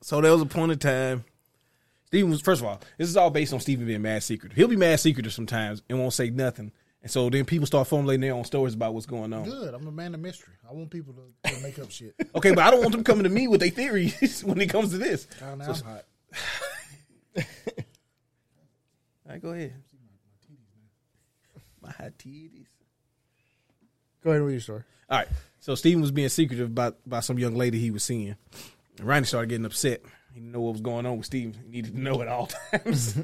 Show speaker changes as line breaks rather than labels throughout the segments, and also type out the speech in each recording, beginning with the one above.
So there was a point in time. Steven was first of all, this is all based on Steven being mad secretive. He'll be mad secretive sometimes and won't say nothing. And so then people start formulating their own stories about what's going on.
Good. I'm a man of mystery. I want people to, to make up shit.
Okay, but I don't want them coming to me with their theories when it comes to this.
Oh, now I'm hot.
All right, go ahead. My hot titties.
Go ahead and read your story.
All right. So Steven was being secretive about, about some young lady he was seeing. And Ronnie started getting upset. He didn't know what was going on with Steven. He needed to know at all times.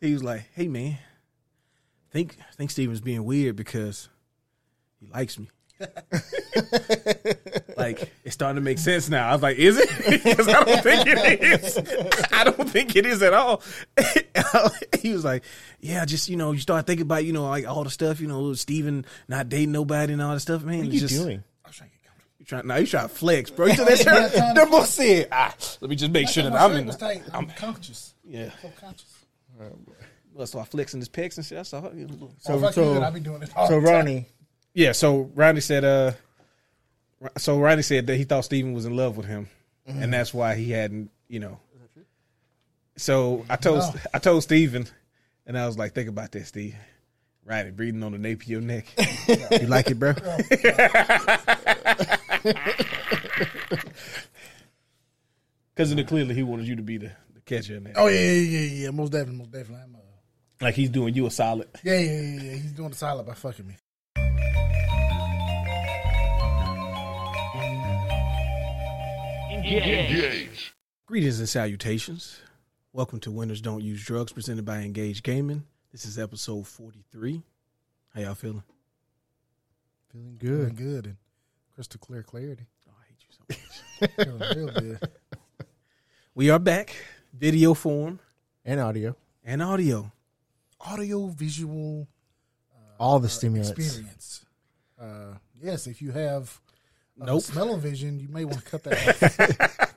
he was like, Hey man, I think I think Steven's being weird because he likes me. like it's starting to make sense now. I was like, is it? 'Cause I don't think it is. I don't think it is at all. he was like, yeah, just you know, you start thinking about you know like all the stuff you know, Steven not dating nobody and all that stuff. Man,
What are
it's
you
just,
doing?
I was trying to get comfortable.
You trying? Now you trying to flex, bro. You took that shirt. That boy said, "Ah, let me just make sure that
My
I'm
shirt
in."
was
the-
tight. I'm, conscious.
Yeah,
I'm conscious.
Well, I started flexing his pecs and shit. I saw.
So,
So-
oh, fuck
so-
you, I be doing it all
So
the time.
Ronnie,
Yeah. So Ronnie said, "Uh, so Ronnie said that he thought Steven was in love with him, and that's why he hadn't, you know." So I told
No.
I told Steven, and I was like, "Think about this, Steve. Ronnie breathing on the nape of your neck. you like it, bro?" Because clearly he wanted you to be the, the catcher in that.
Oh yeah, yeah, yeah, yeah. Most definitely, most definitely. I'm, uh,
Like he's doing you a solid.
yeah, yeah, yeah, yeah. He's doing the silent by fucking me.
Engage.
Greetings and salutations. Welcome to Winners Don't Use Drugs, presented by Engage Gaming. This is episode 43. How y'all feeling?
Feeling
good.
feeling good, and crystal clear clarity.
Oh, I hate you so much.
Feeling real good.
we are back, video form
and audio,
and audio.
Audio visual
all the stimulants.
experience. Uh, yes, if you have uh,
Nope.
smell vision, you may want to cut that. off.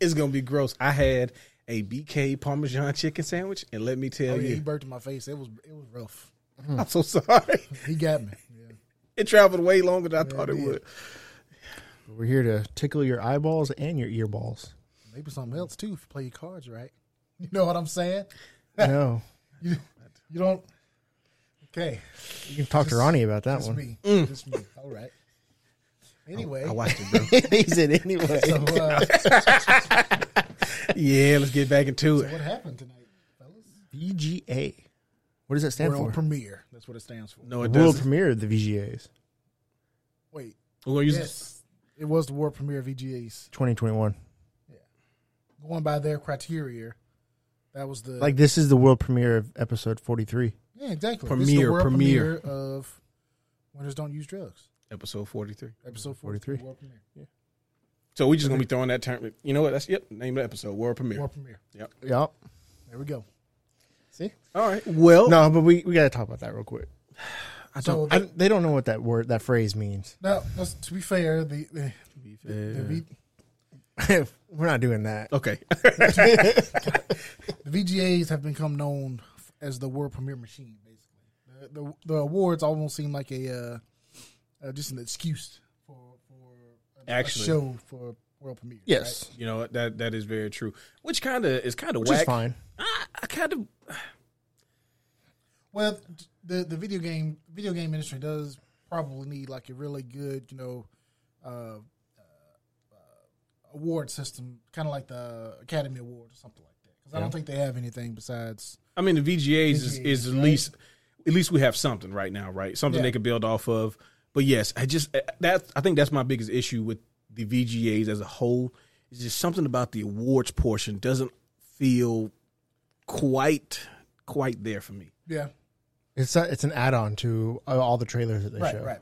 it's going to be gross. I had a BK Parmesan chicken sandwich, and let me tell
oh, yeah, he
you,
burped in my face. It was it was rough.
I'm so sorry.
He got me. Yeah.
It traveled way longer than I thought it would.
We're here to tickle your eyeballs and your earballs.
Maybe something else too if you play your cards right. You know what I'm saying?
no,
You you don't. Okay,
you can talk to Ronnie about that
it's
one.
me. It's me. All right. Anyway,
I watched it, bro.
he said anyway.
so uh,
yeah, let's get back into it.
what happened tonight, fellas?
VGA. What does that stand
World
for?
premiere. That's what it stands for.
No, it
World
doesn't.
premiere of the VGAs,
Wait,
We're gonna use
yes, it was the world premiere of VGAs.
2021.
Going by their criteria, that was the
Like this is the world premiere of episode 43.
yeah exactly This is
Premiere,
the world
premiere.
premiere. of Winners Don't Use Drugs
episode 43.
episode
43.
world premiere
So we just gonna be throwing that term. You know what? That's yep. Name of the episode. World premiere.
world premiere.
Yep.
There we go.
See?
All right. Well,
No, but we, we got to talk about that real quick.
I
So
I, they don't know what that word that phrase means.
now, let's, to be fair, the the, the, v,
We're not doing that.
okay.
the VGAs have become known f- as the world premiere machine. Basically, the the, the awards almost seem like a uh, uh, just an excuse for for a,
Actually.
a show for world premiere.
Yes,
you know what? that that is very true. Which kind of is kind of
which
whack.
is fine.
I, I kind of
Well, the the video game video game industry does probably need like a really good you know uh, uh, award system, kind of like the Academy Award or something like that. Because I don't think they have anything besides
I mean the VGAs is, is at least at least we have something right now, right? Something
Yeah.
they could build off of. But yes, I just that I think that's my biggest issue with the VGAs as a whole is just something about the awards portion doesn't feel quite quite there for me.
yeah
It's a, it's an add on to uh, all the trailers that they
right
show.
right.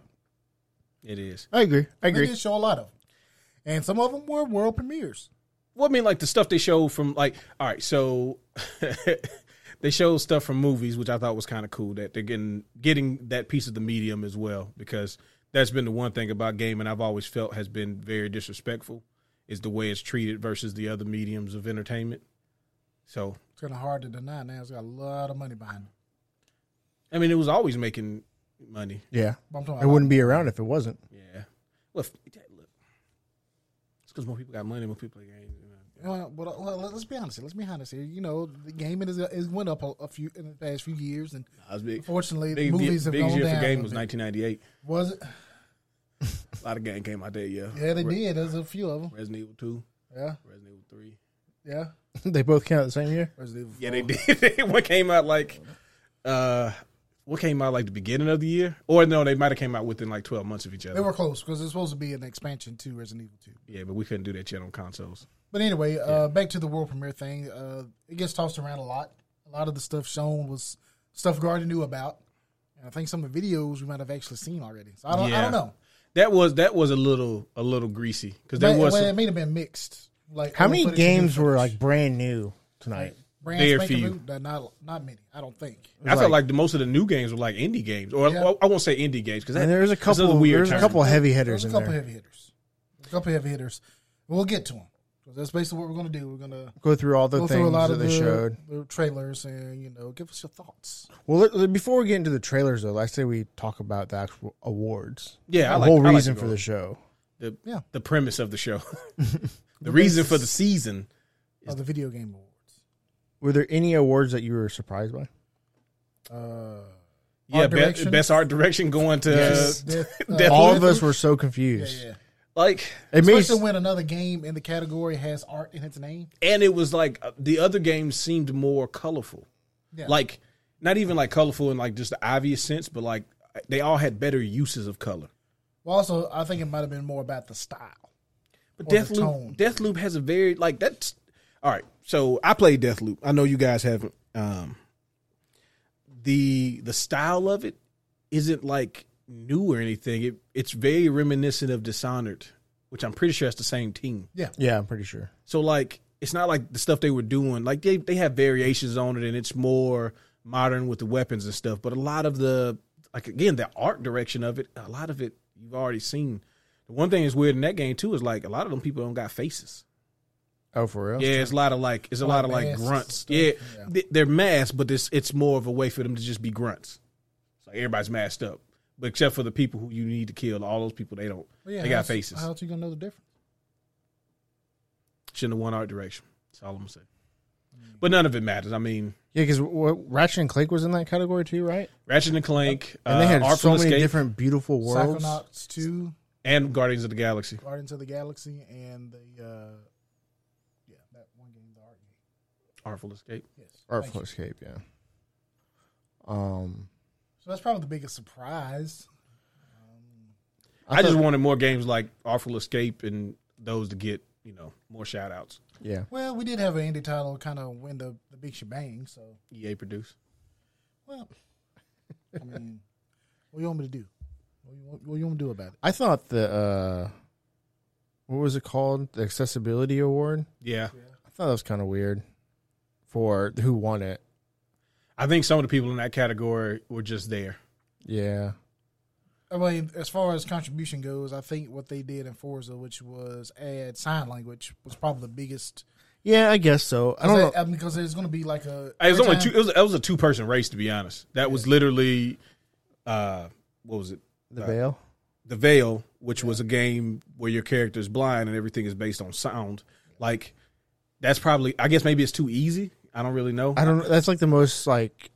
It is.
I agree.
They
I agree.
did show a lot of, them. and some of them were world premieres.
Well, I mean, like the stuff they show from, like, all right, so they show stuff from movies, which I thought was kind of cool that they're getting getting that piece of the medium as well, because that's been the one thing about gaming I've always felt has been very disrespectful is the way it's treated versus the other mediums of entertainment. So,
It's kind of hard to deny. Now it's got a lot of money behind it.
I mean, it was always making money.
Yeah,
But I'm talking
I
about
wouldn't be around if it wasn't.
Yeah. Well, if, look, it's because more people got money, more people play games. You know.
Well, well, well, let's be honest. here. Let's be honest here. You know, the gaming is, is went up a, a few in the past few years, and
I was big.
unfortunately, the
Big,
movies have
big
gone
year
down.
for
a
game
bit.
was 1998.
Was it?
A lot of game came out that year.
Yeah, they
Re-
did. There's a few of them.
Resident Evil 2,
Yeah,
Resident Evil 3.
yeah.
they both came out the same year.
Resident Evil
Yeah, they did. what came out like, uh, what came out like the beginning of the year? Or no, they might have came out within like 12 months of each
They
other.
were close because it's supposed to be an expansion to Resident Evil Two.
yeah, but we couldn't do that yet on consoles.
But anyway, uh, back to the world premiere thing. Uh, it gets tossed around a lot. A lot of the stuff shown was stuff Gardner knew about, and I think some of the videos we might have actually seen already. So I don't, I
Yeah.
don't know.
That was that was a little a little greasy because there
But,
was
well,
some-
it may have been mixed. Like
How
old
many
footage and new
games were
footage.
like brand new tonight?
brand
Very
spanking
few.
new? No, Not not many. I don't think.
I felt like the most of the new games were like indie games, or
Yeah.
well, I won't say indie games because
And there's a couple. There's a couple heavy hitters
There's a
in
couple
there.
heavy hitters. There's a couple heavy hitters. We'll get to them. That's basically what we're going to do. We're going to
Go through all the
go
things
through a lot
that
of
they
the,
showed.
the trailers and you know give us your thoughts.
Well, let- let- before we get into the trailers, though, I say we talk about the actual awards.
Yeah, I
the
like-
whole
I like
reason
the
for the
awards.
show.
the
Yeah.
the premise of the show, the reason for the season.
of the video game awards.
Were there any awards that you were surprised by?
Uh,
Yeah, best,
Art direction?
best art direction going to
Yes.
Death, uh,
Death
All
Loop.
of us were so
yeah,
confused.
yeah.
like,
It made
Especially when another game in the category has art in its name.
and it was like uh, the other games seemed more colorful,
Yeah.
like not even like colorful in like just the obvious sense, but like they all had better uses of color.
Well, also, I think it might have been more about the style.
But
Or the
Deathloop,
tone.
Deathloop has a very like that's all right. So I played Deathloop. I know you guys haven't. Um, the the style of it isn't like new or anything. It it's very reminiscent of Dishonored, which I'm pretty sure it's the same team.
yeah, I'm pretty sure.
So like it's not like the stuff they were doing. Like they they have variations on it, and it's more modern with the weapons and stuff. But a lot of the like again the art direction of it, a lot of it you've already seen. The one thing that's weird in that game too is like a lot of them people don't got faces.
Oh, for real?
Yeah, it's a lot of like it's a lot of like
masks and
grunts.
stuff,
Yeah,
yeah.
th- they're masked, but it's it's more of a way for them to just be grunts. It's like everybody's masked up, but except for the people who you need to kill, all those people they don't.
Well, yeah,
they got
how's-
faces.
How else you gonna know the difference?
Shouldn't have one art direction. That's all I'm gonna say.
Mm.
But none of it matters. I mean,
Yeah, because Ratchet and Clank was in that category too, right?
Ratchet and Clank,
And they had
uh, Artful
so many
Escape,
different beautiful worlds.
Psychonauts two,
and Guardians of the Galaxy.
Guardians of the Galaxy, and the uh, yeah that one game, the art game.
Artful Escape.
Yes, thank
Artful
you.
Escape, yeah. Um,
So that's probably the biggest surprise.
I, just
thought-
wanted more games like Artful Escape and those to get you know more shout outs.
yeah.
Well, we did have an indie title kind of win the the big shebang. So
E
EA produce.
well, I mean, what you want me to do? What you want, what you want me to do about it?
I thought the uh, what was it called? The accessibility award.
Yeah.
I thought that was kind of weird for who won it.
I think some of the people in that category were just there.
Yeah,
I mean, as far as contribution goes, I think what they did in Forza, which was add sign language, was probably the biggest.
yeah, I guess so. I don't know.
I mean, because there's going to be like a.
It was
every
only
time-
two. It was, it was a two person race to be honest. That was literally, uh, what was it?
The veil.
The Veil, which was a game where your character is blind and everything is based on sound. Like that's probably. I guess maybe it's too easy. I don't really know.
I don't. know. That's like the most like.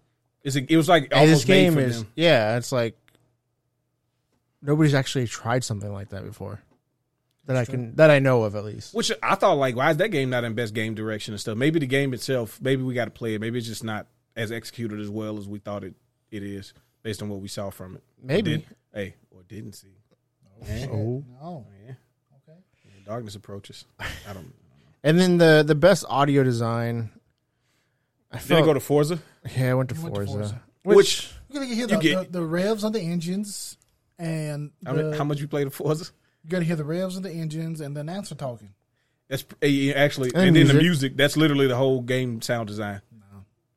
It's a, it was like
Hey,
almost
this game
made for
is.
them.
Yeah, it's like nobody's actually tried something like that before. That I can. That I know of at least.
Which I thought, like, why is that game not in best game direction and stuff? Maybe the game itself, maybe we got to play it. Maybe it's just not as executed as well as we thought it, it is based on what we saw from it. Or
Maybe.
did- hey, or didn't see.
Oh.
No.
Yeah.
Okay.
When darkness approaches. I don't.
And then the the best audio design. I
Did it
felt,
go to Forza?
yeah, I went to
You went to
Forza.
Forza.
Which,
You're going to hear the,
get-
the, the revs on the engines, and the,
I mean, how much you played of Forza?
you're going to hear the revs on the engines and the announcer talking.
That's eh, yeah, actually, and,
And
then the
music.
music. That's literally the whole game sound design.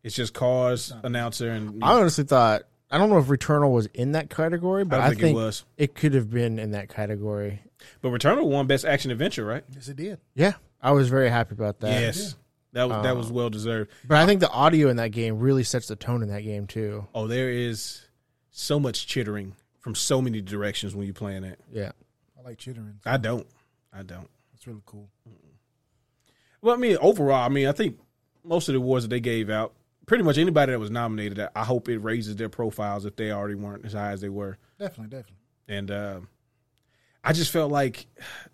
It's just cars, announcer, and
I honestly thought I don't know if Returnal was in that category, but
I
I
don't
think,
think it
it,
was.
could have been in that category.
but Returnal won best action adventure, right?
Yes, it did.
Yeah, I was very happy about that. Oh.
Yes, that was that was well deserved.
But I think the audio in that game really sets the tone in that game too.
Oh, there is so much chittering from so many directions when you're playing it.
Yeah.
I like chittering.
I don't. I don't.
That's really cool.
Well, I mean, overall, I mean, I think most of the awards that they gave out, pretty much anybody that was nominated, I- I hope it raises their profiles if they already weren't as high as they were.
Definitely, definitely.
And um I just felt like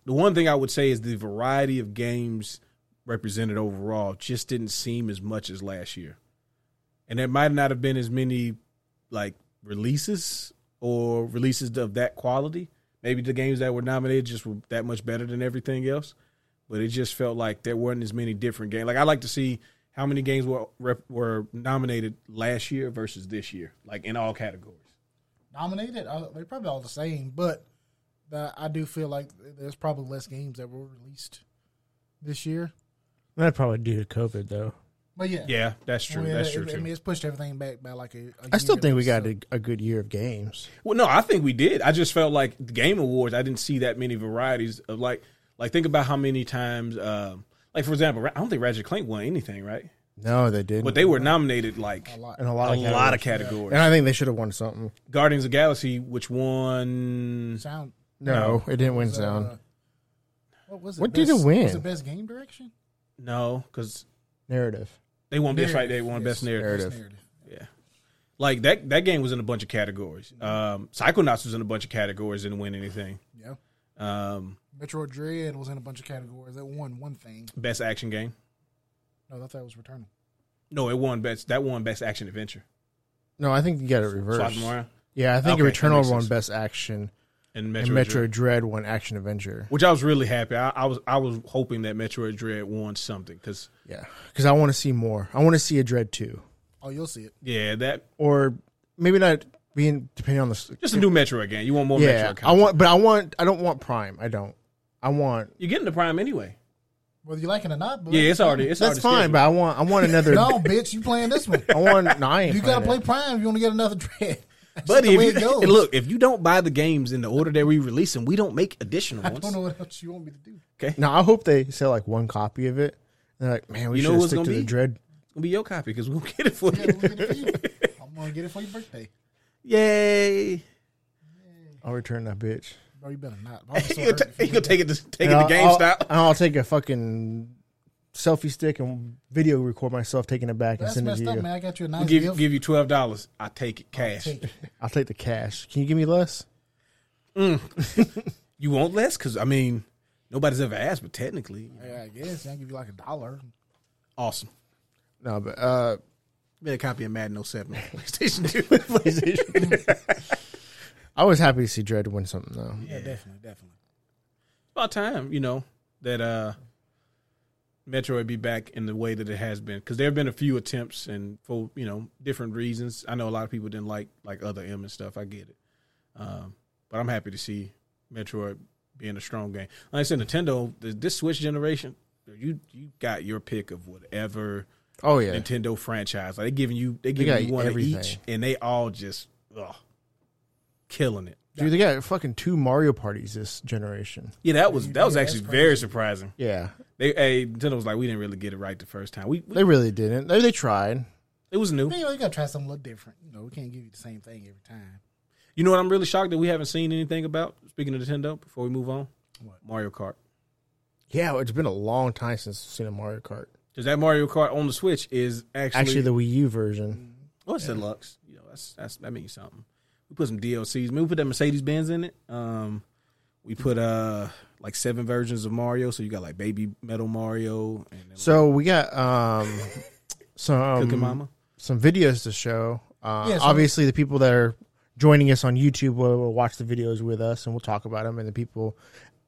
the one thing I would say is the variety of games represented overall just didn't seem as much as last year. And there might not have been as many like releases or releases of that quality. Maybe the games that were nominated just were that much better than everything else. But it just felt like there weren't as many different games. Like I like to see how many games were rep, were nominated last year versus this year, like in all categories.
Nominated, uh, they're probably all the same, but uh, I do feel like there's probably less games that were released this year.
That probably due to COVID though.
But yeah,
Yeah, that's true.
Well,
that's
it-
true
it-
too.
I mean, it's pushed everything back by like a. a
I still
year
think
or
we got
so.
a, a good year of games.
Well, no, I think we did. I just felt like the game awards. I didn't see that many varieties of like, like think about how many times, um, like for example, I don't think Ratchet Clank won anything, right?
No, they didn't.
But they were nominated like
a lot.
in a
a
lot of categories.
lot of categories.
and I think they should have won something.
Guardians of the Galaxy, which won?
Sound.
No, it didn't win
was, uh,
sound.
what was it?
What did
Best-
it win?
Was it best game direction?
No, because
Narrative.
they won. That's right, they
Narrative,
won
yes.
best narrative.
Narrative.
Best narrative.
Like that, that game was in a bunch of categories. Um, Psychonauts was in a bunch of categories, didn't win anything.
Yeah.
Um,
Metroid Dread was in a bunch of categories. That won one thing.
best action game.
No, I thought that was Returnal.
No, it won best. That won best action adventure.
No, I think you got it
Swap
reversed.
them around.
Yeah, I think
Okay, that
Returnal
makes
won
sense.
best action
and
and
Metro.
Metro Dread won action adventure.
which I was really happy. I, I was I was hoping that Metroid Dread won something because
Yeah, because I want to see more. I want to see a Dread two,
Oh, you'll see it.
yeah, that
or maybe not being depending on the. s-
just a new Metroid game. You want more
yeah,
Metroid? Content.
I want, but I want. I don't want Prime. I don't. I want.
You're getting the Prime anyway.
Whether you like it or not, but
Yeah, it's already it's
That's
already
fine, but I want. I want another.
no, bitch, you playing this one.
I want nine.
You gotta play Prime if you want to get another Dread. That's
But
the way
if
it
you,
goes.
and look, if you don't buy the games in the order that we release them, we don't make additional
I
ones.
don't know what else you want me to do.
Now I hope they sell like one copy of it. And they're like, man, we
You know
should
what's
stick to
gonna
the
be?
Dread.
It's gonna be your copy because we'll get it for
Yeah,
you.
we'll get it for you. I'm gonna get it for your birthday.
Yay!
I'll return that bitch.
Bro, you better not. Bro, I'm so
You
hurt if you
gonna
do
take it to take
And
it to
I'll- I'll,
GameStop?
and I'll take a fucking selfie stick and video record myself taking it back
that. That's
and send
messed
it to
up,
you.
man. I got you a nice
We'll give
gift.
give you twelve dollars. I take it cash.
Take it.
I'll take the cash. Can you give me less?
You want less? Because I mean, nobody's ever asked. But technically,
Yeah, I guess I'll give you like a dollar.
awesome.
No, but uh,
Made a copy of Madden 07 on PlayStation 2.
I was happy to see Dread win something though.
Yeah, definitely, definitely.
About time, you know, that uh Metroid be back in the way that it has been. Because there have been a few attempts and for, you know, different reasons. I know a lot of people didn't like like other M and stuff. I get it. Um, but I'm happy to see Metroid being a strong game. Like I said, Nintendo, th- this Switch generation, you you got your pick of whatever
Oh yeah,
Nintendo franchise. Like they giving you they giving
got
you one
everything.
of each and they all just ugh, killing it.
dude, they got fucking two Mario parties this generation.
Yeah, that was that was
that's
actually very surprising.
Yeah,
They hey, Nintendo was like, we didn't really get it right the first time. We, we-
they really didn't. They, they tried.
it was new.
But, you know, you gotta try something a little different. You know, we can't give you the same thing every time.
You know what? I'm really shocked that we haven't seen anything about. Speaking of Nintendo, before we move on,
What?
Mario Kart
Yeah, it's been a long time since I've seen a Mario Kart.
because that Mario Kart on the Switch is actually,
Actually, the Wii U version.
oh, it's deluxe. You know, that's that's that means something. We put some DLCs. Maybe we put that Mercedes Benz in it. Um, we put uh like seven versions of Mario. So you got like Baby Metal Mario and then
So we got um some um,
Cooking Mama.
some videos to show. Uh,
Yeah, so-
obviously, the people that are joining us on YouTube will, will watch the videos with us, and we'll talk about them. And the people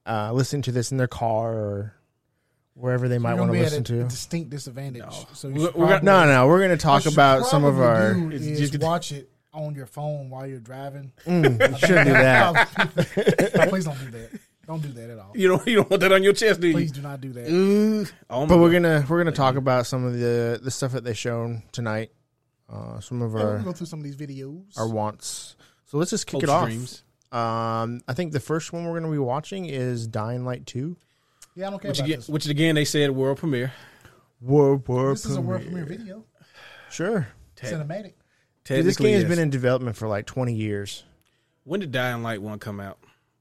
uh, listening to this in their car or wherever they might
You're
want
gonna
to
be at
listen
a
to.
distinct disadvantage.
No.
So
We're-
you should
we're gonna-
probably-
No, no, we're going to
what
talk
you should
about some of
probably
our.
do
It's
is
just-
watch it on your phone while you're driving.
Mm, should do that.
No, please don't do that. Don't do that at all.
You don't you don't want that on your chest, do you?
Please do not do that.
Ooh, oh my
But we're gonna we're gonna talk about some of the the stuff that they shown tonight. Uh, some of
Yeah, we'll
our
go through some of these videos.
our wants. So let's just kick
Hopes,
it off.
dreams.
Um, I think the first one we're gonna be watching is Dying Light Two.
yeah, I don't care
which
about
again,
this.
which again they said world premiere.
World, world
This is a world premiere video.
Sure.
Cinematic.
Dude, this
Technically,
game has
yes.
been in development for like 20 years.
When did Dying Light one come out?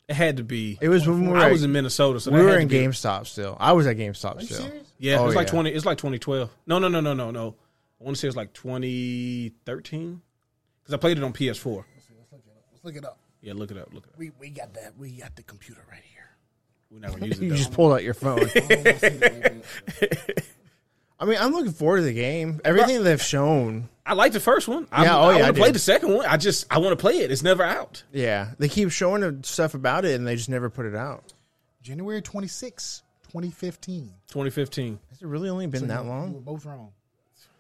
It had to be.
It was when we were,
I
at-
was in Minnesota, so
we
that
were
had
in
to be-
GameStop still. I was at GameStop
Are you
still.
serious?
Yeah,
Oh,
it's like
yeah.
twenty. It's like twenty twelve. No, no, no, no, no, no. I want to say it's like twenty thirteen because I played it on PS four.
Let's look it up. Let's look it up.
Yeah, look it up. Look it up.
We we got that. We got the computer right here.
We're not gonna use it.
You
though.
just pulled out your phone. I mean, I'm looking forward to the game. Everything they've shown,
I like the first one. I,
Yeah, oh,
I
yeah, I
want to
did.
play the second one. I just I want to play it. It's never out.
yeah, they keep showing them stuff about it, and they just never put it out.
January 26, 2015.
2015.
Has it really only been that
You
long?
were both wrong.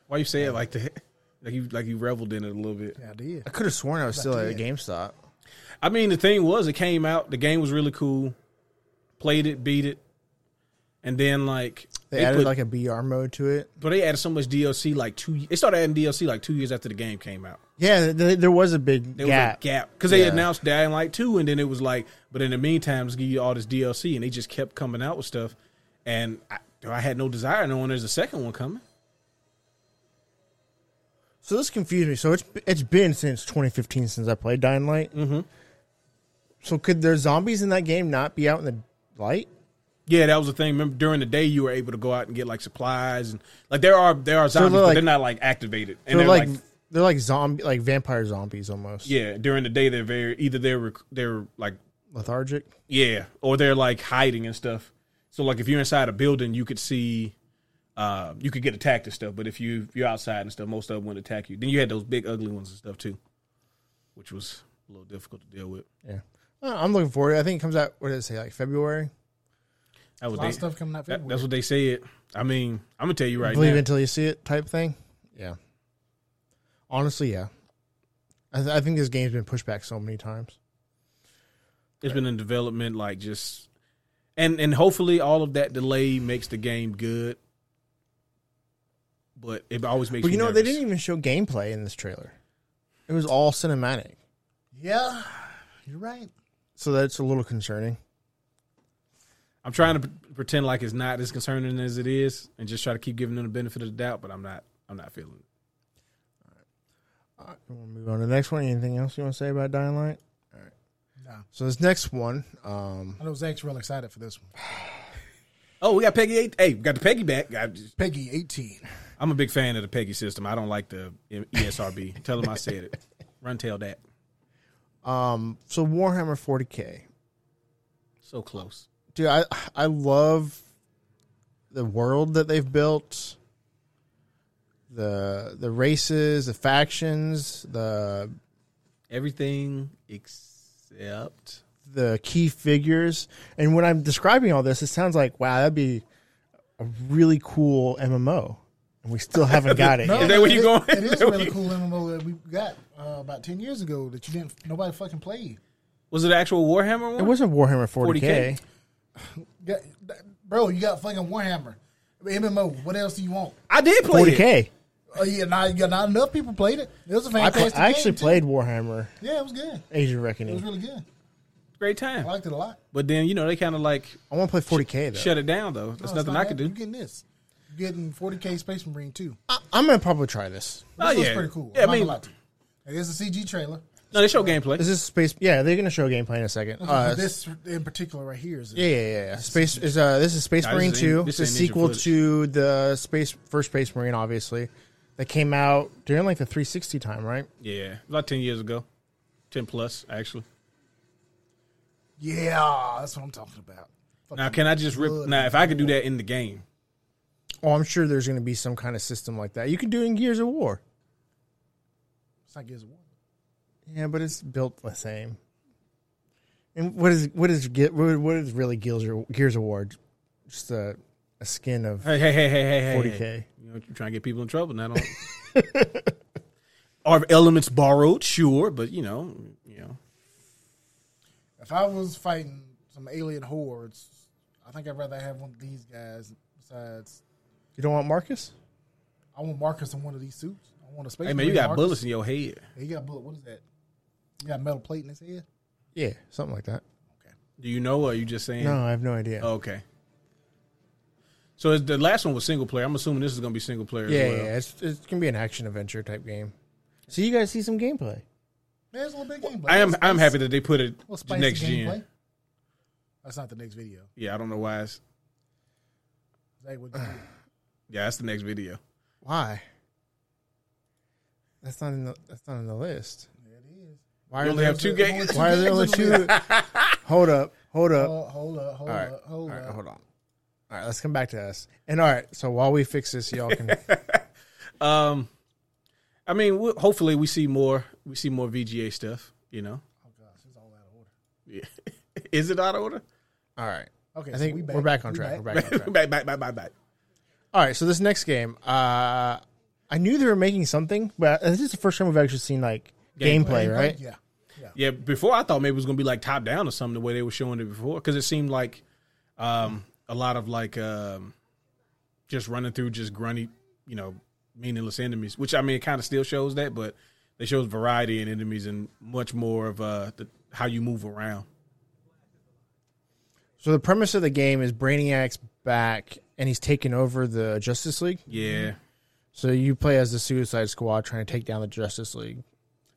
Why you say it like that? Like you like you reveled in it a little bit.
Yeah, I did.
I could have sworn I was still at a GameStop.
I mean, the thing was, it came out. The game was really cool. Played it, beat it, and then like
They, added like a BR mode to it.
but they added so much DLC. Like two, they started adding DLC like two years after the game came out.
Yeah, th- there was a big
There
gap.
was a gap because they
Yeah.
announced Dying Light two, and then it was like, but in the meantime, let's give you all this DLC, and they just kept coming out with stuff, and I, I had no desire knowing there's a second one coming.
So this confused me. So it's it's been since 2015 since I played Dying Light. Mm-hmm. So could there zombies in that game not be out in the light?
Yeah, that was the thing. Remember, during the day, you were able to go out and get like supplies and like there are there are zombies,
they're
but
like-
they're not like activated. And
They're,
they're,
like,
like,
they're like zombie like vampire zombies almost.
yeah, during the day they're very either they're rec- they're like
Lethargic.
yeah, or they're like hiding and stuff. So like if you're inside a building, you could see, uh, you could get attacked and stuff. But if you if you're outside and stuff, most of them wouldn't attack you. Then you had those big ugly ones and stuff too, which was a little difficult to deal with.
Yeah. Uh, I'm looking forward. to it. I think it comes out. What did it say? Like February.
That
A
was
lot of
they-
stuff coming out.
that-
February.
that's what they said. I mean, I'm gonna tell you right
Believe
now.
until you see it type thing. Yeah. Honestly, yeah. I, th- I think this game's been pushed back so many times.
It's been in development, like just, and and hopefully all of that delay makes the game good. But it always makes.
But you know
nervous.
they didn't even show gameplay in this trailer. It was all cinematic,
yeah, you're right.
so that's a little concerning.
I'm trying to p- pretend like it's not as concerning as it is, and just try to keep giving them the benefit of the doubt. But I'm not. I'm not feeling. it.
We'll move on to the next one. Anything else you want to say about Dying Light? All right.
No.
So this next one, um,
I know Zach's real excited for this one.
Oh, we got Peggy. Eight, hey, we got the Peggy back. I just,
Peggy 18.
I'm a big fan of the Peggy system. I don't like the E- ESRB. Tell them I said it. Run tail that.
um, so Warhammer 40k,
So close.
dude. I I love the world that they've built, the the races, the factions, the
Everything except
the key figures. And when I'm describing all this, it sounds like wow, that'd be a really cool MMO, and we still haven't got it.
Is
yet.
that where you
it-
going?
It is
There
a
we-
really cool MMO that we got uh, about 10 years ago that you didn't, nobody fucking played.
was it the actual Warhammer one?
It wasn't Warhammer 40k.
40K.
Got, bro, you got fucking Warhammer. MMO. What else do you want?
I did play
Forty
it.
k.
Oh yeah, not, yeah, not enough people played it. It was a
I
fantastic
pl- I actually
game, too.
played Warhammer
Yeah, it was good.
Age
It was
of Reckoning.
really good.
Great time.
I liked it a lot.
But then you know they kind of like
I want to play 40k though.
shut it down though. There's
No, it's
nothing
not
I can
that.
do.
You getting this? You getting 40k Space Marine too?
I, I'm gonna probably try this.
Oh,
This was
yeah.
pretty cool.
Yeah,
I'm
I
not
mean-
gonna lie to you. It is a CG
Uh,
trailer.
No, they show gameplay.
Is this space? Yeah, they're gonna show gameplay in a second. Uh,
But this in particular right here is.
yeah, yeah, yeah, yeah. Space is uh, this is Space
Nah, this
Marine
is in-
Two.
this
It's
is
a
in
sequel
ninja footage.
to the space first Space Marine, obviously, that came out during like the 360 time, right?
Yeah, about ten years ago, ten plus actually.
Yeah, that's what I'm talking about. Fuck,
Now can I just rip?
Good
Now if I could do that in the game,
Oh, I'm sure there's gonna be some kind of system like that. You can do it in Gears of War.
It's not Gears of War.
Yeah, but it's built the same. And what is what is Ge- what what is really Gears of- Gears of War? Just a, a skin of
hey, hey, hey, hey, hey, hey,
40K.
hey. You know, you're trying to get people in trouble. Not on. Are elements borrowed? Sure, but you know, you know,
If I was fighting some alien hordes, I think I'd rather have one of these guys. Besides,
You don't want Marcus?
I want Marcus in one of these suits. I want a space.
hey man,
Marine
you got
Marcus.
bullets in your head.
He got bullet. What is that? You got a metal plate in his head.
Yeah, something like that.
Do you know? Or are you just saying? Oh,
No, I have no idea.
Okay. So is- the last one was single player. I'm assuming this is going to be single player.
yeah,
as well.
yeah, it's it's gonna be an action adventure type game. So you guys see some gameplay.
There's a little bit of gameplay.
I am.
Let's-
I'm
let's-
happy that they put it
let's spice the
next
gameplay.
gen.
That's not the next video.
Yeah, I don't know why it's
Zach, what you do?
yeah, that's the next video.
Why? That's not in the. That's not in the list.
There it is.
Why
You only
there
have two
two-
games.
Why are there only two? hold up. Hold up.
Oh, hold up, hold
All right.
up,
All
hold
right.
up.
Hold on. All right. Let's come back to us. And all right. So while we fix this, y'all can.
Um, I mean, we'll, hopefully we see more. We see more VGA stuff. You know,
Oh gosh, it's all out of order.
Yeah. is it out of order?
all right.
Okay,
I think
so we
we're back on track. We're back on track.
back, back, back, back, back.
All right, so this next game, uh, I knew they were making something, but uh, this is the first time we've actually seen like gameplay, right?
Yeah, yeah.
Yeah, before I thought maybe it was gonna be like top down or something the way they were showing it before because it seemed like um, a lot of like um, just running through just grunty, you know, meaningless enemies. Which I mean, it kind of still shows that, but it shows variety in enemies and much more of uh, the, how you move around.
So the premise of the game is Brainiac's back and he's taking over the Justice League.
Yeah,
So you play as the Suicide Squad trying to take down the Justice League.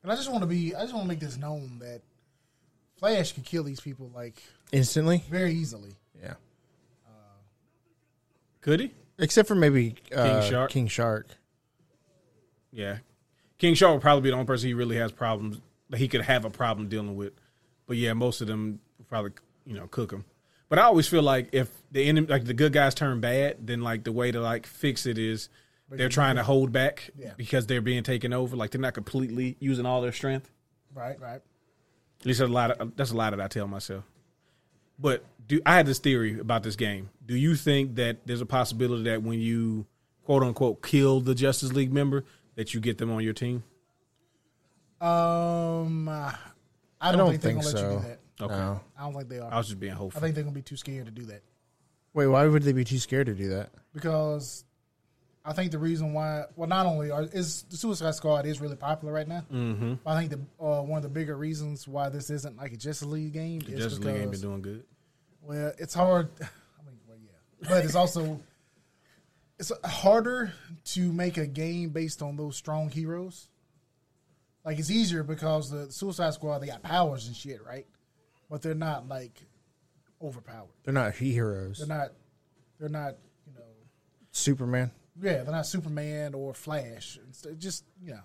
And I just want to be, I just want to make this known that Flash can kill these people like
Instantly?
very easily.
Yeah.
could he?
Except for maybe uh,
King
King
Shark.
Shark.
Yeah, King Shaw would probably be the only person he really has problems that he could have a problem dealing with. But yeah, most of them would probably you know cook him. But I always feel like if the enemy, like the good guys turn bad, then like the way to like fix it is they're trying to hold back
Yeah.
because they're being taken over. Like they're not completely using all their strength.
Right, right.
At least a lot. Of, that's a lot that I tell myself. But do I had this theory about this game? Do you think that there's a possibility that when you quote unquote kill the Justice League member, that you get them on your team?
Um, uh, I don't,
don't
think they're gonna
think
let you
so.
do that.
Okay.
No.
I don't think they
I
are.
was just being
I
hopeful.
think they're gonna be too scared to do that
Wait, why would they be too scared to do that?
because I think the reason why, well, not only are is the Suicide Squad is really popular right now. Mm-hmm. But I think the uh, one of the bigger reasons why this isn't like a Justice League game is
Justice
because
League ain't been doing good.
Well, it's hard. I mean, well, yeah, but it's also it's harder to make a game based on those strong heroes. Like it's easier because the Suicide Squad they got powers and shit, right? But they're not like overpowered.
They're not heroes.
They're not. They're not. You know.
Superman.
Yeah, they're not Superman or Flash. It's it's just you know.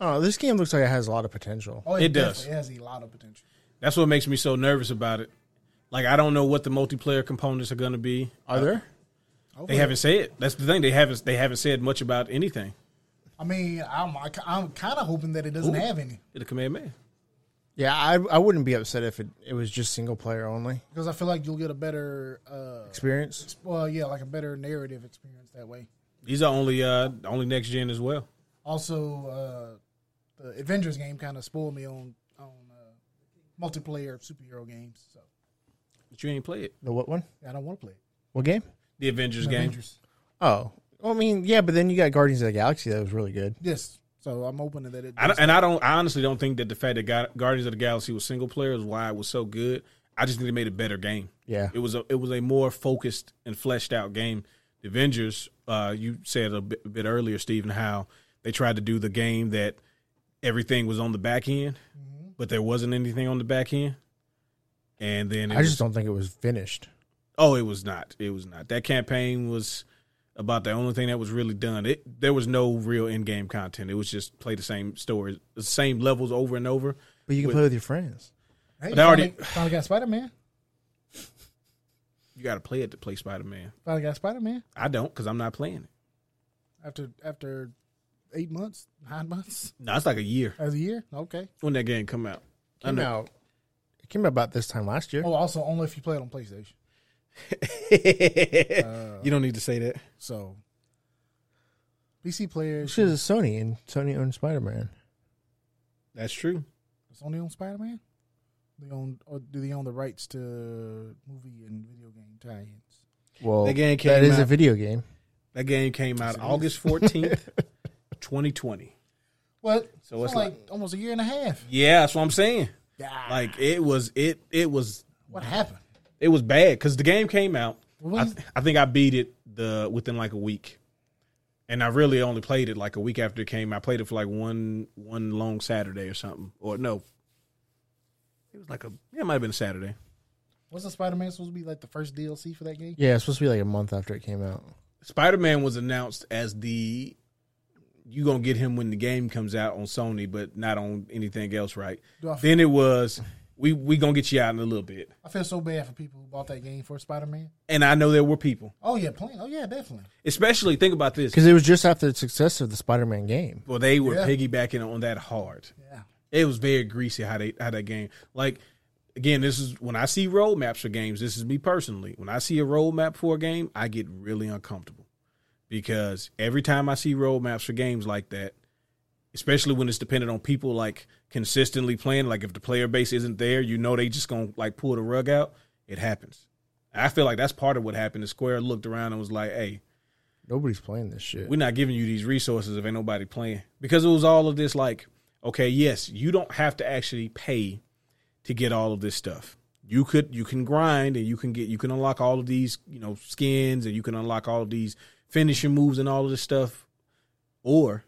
Oh, this game looks like it has a lot of potential.
Oh,
It does.
definitely has a lot of potential.
That's what makes me so nervous about it. Like I don't know what the multiplayer components are going to be. Uh,
Are there?
Oh,
They haven't said. That's the thing. They haven't. They haven't said much about anything.
I mean, I'm I, I'm kind of hoping that it doesn't
Ooh.
have any
It'll come in May.
Yeah, I, I wouldn't be upset if it, it was just single player only
because I feel like you'll get a better uh,
experience.
well, yeah, like a better narrative experience that way.
These are only uh only next gen as well.
Also, uh, the Avengers game kind of spoiled me on on uh, multiplayer superhero games, so
But you ain't play it.
The what one?
I don't want to play it.
What game?
The Avengers game.
Avengers,
Oh, well, I mean, yeah, but then you got Guardians of the Galaxy that was really good.
yes. So I'm open to that. It
I don't, and I don't. I honestly don't think that the fact that Ga- Guardians of the Galaxy was single player is why it was so good. I just think they made a better game.
Yeah.
it was a it was a more focused and fleshed out game. The Avengers, uh, you said a bit, a bit earlier, Stephen, how they tried to do the game that everything was on the back end,
Mm-hmm.
but there wasn't anything on the back end. And then it
I just don't think it was finished.
Oh, it was not. It was not. That campaign was about the only thing that was really done. It there was no real in game content. It was just play the same stories, the same levels over and over.
But you can
With-
play with your friends.
hey,
but I already-
finally- finally got Spider Man.
You got to play it to play Spider Man.
Finally got Spider Man
I don't because I'm not playing it.
after after eight months, nine months,
No, it's like a year
as a year. Okay.
when that game come out. I
Came
know.
out. It came out about this time last year.
Oh, also only if you play it on PlayStation. Uh,
you don't need to say that.
So PC players,
This is Sony, and Sony owned Spider Man.
That's true.
it's only on Spider Man. They own or do they own the rights to movie and video game tie-ins?
Well,
That game
that
came
is a
out-
video game.
That game came out August 14th, 2020.
Well,
So it's
like, almost a year and a half.
Yeah, that's what I'm saying.
Yeah.
Like it was it it was
What happened?
it was bad because the game came out. I,
What?
I think I beat it the within like a week, and I really only played it like a week after it came. I played it for like one one long Saturday or something, or no, It was like a yeah, it might have been a Saturday.
Wasn't Spider Man supposed to be like the first DLC for that game?
Yeah, it's supposed to be like a month after it came out.
Spider Man was announced as the you gonna get him when the game comes out on Sony, but not on anything else, right?
Do I feel,
Then it was we we gonna get you out in a little bit,
I feel so bad for people who bought that game for Spider Man.
and I know there were people,
Oh yeah, playing. Oh yeah, definitely.
especially think about this.
Because it was just after the success of the Spider Man game.
Well, they were
Yeah.
piggybacking on that hard.
Yeah.
It was very greasy how they how that game. Like again, this is when I see roadmaps for games. This is me personally. When I see a roadmap for a game, I get really uncomfortable because every time I see roadmaps for games like that, especially when it's dependent on people like consistently playing. Like if the player base isn't there, you know they just gonna like pull the rug out. It happens. I feel like that's part of what happened. The Square looked around and was like, "Hey,
Nobody's playing this shit.
we're not giving you these resources if ain't nobody playing because it was all of this like okay yes you don't have to actually pay to get all of this stuff you could you can grind and you can get you can unlock all of these you know skins and you can unlock all of these finishing moves and all of this stuff or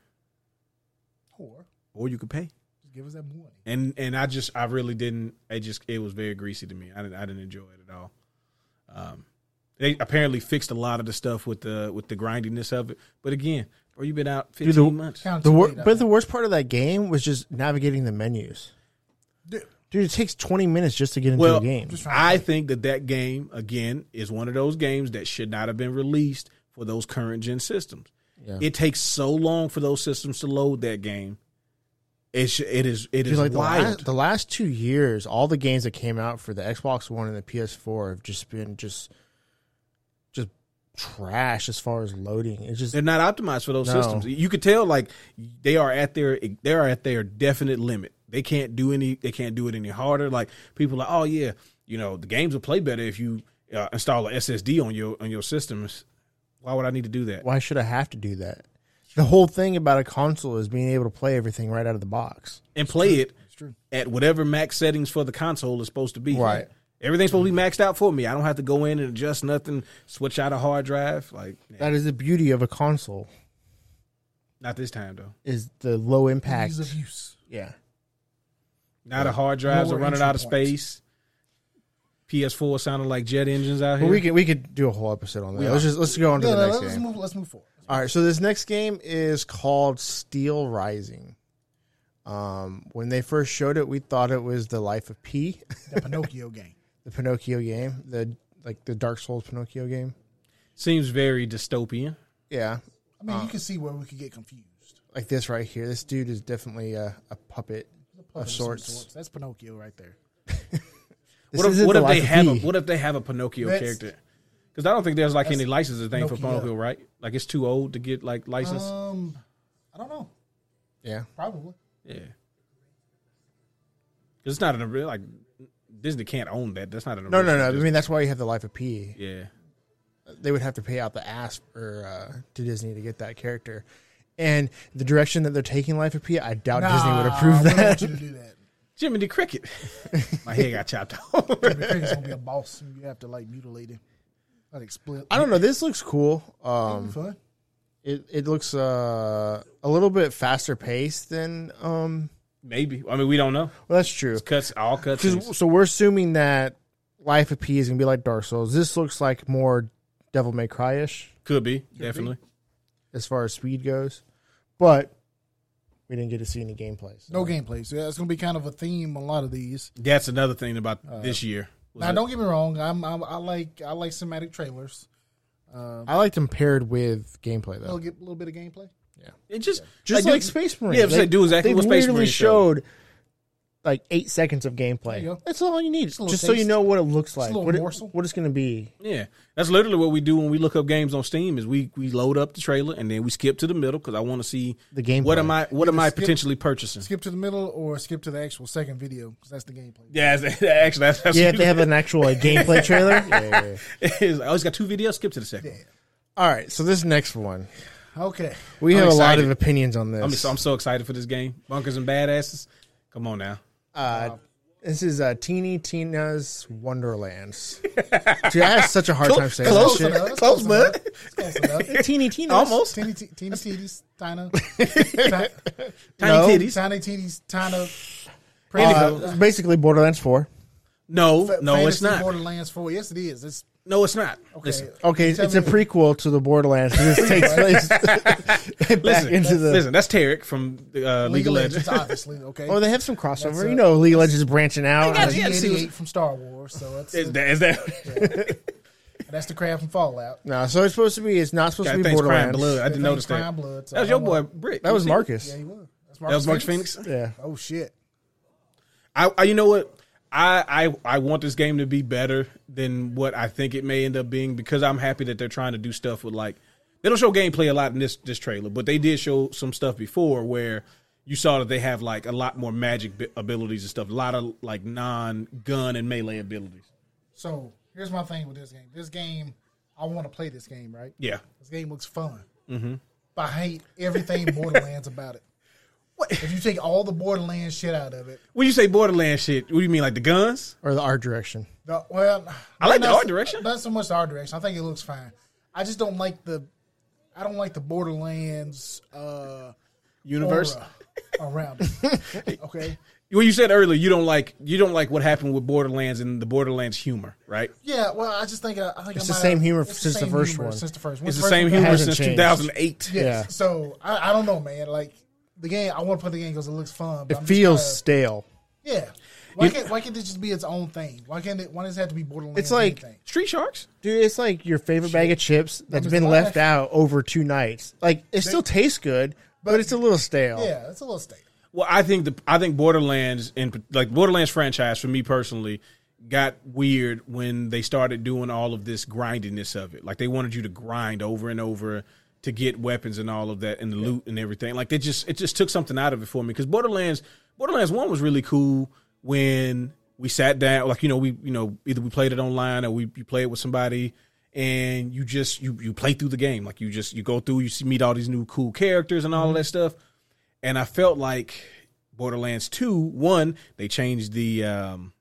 Or
or you could pay
just give us that money.
and and i just i really didn't it just it was very greasy to me i didn't i didn't enjoy it at all um they apparently fixed a lot of the stuff with the with the grindiness of it but again or you've been out 15
the-
months
Kind of
The
too
wor-
late, I
but
think.
the worst part of that game was just navigating the menus.
Dude.
Dude, it takes 20 minutes just to get into
Well,
a game.
just-
I think that that game again is one of those games that should not have been released for those current gen systems.
Yeah.
It takes so long for those systems to load that game. It sh- it is it is
Dude, like the
wild.
last, the last two years, all the games that came out for the Xbox One and the PS4 have just been just just trash as far as loading. It's just
They're not optimized for those
No.
systems. You could tell like they are at their they are at their definite limit. They can't do any they can't do it any harder. Like people are like, oh yeah, you know the games will play better if you uh, install a SSD on your on your systems. Why would I need to do that?
why should I have to do that? The whole thing about a console is being able to play everything right out of the box.
and play it
true.
at whatever max settings for the console is supposed to be.
Right.
Everything's supposed to be maxed out for me. I don't have to go in and adjust nothing, switch out a hard drive. Like nah,
That is the beauty of a console
not this time though.
is the low impact.
Ease of use.
Yeah.
Now the hard drives
Lower
are running
entry
out of
points.
space. PS4 sounded like jet engines out
But
here.
we could we could do a whole episode on that.
We
Let's
are.
just let's go on to
Yeah,
the
let's
next game.
move. Let's move forward.
All right, so this next game is called Steel Rising. Um, when they first showed it, we thought it was the Life of P,
The Pinocchio game.
the Pinocchio game, the like the Dark Souls Pinocchio game.
Seems very dystopian.
Yeah,
I
Uh,
mean, you can see where we could get confused.
like this right here. This dude is definitely a, a puppet
Puppet
of sorts.
some That's Pinocchio right there.
This
what if,
isn't
what
the
if
Life
they
of
have a,
P.
what if they have a Pinocchio
That's-
character? Because I don't think there's like any licensing thing for
Pinocchio.
Pinocchio, right? Like it's too old to get like licensed.
Um, I don't know.
yeah,
Probably.
Yeah. 'Cause It's not an real like Disney can't own that. That's not an
no, no, no.
original
I
Disney.
mean, that's why you have the Life of P.
Yeah.
They would have to pay out the ass for uh, to Disney to get that character. And the direction that they're taking Life of P, I doubt Disney would approve
I
that.
wouldn't want you to do that.
Jimmy the Cricket. My head got chopped off.
Your parents gonna be a boss. and You have to like mutilate it. Like split.
I don't know. This looks cool. Um,
Fun.
it it looks uh, a little bit faster paced than um
Maybe. I mean, we don't know.
well that's true
Cuts, all cuts.
'Cause-
scenes.
so we're assuming that life of p is gonna be like dark souls this looks like more devil may cry-ish
Could be, definitely.
as far as speed goes but we didn't get to see any gameplay so.
No gameplay. So yeah, it's gonna be kind of a theme. on A lot of these.
That's another thing about
Uh,
this year. was
Now,
that-
don't get me wrong. I'm, I'm I like I like cinematic trailers. Um,
i liked them paired with gameplay
I'll
though
get a little bit of gameplay.
It just
just
like,
like,
dude,
space marine
Yeah, I was gonna say, do exactly
they
what Space
literally
Marine showed.
showed like eight seconds of
you
gameplay
go.
that's all you need just
a little
so you
taste.
know what it looks like
little
what, it-
morsel.
what it's gonna be
Yeah, that's literally what we do when we look up games on Steam. Is we we load up the trailer and then we skip to the middle because I want to see
The gameplay.
What am I? What am I
skip-
potentially purchasing?
Skip to the middle or skip to the actual second video because that's the gameplay.
Yeah, that's- actually, that's, that's
yeah if they have an actual like, gameplay trailer yeah, yeah, yeah.
It's like, oh, he's got two videos. Skip to the second. one.
All right, so this next one,
Okay.
we
I'm
have a lot
excited.
of opinions on this.
I'm so, I'm so excited for this game. Bunkers and badasses. Come on now.
uh, this is uh, Teeny Tina's Wonderlands. Dude, I had such a hard time saying
close
that
enough.
Close, bud.
It's close enough.
shit. Teeny Tina's.
Almost.
Teeny te- teeny titties, Tina. Ti-
Tiny
No.
titties.
Tiny titties, Tina.
Uh, it's basically Borderlands 4.
No,
Fa-
no, it's
Fantasy
not.
Borderlands 4. Yes, it is. It's
No, it's not.
okay.
Listen,
Okay,
You tell
it's a
me-
prequel to the Borderlands. 'cause This takes place back
listen,
into the.
listen. That's Tarek from uh, League of Legends.
obviously. Okay.
Oh, they have some crossover.
a-
you know, League of Legends is branching out.
got
That's
Yeah,
the
see,
88 from Star Wars, so that's
Is
the,
that, is that
that's the crab from Fallout.
No, so it's supposed to be. It's not supposed
God,
to be
things crying
Borderlands.
blood? I didn't
That
notice
thing's
that.
Crown Blood, so
That was
I
your
don't
boy
know.
Brick.
That was
You see?
Marcus.
Yeah, he was. That's
That was Marcus Phoenix.
Yeah.
Oh shit!
I, I you know what I, I I want this game to be better than what I think it may end up being because I'm happy that they're trying to do stuff with like they don't show gameplay a lot in this this trailer, but they did show some stuff before where you saw that they have like a lot more magic bi- abilities and stuff, a lot of like non gun and melee abilities.
So here's my thing with this game. This game, I want to play this game, right?
Yeah.
This game looks fun. Mm-hmm. But I hate everything Borderlands about it.
What?
If you take all the Borderlands shit out of it,
When you say Borderlands shit, what do you mean like the guns?
Or the art direction.
the, well,
I like the
not-
art direction.
Not so much the art direction. I think it looks fine. I just don't like the, I don't like the Borderlands uh,
Universe.
aura around it. Okay.
Well, you said earlier you don't like you don't like what happened with Borderlands and the Borderlands humor, right?
Yeah, well, I just think I, I think
It's
I
the
might
same
have-
humor
it's
since the
same
first
humor
one.
Since the first one,
It's the
First
same
one-
humor
hasn't
since
changed.
2008.
Yes.
Yeah.
So I, I don't know, man. Like the game, I want to play the game because it looks fun. But
It
I'm just
feels
tired.
stale.
yeah. Why can't Why can't it just be its own thing? Why can't it? Why does it have to be Borderlands?
It's like-
anything?
Street Sharks.
Dude, it's like your favorite bag of chips that's
Number's
been
alive.
left out over two nights. Like it still tastes good, but it's a little stale.
yeah, it's a little state.
Well, I think the I think Borderlands and like Borderlands franchise for me personally got weird when they started doing all of this grindiness of it. Like they wanted you to grind over and over to get weapons and all of that and the loot and everything. Like they just it just took something out of it for me because Borderlands Borderlands One was really cool when we sat down. Like you know we you know either we played it online or we you play it with somebody and you just you you play through the game. Like you just you go through you see meet all these new cool characters and all of that stuff and I felt like Borderlands Two, one, they changed the um,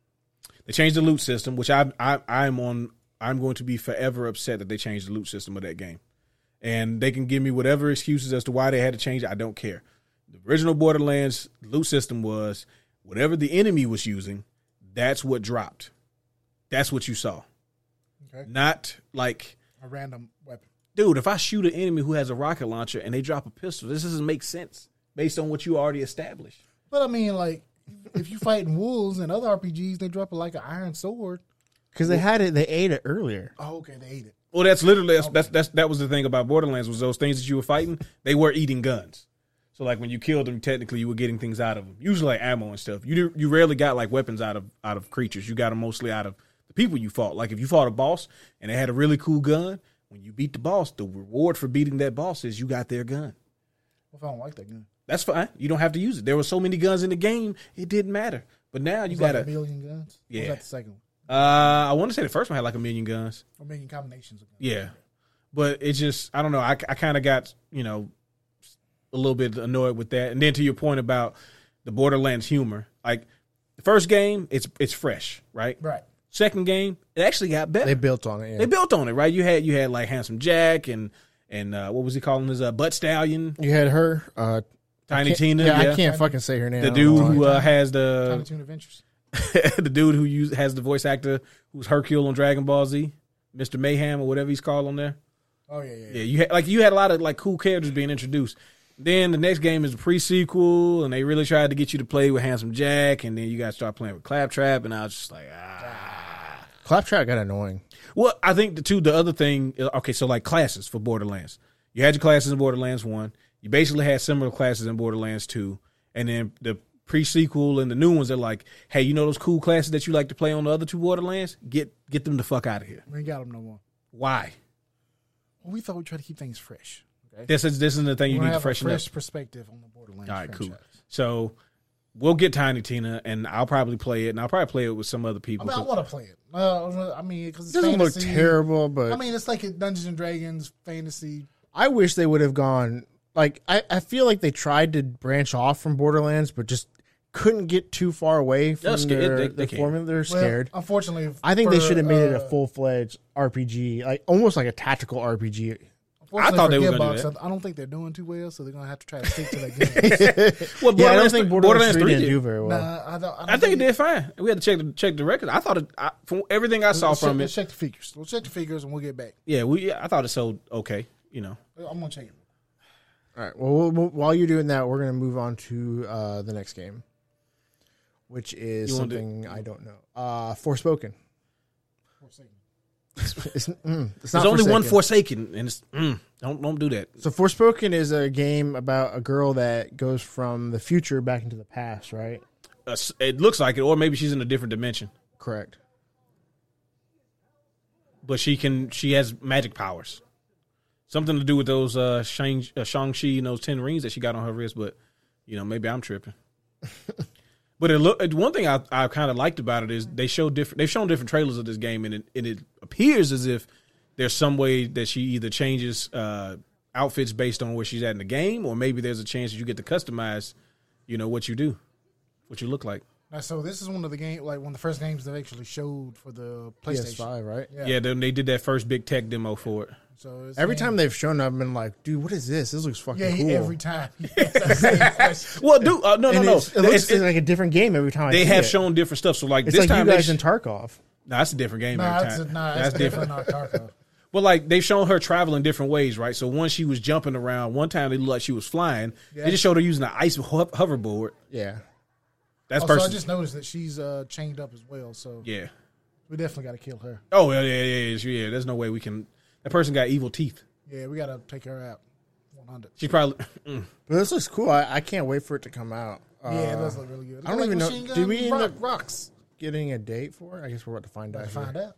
they changed the loot system, which I I I'm on I'm going to be forever upset that they changed the loot system of that game. And they can give me whatever excuses as to why they had to change it. I don't care. The original Borderlands loot system was whatever the enemy was using, that's what dropped. That's what you saw.
Okay.
Not like
A random weapon.
dude, if I shoot an enemy who has a rocket launcher and they drop a pistol, this doesn't make sense based on what you already established.
But I mean, like, if you fighting wolves and other RPGs, they drop like an iron sword.
Because they had it, they ate it earlier.
Oh, okay, they ate it.
Well, that's literally that's, that's that's that was the thing about Borderlands was those things that you were fighting, they were eating guns. So like when you killed them, technically you were getting things out of them, usually like ammo and stuff. You do, you rarely got like weapons out of out of creatures. You got them mostly out of the people you fought. Like if you fought a boss and they had a really cool gun, when you beat the boss, the reward for beating that boss is you got their gun.
What If I don't like that gun,
That's fine. You don't have to use it. There were so many guns in the game, it didn't matter. But now you
it's
got
like a
to.
million guns. Or
Yeah.
was that the second one?
Uh, I want to say the first one had like a million guns.
A million combinations of guns.
Yeah, but it just I don't know. I I kind of got you know a little bit annoyed with that. And then to your point about the Borderlands humor, like the first game, it's it's fresh, right?
Right.
Second game, it actually got better.
They
They,
built on it. Yeah.
built on it, right? You had you had like handsome Jack and and uh, what was he calling his uh, butt stallion,
you had her, uh,
Tiny
can't-
Tina,
Yeah, I can't fucking say her name.
The
I don't
dude
know why.
who uh, has
Tiny
the
Toon Adventures.
the dude who use, has the voice actor who's Hercule on Dragon Ball Z, Mister Mayhem or whatever he's called on there.
Oh yeah, yeah. yeah.
Yeah, you had like you had a lot of like cool characters being introduced. Then the next game is a prequel, and they really tried to get you to play with Handsome Jack, and then you guys start playing with Claptrap, and I was just like, ah.
Claptrap got annoying.
Well, I think the two the other thing, uh, okay, so like classes for Borderlands, you had your classes in Borderlands One, you basically had similar classes in Borderlands Two, and then the pre-sequel and the new ones are like, hey, you know those cool classes that you like to play on the other two Borderlands? Get get them the fuck out of here.
We ain't got them no more.
Why?
Well, we thought we'd try to keep things fresh. Okay.
This is this is the thing you
We're
need
gonna
to
have
freshen
a
up.
fresh perspective on the Borderlands.
All right, cool.
franchise.
So we'll get Tiny Tina, and I'll probably play it, and I'll probably play it with some other
I
people.
mean, I
'cause-
want to play it. Uh, I mean, because
It
it's
doesn't
fantasy.
look terrible, but
I mean, it's like a Dungeons and Dragons fantasy.
I wish they would have gone like I, I feel like they tried to branch off from Borderlands, but just couldn't get too far away from
They're scared.
their,
They-
their
they can't.
formula. They're
Well,
scared.
unfortunately,
I think they
for,
uh,
should have made it a
uh,
full fledged RPG, like almost like a tactical RPG.
Unfortunately
thought
for
they were gonna do
Gearbox,
that.
I I don't think they're doing too well, so they're gonna have to try to stick to that game.
Well,
Yeah, I don't
Borderlands th-
think Borderlands, 3 didn't
did.
do very well.
nah, I don't. I, don't
I think it did fine. We had to check the, check the record. I thought it I, from everything I saw
Let's check-
from
Let's
it.
check the figures. We'll check the figures and we'll get back.
Yeah, we. yeah, I thought it sold okay. You know,
I'm gonna check it.
All right. Well, we'll, we'll- while you're doing that, we're going to move on to uh, the next game, which is
You wanna do-
something I don't know. Uh, Forspoken.
For a second.
It's, mm, it's not
there's only one
Forsaken.
Forsaken, and it's mm, don't don't do that.
So Forspoken is a game about a girl that goes from the future back into the past, right?
Uh, s- it looks like it, or maybe she's in a different dimension,
Correct.
but she can. She has magic powers. Something to do with those uh, Shang uh, Shang-Chi and those ten rings that she got on her wrist, but you know maybe I'm tripping. but it look it- one thing I, I kind of liked about it is they show different they've shown different trailers of this game and it and it appears as if there's some way that she either changes uh, outfits based on where she's at in the game or maybe there's a chance that you get to customize you know what you do what you look like
Now, so this is one of the game, like one of the first games they actually showed for the PlayStation.
PS5, right?
Yeah.
yeah then they did that first big tech demo for it
So it's
Every time they've shown up, I've been like, dude, what is this? This looks fucking
yeah,
cool.
he, every time. he asks that same question.
well do uh, no no
And
no
it's- It looks
It's- it-
like a different game every time. I
they
see
have
it.
shown different stuff so like
It's
this
like
time
you
they
guys
sh-
in Tarkov.
Nah, that's a different game
nah,
every
that's,
time
nah,
that's
that's
different
definitely not Tarkov.
But like they've shown her traveling different ways, right? So once she was jumping around, one time they looked like she was flying.
Yeah.
They just showed her using an ice ho- hoverboard.
Yeah.
That's
Also, Oh, I
person.
just noticed that she's uh, chained up as well, so
yeah.
we definitely got to kill her.
Oh yeah, yeah, yeah, yeah, yeah. There's no way we can. That person got evil teeth.
Yeah, we got to take her out. 100.
She probably. Mm.
But this looks cool. I, I can't wait for it to come out. Uh,
yeah, it does look really good.
I don't
Like
even know-
machine
did
gun
we end
rock,
up-
rocks?
Getting a date for it? I guess we're about to find out.
Gotta
here.
find out.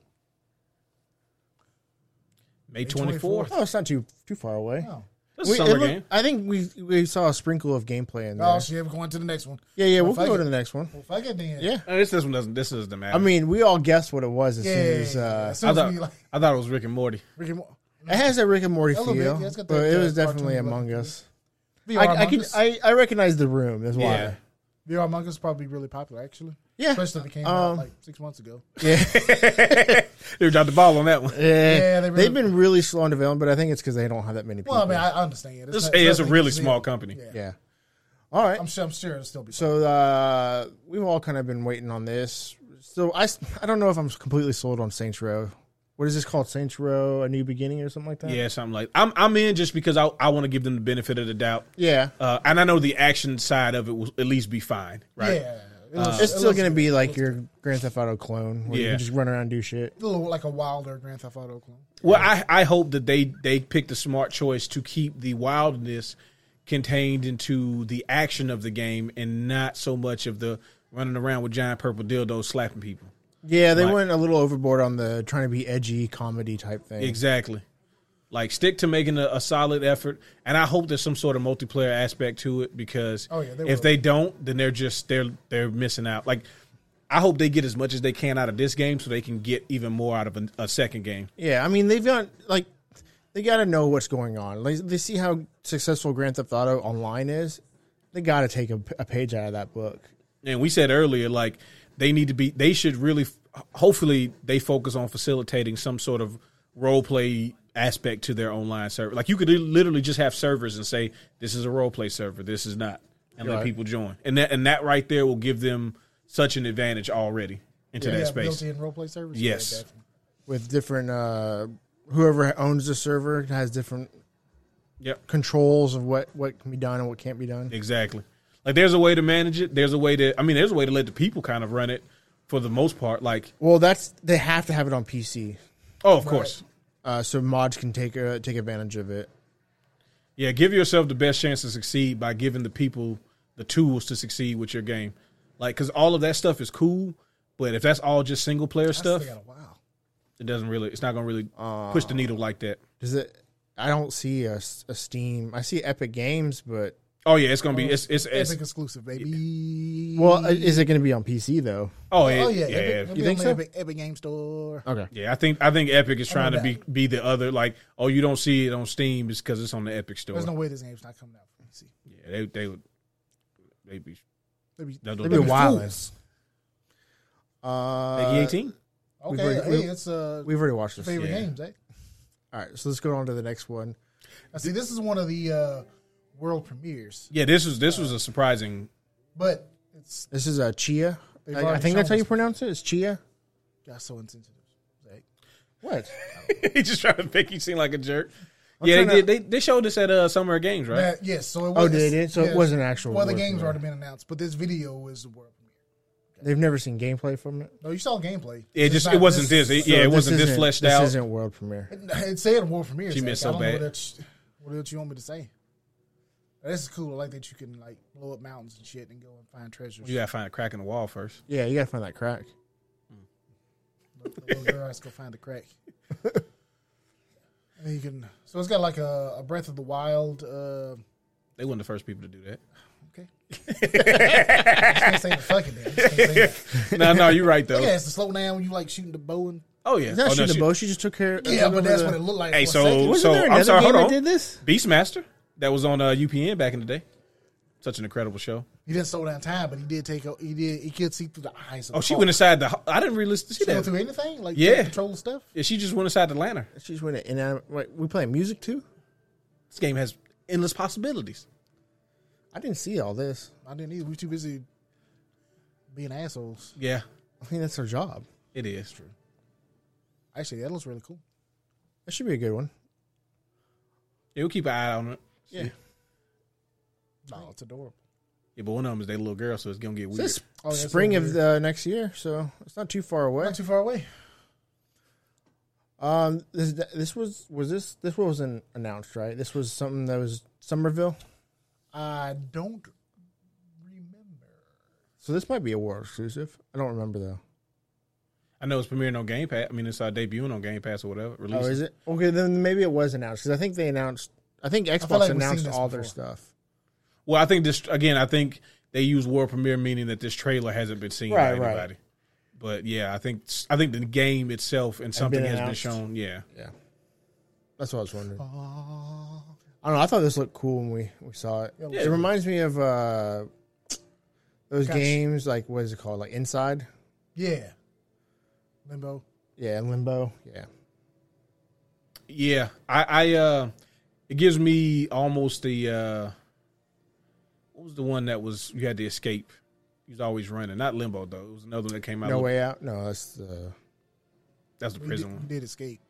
May twenty fourth.
Oh, it's not too too far away.
No.
That's
We-
a
it
summer
looked-
game.
I think we we saw a sprinkle of gameplay in there.
Oh, shit, we're going to the next one.
yeah, yeah, we'll
fuck
go
it.
to the next one.
Well, fuck it then.
Yeah.
Uh, this this one doesn't. This doesn't matter.
I mean, we all guessed what it was as
Yeah.
soon as uh,
as
I
soon as we,
thought,
like,
I thought it was Rick and Morty.
Rick and Mor-
it has that Rick and Morty
A little bit,
feel,
yeah, it's got
but
that,
it
uh,
was definitely
cartoon look.
Among Us.
VR
I, I
Among
can
Us.
I, I recognize the room. That's why.
VR Among Us is probably really popular, actually.
Yeah.
Especially if it came
Um,
out like six months ago.
Yeah.
They dropped the ball on that one.
yeah.
they
They
really-
have been really slow in development, but I think it's because they don't have that many people.
Well, I mean, I, I understand. It's,
This
not-
hey, it's a
nothing
really
you see.
small company.
Yeah.
yeah. All right.
I'm sure, I'm sure it'll still be.
So uh, we've all kind of been waiting on this. So I, s- I don't know if I'm completely sold on Saints Row. What is this called? Saints Row: A New Beginning or something like that?
Yeah, something like. I'm I'm in just because I I want to give them the benefit of the doubt.
Yeah.
Uh, and I know the action side of it will at least be fine, right? Uh,
Yeah. It looks-
it's
it
still
looks
going to be like your Grand Theft Auto clone, where you
Yeah.
can just run around and do shit.
a little like a wilder Grand Theft Auto clone.
Well, I, I hope that they they picked the smart choice to keep the wildness contained into the action of the game and not so much of the running around with giant purple dildos slapping people.
Yeah, they
Right.
went a little overboard on the trying to be edgy comedy type thing.
Exactly. Like stick to making a, a solid effort, and I hope there's some sort of multiplayer aspect to it because
Oh, yeah, they
if
will.
they don't, then they're just they're they're missing out. Like I hope they get as much as they can out of this game so they can get even more out of a, a second game.
Yeah, I mean they've got like they got to know what's going on. Like they see how successful Grand Theft Auto Online is, they got to take a, a page out of that book.
and we said earlier like they need to be they should really hopefully they focus on facilitating some sort of role play aspect to their online server like you could literally just have servers and say this is a role play server this is not and let
Right.
people join and that and that right there will give them such an advantage already into that
Yeah,
space
built-in roleplay service.
Yes.
Yeah, definitely.
with different uh whoever owns the server has different
yep
controls of what what can be done and what can't be done
Exactly. Like there's a way to manage it. There's a way to I mean there's a way to let the people kind of run it for the most part. Like
well that's they have to have it on pc
oh of course.
uh so mods can take uh, take advantage of it
Yeah, give yourself the best chance to succeed by giving the people the tools to succeed with your game. Like, because all of that stuff is cool, but if that's all just single player
Still
stuff,
got a wow.
it doesn't really, it's not going to really push the needle like that.
does it i don't see a, s- a steam i see epic games but
Oh yeah, it's going to be, it's, it's, it's,
Epic exclusive, baby.
well i- is it going to be on pc though
oh yeah,
oh
yeah,
yeah,
yeah.
Epic, it'll be
You think
on
so?
the Epic, Epic Game Store.
okay
Yeah, I think I think Epic is trying to
know
be be the other like oh you don't see it on Steam is because it's on the Epic store.
There's no way this game's not coming out for PC.
yeah, they they would they be
They'd be-
they'll do
They'd
that.
be wireless uh
Like, 18?
Okay,
We've already-
hey,
we-
it's uh,
we've already watched this
favorite
yeah.
games, eh?
all right so let's go on to the next one
Now, see, this is one of the uh, world premieres,
Yeah, this was this was a surprising.
but it's
This is a chia.
They've
I, I
already
think that's
shown
how you
this.
pronounce it. It's chia.
got so insensitive. Zach.
What?
he just trying to make you seem like a jerk. yeah,
trying
they,
to-
did, they they showed this at uh, Summer of Games, right?
That- yes, so it was.
they Oh, did? So it wasn't actual
Well, the
world
game's
premiere.
already been announced, but this video is the world premiere.
They've never seen gameplay from it.
No, you saw gameplay.
it
It's
just
not-
it wasn't this. It- yeah, it
this
wasn't this
isn't-
fleshed
This
out.
isn't world premiere.
It said world premiere.
She
Zach.
missed so
I don't know
bad.
What else, what else you want me to say? This is cool. I like that you can like blow up mountains and shit and go and find treasures.
You gotta find a crack in the wall first.
Yeah, you gotta find that crack.
Let the little girl has to go find the crack. and then you can. So it's got like a, a Breath of the Wild. Uh,
They weren't the first people to do that.
okay. I just can't say the fucking name. I just can't say that.
no, no, you're right though.
Yeah, it's the slow down when you like shooting the bow and.
Oh yeah.
Is that
oh, no,
shooting the
she-
bow? She just took care.
Yeah,
took over
but that's
the-
what it looked like.
Hey,
for a
so-
second.
so-
Wasn't there
I'm
another
sorry,
game
hold
that
on.
did this?
Beastmaster that was on uh, UPN back in the day. Such an incredible show.
He didn't slow down time, but he did take. A, he did. He could see through the eyes. Of
Oh,
the
she
car.
went inside the. I didn't really listen to see
She go
that.
through anything like
Yeah.
control stuff.
Yeah, she just went inside the lantern.
She's winning. And I, wait, we playing music too.
This game has endless possibilities.
I didn't see all this.
I didn't either. We were too busy being assholes.
Yeah,
I think that's her job.
it is true.
Actually, that looks really cool.
That should be a good one.
Yeah, we'll keep an eye on it.
Yeah.
No, it's adorable.
Yeah, but one of them is their little girl, so it's gonna get weird.
This
Oh, that's
spring
over
of the next year, so it's not too far away.
Not too far away.
Um, this this was was this this wasn't announced, right? This was something that was Somerville.
I don't remember.
So this might be a world exclusive. I don't remember though.
I know it's premiering on Game Pass. I mean, it's uh, debuting on Game Pass or whatever. Release.
Oh, is it okay? Then maybe it was announced because I think they announced. I think Xbox
like we've
announced
seen this
all their
before.
stuff.
Well, I think this again. I think they use world premiere, meaning that this trailer hasn't been seen
Right,
by
right.
anybody. But yeah, I think I think the game itself and something
been
has been
announced.
shown. Yeah,
Yeah, that's what I was wondering.
Oh,
I don't know. I thought this looked cool when we, we saw it.
Yeah.
it reminds me of uh, those
Gotcha.
games like what is it called? Like Inside.
yeah. Limbo.
Yeah, and Limbo. Yeah,
yeah. I, I uh, it gives me almost the uh, what was the one that was you had to escape. He was always running. Not Limbo though. It was another one that came out.
No Way Out. No, that's the.
That's the
We
prison
did, we
one.
did escape.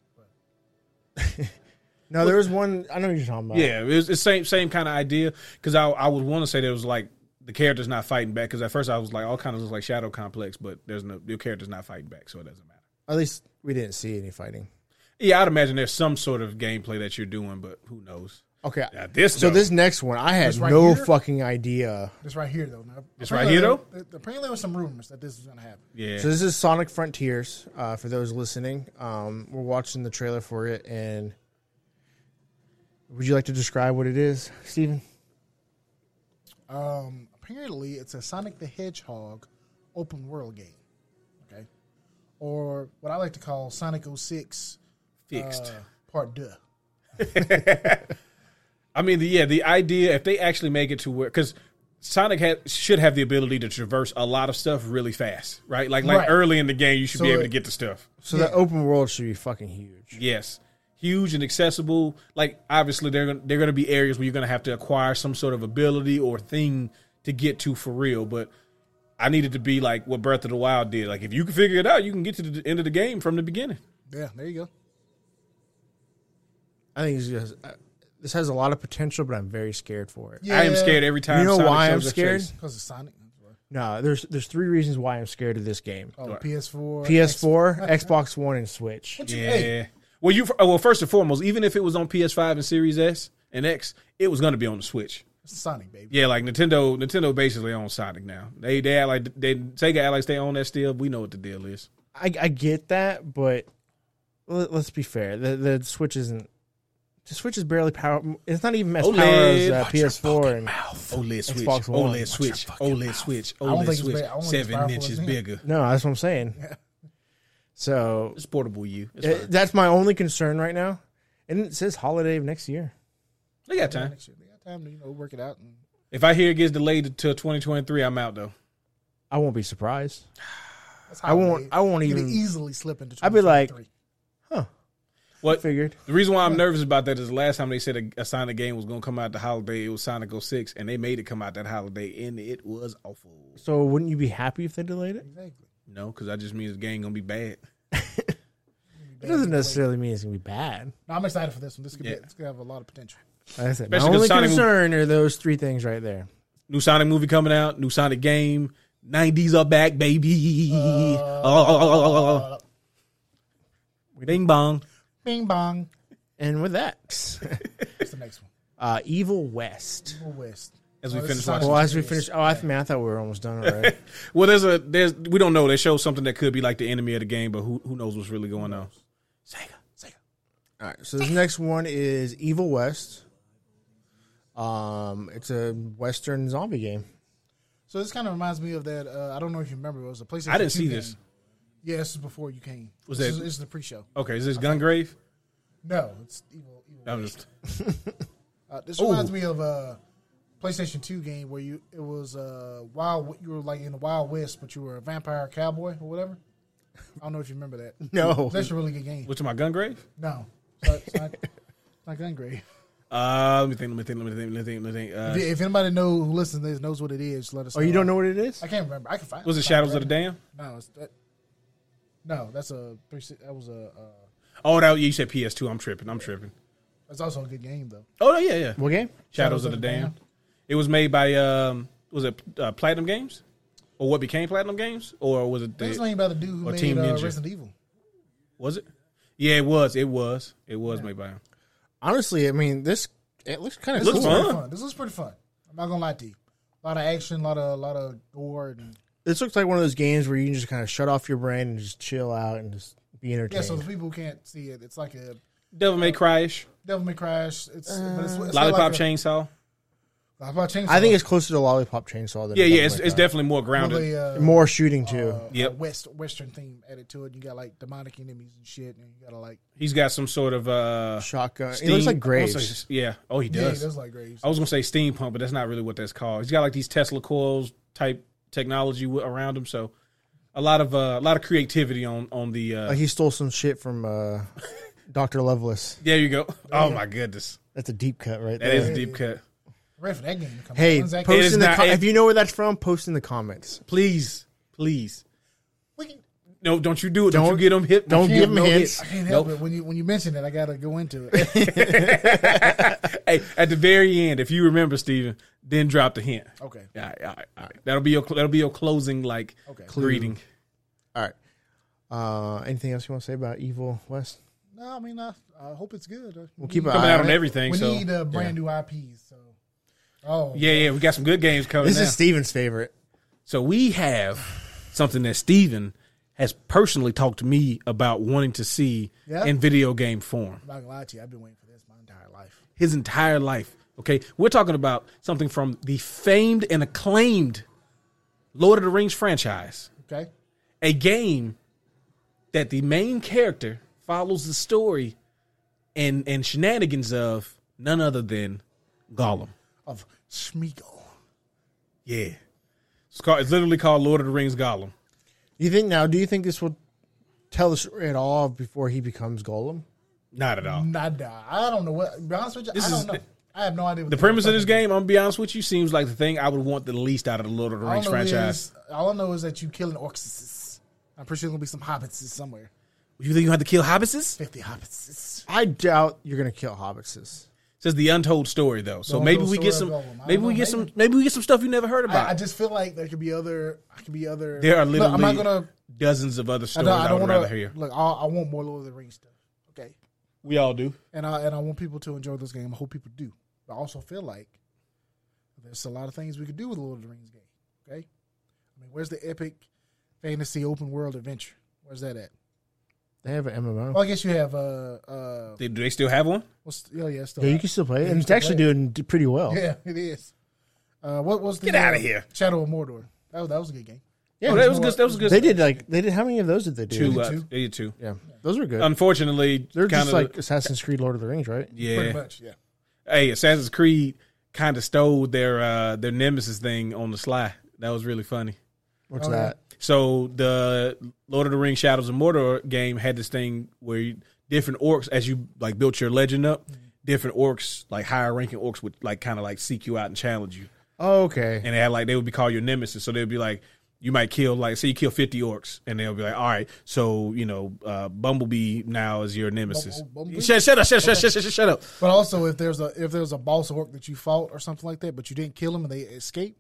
No, there was one. I know what you're talking about.
Yeah, it was the same same kind of idea. Because I I would want to say there was like the character's not fighting back. Because at first I was like all kind of looks like Shadow Complex, but there's no your character's not fighting back, so it doesn't matter.
At least we didn't see any fighting.
Yeah, I'd imagine there's some sort of gameplay that you're doing, but who knows?
Okay.
Now, this
So
though,
this next one, I had
This right
no
here?
fucking idea.
This right here, though. Now,
This right here, though?
apparently- Apparently, there were some rumors that this was going to happen.
yeah,
So this is Sonic Frontiers. Uh, for those listening, um, we're watching the trailer for it, and would you like to describe what it is, Steven?
Um, apparently, it's a Sonic the Hedgehog open world game. Okay. Or what I like to call Sonic 06
fixed.
uh, Part Duh.
I mean, the, yeah, the idea if they actually make it to where because Sonic ha- should have the ability to traverse a lot of stuff really fast, right? Like like
Right.
early in the game, you should
So
be able
it-
to get the stuff.
So
Yeah.
the open world should be fucking huge.
Yes, huge and accessible. Like obviously, they're gonna, they're going to be areas where you're going to have to acquire some sort of ability or thing to get to for real. But I needed to be like what Breath of the Wild did. Like if you can figure it out, you can get to the end of the game from the beginning.
Yeah, there you go.
I think it's just, uh, this has a lot of potential, but I'm very scared for it.
Yeah.
I am scared every time.
You know
Sonic
why
shows
I'm
up
scared?
face.
Because it's Sonic. that's why.
No, there's there's three reasons why I'm scared of this game:
Oh, PS4.
PS4, Xbox One, and Switch.
What you-
Yeah.
hey,
Well, you oh, well first and foremost, even if it was on PS5 and Series S and X, it was going to be on the Switch.
it's Sonic, baby.
Yeah, like Nintendo. Nintendo basically owns Sonic now. They they act like they Sega act like they own that still. We know what the deal is.
I, I get that, but let, let's be fair. The the Switch isn't. The Switch is barely power. It's not even as power as uh, PS4. And,
OLED Switch,
Xbox One.
OLED
Watch
Switch, OLED Switch,
don't think
OLED
it's
Switch,
big- I don't think it's
seven
powerful
inches
as him.
bigger.
no, that's what I'm saying. So
It's portable. You, it's
it-
fine.
that's my only concern right now. And it says holiday of next year.
they got time.
Next year, They got time to you know work it out. And
If I hear it gets delayed until 2023, I'm out though.
I won't be surprised.
that's
I won't.
they-
I won't
they could
even.
easily slip into.
I'd be like-
2023.
What
Figured.
The reason why I'm nervous about that is the last time they said a, a Sonic game was going to come out the holiday, it was Sonic 06, and they made it come out that holiday, and it was awful.
So wouldn't you be happy if they delayed it?
Exactly.
No, because that just means the game going to be bad.
It doesn't necessarily mean it's gonna be bad.
No, I'm excited for this one. This could
Yeah.
be, this could have a lot of potential.
Like I said, my
Especially 'cause
only
Sonic-
concern are those three things right there.
New Sonic movie coming out, new Sonic game. 90s are back, baby. Oh, oh, oh, oh, oh, oh. Bing bong.
Bing bong.
And with that,
What's the next one?
uh, Evil West.
Evil West.
As we
this
finish
is Sonic
watching-
Well, as we
Furious.
finish, oh, I, th- man, I thought we were almost done already.
Well, there's a there's we don't know. They show something that could be like the enemy of the game, but who who knows what's really going on? Sega, Sega.
All right, so this next one is Evil West. Um, it's a Western zombie game.
So this kind of reminds me of that. Uh, I don't know if you remember. It was a PlayStation.
I didn't
2
see
game.
this.
Yeah, this is before you came.
Was
this
that-
is this is the pre-show?
Okay, is this Gungrave?
No, it's Evil. evil
I'm
West.
just
Uh, this
Ooh.
reminds me of a PlayStation Two game where you it was uh, wild. You were like in the Wild West, but you were a vampire cowboy or whatever. I don't know if you remember that.
No,
That's a really good game.
what's my Gungrave?
No, So it's not, it's not Gungrave.
Uh, let me think. Let me think. Let me think. Let me think. Let me think. Uh,
If, if anybody know who listens to this knows what it is, let us.
oh, you don't know what it is?
I can't remember. I can find.
was it
find
Shadows
right
of the
now.
Dam?
No, it's that. No, that's a. three si- That was a. Uh,
Oh, that you said PS2. I'm tripping. I'm tripping.
that's also a good game though.
Oh yeah, yeah.
What game?
Shadows, of the, Dam. It was made by um, was it uh, Platinum Games, or what became Platinum Games, or was it
This is
the,
about the dude who
or
made
Team
uh,
Ninja.
Resident Evil.
was it? Yeah, it was. It was. It was made by him.
Honestly, I mean, this it looks kind of
Looks
cool.
This
fun.
looks pretty fun. This looks pretty fun. I'm not gonna lie to you. A lot of action, a lot of a lot of gore, and
This looks like one of those games where you can just kind of shut off your brain and just chill out and just be entertained.
yeah. So the people who can't see it, it's like a
Devil May Cryish,
Devil May Crash. It's, but it's, it's
Lollipop
like a-
Chainsaw.
Lollipop Chainsaw.
I think it's closer to Lollipop Chainsaw than
Yeah,
Devil
yeah. It's,
May
it's
Cry.
definitely more grounded.
probably uh,
more shooting too.
uh,
Yep.
West Western theme added to it. You got like demonic enemies and shit, and you gotta like
He's got some sort of uh,
Shotgun.
steam-
It looks like
I wanna
Graves.
say- yeah. Oh, he
yeah,
does.
that's like graves.
I was gonna say steampunk, but that's not really what that's called. He's got like these Tesla coils type technology w- around him, so a lot of uh, a lot of creativity on on the. Uh,
Like he stole some shit from uh, Doctor Lovelace.
there you go. Oh my goodness,
That's a deep cut
that
right there.
is a deep cut.
Ready for that game to come.
Hey,
When's that
post
It is
in the
not-
com-
it-
if you know where that's from, post in the comments.
Please, please,
We can-
no, don't you do it. Don't,
Don't-
you get him hit.
Don't
you
give him
no
hints.
I can't help
Nope.
it when you when you mention it. I gotta go into it.
Hey, at the very end, if you remember, Steven, then drop the hint.
Oh.
Okay.
All right, all right, all right. That'll be your that'll be your closing like
Okay.
greeting.
All right. Uh, anything else you want to say about Evil West?
No, I mean I, I hope it's good.
We'll keep an
Coming
eye
out
on
on
it.
everything.
We
so
need uh, brand new IPs. So, oh
yeah, yeah, we got some good games coming.
This
now.
is Steven's favorite.
So we have something that Steven has personally talked to me about wanting to see
Yeah.
in video game form
I'm not gonna lie to you. I've been waiting for this my entire life.
his entire life. Okay, we're talking about something from the famed and acclaimed Lord of the Rings franchise,
Okay.
a game that the main character follows the story and and shenanigans of none other than Gollum.
Of Smeagol.
Yeah, it's called. It's literally called Lord of the Rings Gollum.
You think now? Do you think this will tell the story at all before he becomes Golem?
Not at all.
Nada. I don't know what. To be honest with you, I
This
don't
is
know.
the-
I have no idea. What
The premise of this game, I'm gonna be honest with you, seems like the thing I would want the least out of the Lord of the
all
Rings
I know
franchise.
Is, all I know is that you killing orcs. I'm pretty sure there's gonna be some hobbits somewhere.
You think you have to kill hobbitses?
Fifty hobbits.
I doubt you're gonna kill hobbitses.
Says the untold story though. So
The
maybe
untold
we get some
story of Gollum. I
maybe
don't
we
know,
get some
maybe.
maybe we get some stuff you never heard about.
I, I just feel like there could be other. I could be other.
there are
Look,
literally
I'm not gonna.
dozens of other
I
stories
don't,
I,
I don't
would
want
rather
to.
hear.
Look, I, I want more Lord of the Rings stuff. Okay.
We all do.
and I and I want people to enjoy this game. I hope people do. But I also feel like there's a lot of things we could do with the Lord of the Rings game. Okay, I mean, where's the epic fantasy open world adventure? Where's that at?
They have an MMO.
Well, I guess you have uh uh
They, do they still have one?
what's oh yeah it's still
yeah, you
out.
can still play it,
You
and it's
still
actually
play
doing d- pretty well.
yeah it is. Uh, what was the
Get outta
uh,
here.
Shadow of Mordor? That was, that was a good game.
Yeah,
oh, that was good. That was good.
They did like they did. How many of those did they do?
two. Uh,
two.
they did two.
Yeah, those were good.
Unfortunately,
They're
kind
just
of
like Assassin's Creed, Lord of the Rings, right?
yeah.
Pretty much, yeah.
Hey, Assassin's Creed kind of stole their uh, their nemesis thing on the sly. That was really funny.
What's
Oh, yeah.
that?
So the Lord of the Rings Shadows of Mordor game had this thing where you different orcs as you like built your legend up. Different orcs, like higher ranking orcs, would like kind of like seek you out and challenge you.
Oh, okay.
And they had like they would be called your nemesis. So they'd be like, you might kill like say you kill fifty orcs, and they'll be like, all right, so you know, uh, Bumblebee now is your nemesis.
Bumble- Bumblebee?
Shut, shut up! Shut, shut, shut, shut, shut up!
But also, if there's a if there's a boss orc that you fought or something like that, but you didn't kill him and they escape,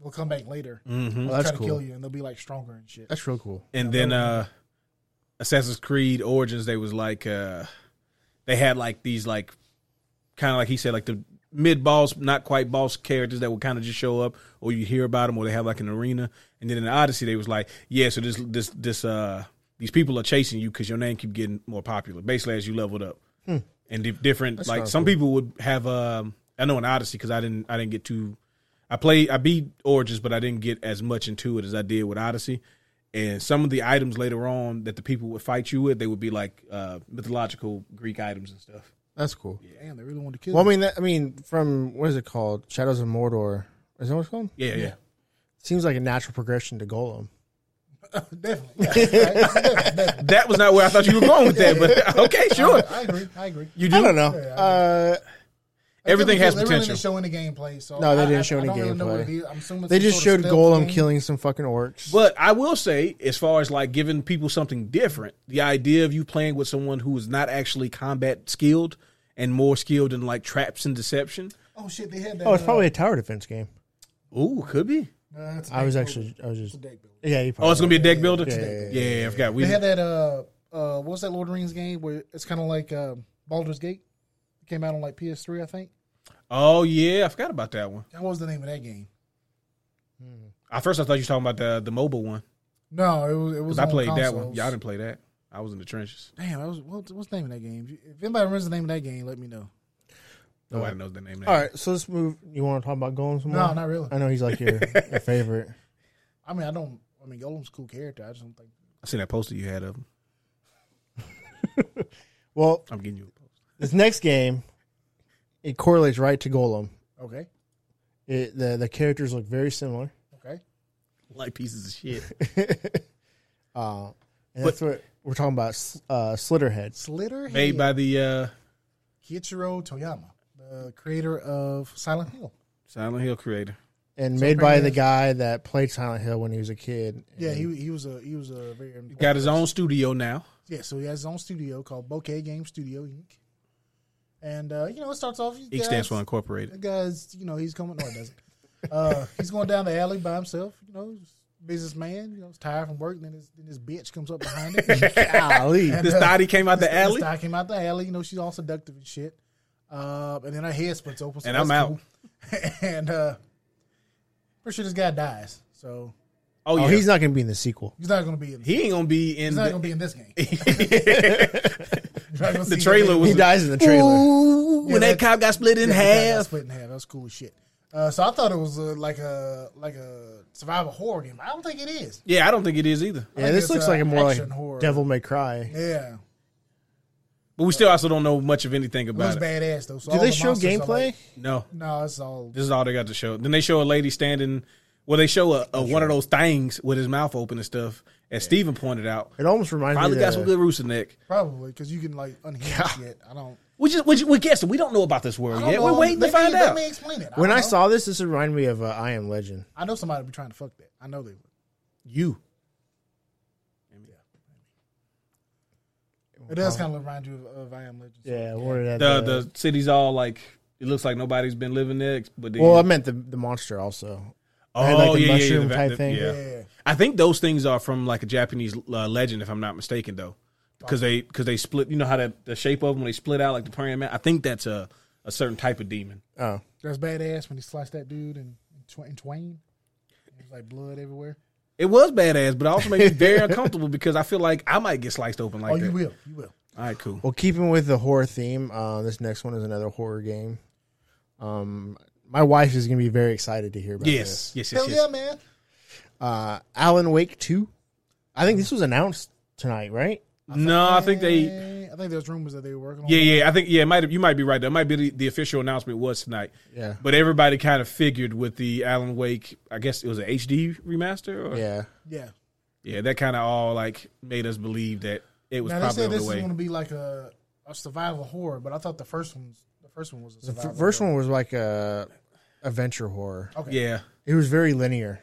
they'll come back later. Mm-hmm.
Well, that's
try
cool.
to kill you, and they'll be like stronger and shit.
That's real cool.
and then uh Assassin's Creed Origins they was like uh they had like these like kind of like he said like the mid boss not quite boss characters that would kind of just show up or you hear about them or they have like an arena and then in the Odyssey they was like yeah so this this this uh these people are chasing you cuz your name keep getting more popular basically as you leveled up and di- different like
kinda
some people would have um I know in Odyssey cuz I didn't I didn't get too I played I beat Origins, but I didn't get as much into it as I did with Odyssey. And some of the items later on that the people would fight you with, they would be like uh, mythological Greek items and stuff.
That's cool.
Damn, they really want to kill.
Well, I
you.
mean, that, I mean, from what is it called? Shadows of Mordor. Is that what it's called?
Yeah, yeah.
Seems like a natural progression to Golem.
definitely. Yeah, right? Definitely, definitely.
That was not where I thought you were going with that, but okay, sure.
I agree. I agree.
You
I
do.
don't know. Uh,
Everything has
they They
potential.
didn't show any gameplay. So
No, they
I-
didn't
I-
show
I
any
don't really know what it
gameplay.
is. I'm assuming
they
some
just
sort
showed
of stealth
Golem
game.
killing some fucking orcs.
But I will say, as far as like giving people something different, the idea of you playing with someone who is not actually combat skilled and more skilled in like traps and deception.
Oh shit, they had that.
oh, it's
uh,
probably a tower defense game.
Ooh, could be.
nah, it's a
I was
deck
actually, I
builder. It's
was
a
just,
deck builder.
yeah. You
Oh,
probably
it's gonna be a deck builder.
Yeah,
Yeah,
yeah,
I forgot. We
They had that. Uh, uh, what was that Lord of the Rings game where it's kind of like um, Baldur's Gate? It came out on like PS3, I think.
Oh yeah, I forgot about that one.
What was the name of that game?
At first, I thought you were talking about the the mobile one
No, it was. It was.
because I
on
played that
consoles.
one. Y'all didn't play that. I was in the trenches.
Damn, that was, what, what's the name of that game? If anybody remembers the name of that game, let me know.
Nobody knows the name. Of that.
All right, so let's move. You want to talk about Golem some
No,
more?
not really.
I know he's like your, your favorite.
I mean, I don't. I mean, Golem's a cool character. I just don't think.
I seen that poster you had of him.
Well,
I'm getting you a poster.
this next game, it correlates right to Golem.
Okay,
It, the the characters look very similar,
okay.
Like pieces of shit.
and that's what we're talking about. s- Uh, Slitterhead.
Slitter
Made by the uh,
Kichiro Toyama, the creator of Silent Hill.
Silent Hill creator.
and made by the
pretty
guy that played Silent Hill when he was a kid.
Yeah, he he was a he was a very important-
Got his own studio now.
yeah. So he has his own studio called Bokeh Game Studio Inc. And uh, you know, it starts off.
Eek stands for Incorporated.
The guy's, you know, he's coming. No, it doesn't. Uh, he's going down the alley by himself. You know, he's a businessman. You know, he's tired from work. And then his, then his bitch comes up behind him.
Golly.
This thotty came out the
This
alley.
guy came out the alley. You know, she's all seductive and shit. Uh, and then her head splits open. So
And I'm
that's cool. and uh, pretty sure this guy dies. So
Oh yeah,
Oh, he's not going to be in the sequel.
he's not going to be in.
he ain't gonna be in
he's not
the,
going to be in this game.
the trailer. Was
He dies in the trailer.
Ooh, when
Yeah,
that,
that-
cop got split in
Yeah, he died, got
half.
split in half. That's cool as shit. Uh, so I thought it was uh, like a like a survival horror game. I don't think it is.
Yeah, I don't think it is either.
Yeah, this
it's
looks
a
like a more like
action horror.
Devil May Cry.
Yeah,
But we still also don't know much of anything
it was
about it.
badass though. So
Do
all
they
the
show
monsters are,
gameplay?
like-
No,
no, it's all.
This is all they got to show. Then they show a lady standing. Well, they show a, a one of those things with his mouth open and stuff. As Steven pointed out,
it almost reminds
probably
me
got
of
some good rooster neck.
Probably because you can like unhinge shit. I don't.
We just we, we guessing. We don't know about this world
I don't
yet.
know.
We're waiting
Let
to find
me,
out.
Let me explain it.
When
don't
I
know.
saw this, this reminded me of uh, I Am Legend.
I know somebody would be trying to fuck that. I know they would.
You.
It
Oh.
does kind of remind you of, of I Am Legend.
Yeah, what did that-
The the city's all like it looks like nobody's been living there. But then,
well, I meant the the monster also.
oh
had, like, the
yeah, yeah, yeah,
mushroom
the-
type
the-
thing.
yeah.
Yeah.
I think those things are from like a Japanese uh, legend, if I'm not mistaken, though, because they because they split. You know how that the shape of them when they split out like the praying man. I think that's a a certain type of demon.
Oh,
That's badass when he sliced that dude in, tw- in twain. There's like blood everywhere.
It was badass, but it also made me very uncomfortable because I feel like I might get sliced open like
oh,
that.
you Oh, will. You will.
All right, cool.
well, keeping with the horror theme, uh, this next one is another horror game. Um, my wife is going to be very excited to hear about
Yes, yes, yes,
Hell
yes.
yeah, man.
this. Uh, Alan Wake two. I think this was announced tonight, right?
No, I think they.
Eh, I think there's rumors that they were working on.
Yeah, yeah. I think yeah. it Might you might be right. That might be the, the official announcement was tonight.
Yeah.
But everybody kind of figured with the Alan Wake. I guess it was an HD remaster. Or,
Yeah.
Yeah.
Yeah, That kind of all like made us believe that it was
Now they
probably
said
on
this
the
is going
way.
to be like a, a survival horror, but I thought the first one's the first one was a
The
survival.
f- first
horror.
one was like a adventure horror.
Okay.
Yeah,
It was very linear.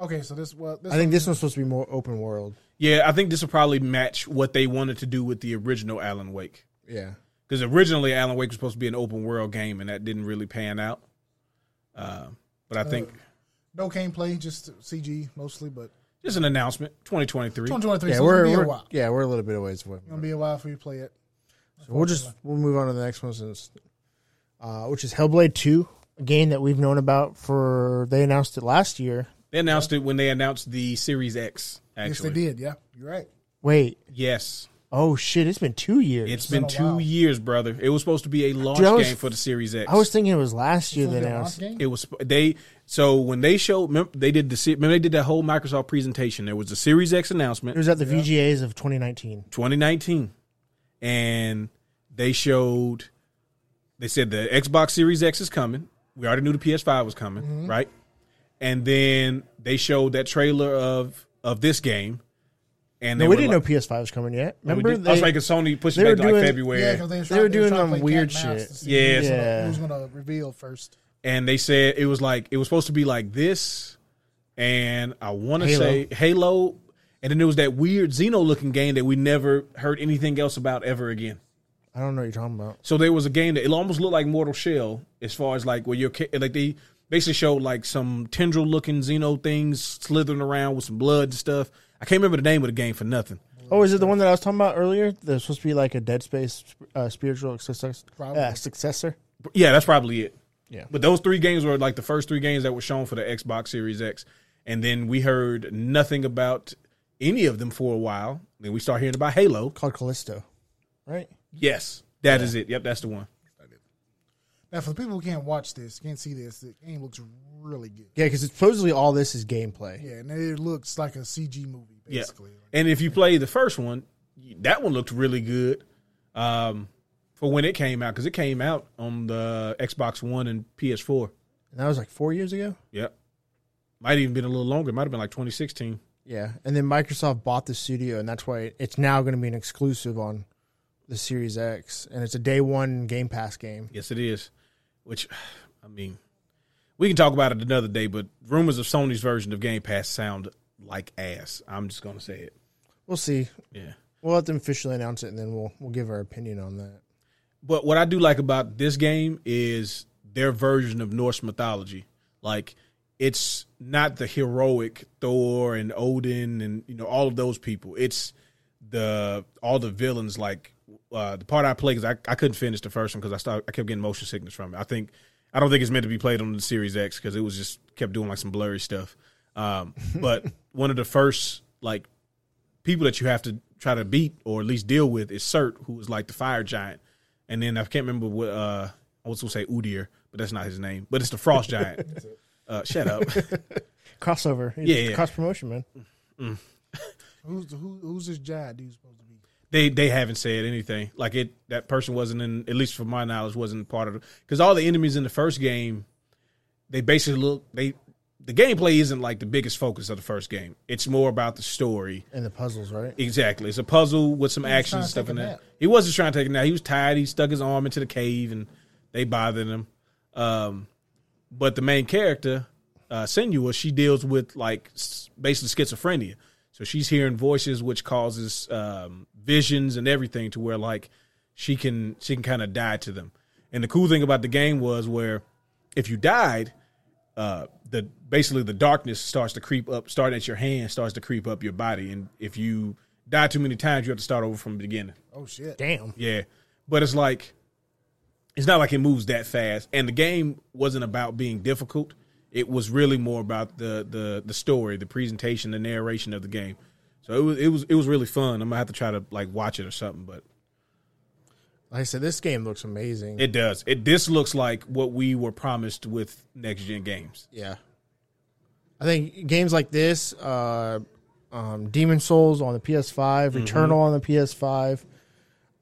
Okay, so this well, this
I think this one's supposed to be more open world.
yeah. I think this will probably match what they wanted to do with the original Alan Wake,
Yeah.
because originally Alan Wake was supposed to be an open world game, and that didn't really pan out. Uh, but I think
no gameplay, just CG mostly, but
just an announcement, 2023.
2023.
Yeah,
so
we're,
it's gonna be
we're
a while.
yeah we're a little bit away from.
It's gonna be a while before you play it.
So we'll just we'll move on to the next one since, uh, which is Hellblade Two, a game that we've known about for. They announced it last year.
They announced it when they announced the Series X. Actually,
Yes, they did. Yeah, you're right.
Wait,
yes,
oh shit, it's been two years.
it's been
been a
two
while.
years, brother. It was supposed to be a launch
I was-
game for the Series X.
I was thinking it was last year
It's
they
gonna be a launch
announced.
game?
It was they. So when they showed, remember, they did the se- remember they did that whole Microsoft presentation. There was the Series X
It
announcement,
was at the VGAs of 2019.
2019, and they showed. They said the Xbox Series X is coming. We already knew the PS5 was coming,
Mm-hmm.
right? And then they showed that trailer of of this game, and they
No,
were
we didn't
like-
know PS5 was coming yet.
we
Remember,
did- I was
they-
like, Sony pushed
they
it back
were
to like
doing-
February.
Yeah, because they,
They were doing them weird shit.
Yeah.
Yeah.
who's gonna reveal first?
and they said it was like it was supposed to be like this, and I want to
Halo.
say Halo, and then there was that weird Xeno looking game that we never heard anything else about ever again.
I don't know what you're talking about.
So there was a game that it almost looked like Mortal Shell as far as like where your ca- like they basically showed like some tendril looking Xeno things slithering around with some blood and stuff. I can't remember the name of the game for nothing.
Oh, is it the one that I was talking about earlier? That's supposed to be like a Dead Space uh, spiritual successor.
Probably.
Uh, successor.
Yeah, that's probably it.
Yeah.
But those three games were like the first three games that were shown for the Xbox Series X. And then we heard nothing about any of them for a while. Then we start hearing about Halo.
Called Callisto, right?
Yes, that is it. Yep, that's the one.
Now, for the people who can't watch this, can't see this, the game looks really good.
Yeah, because supposedly all this is gameplay.
Yeah, and it looks like a CG movie
Yeah.
basically.
And if you play the first one, that one looked really good um, for when it came out because it came out on the Xbox One and PS4.
And that was like four years ago.
Yep. Might even been a little longer. It might have been like 2016.
Yeah, and then Microsoft bought the studio, and that's why it's now going to be an exclusive on the Series X, and it's a day one Game Pass game.
Yes, it is. Which, I mean, we can talk about it another day. But rumors of Sony's version of Game Pass sound like ass. I'm just gonna say it.
We'll see.
Yeah.
We'll let them officially announce it, and then we'll we'll give our opinion on that.
But what I do like about this game is their version of Norse mythology. Like, it's not the heroic Thor and Odin and you know all of those people. It's the all the villains. Like uh, the part I played because I, I couldn't finish the first one because I started, I kept getting motion sickness from it. I think I don't think it's meant to be played on the Series X because it was just kept doing like some blurry stuff. Um, but one of the first like people that you have to try to beat or at least deal with is Cert, who is like the fire giant. And then I can't remember what uh, I was gonna say Udir, but that's not his name. But it's the frost giant. Uh, shut up.
Crossover,
Yeah, yeah.
cross promotion, man.
Who's who, who's this Jad dude supposed to be?
they they haven't said anything. Like it, that person wasn't in. At least from my knowledge, wasn't part of. Because all the enemies in the first game, they basically look they. The gameplay isn't like the biggest focus of the first game. It's more about the story.
And the puzzles, right?
Exactly, it's a puzzle with some action
trying
and
to
stuff
take
in
a
there.
nap.
He wasn't trying to take it out. He was tired. He stuck his arm into the cave, and they bothered him. Um, but the main character, uh, Senua, she deals with like s- basically schizophrenia. So she's hearing voices, which causes um, visions and everything to where like she can she can kind of die to them. And the cool thing about the game was where if you died, uh, the basically the darkness starts to creep up, starting at your hand, starts to creep up your body, and if you die too many times, you have to start over from the beginning.
Oh shit!
Damn.
Yeah, but it's like it's not like it moves that fast, and the game wasn't about being difficult. It was really more about the the the story, the presentation, the narration of the game. So it was it was it was really fun. I'm gonna have to try to like watch it or something, but
Like I said, this game looks amazing.
it does. It this looks like what we were promised with next gen games.
yeah, I think games like this, uh, um, Demon Souls on the PS5, Returnal on the PS5,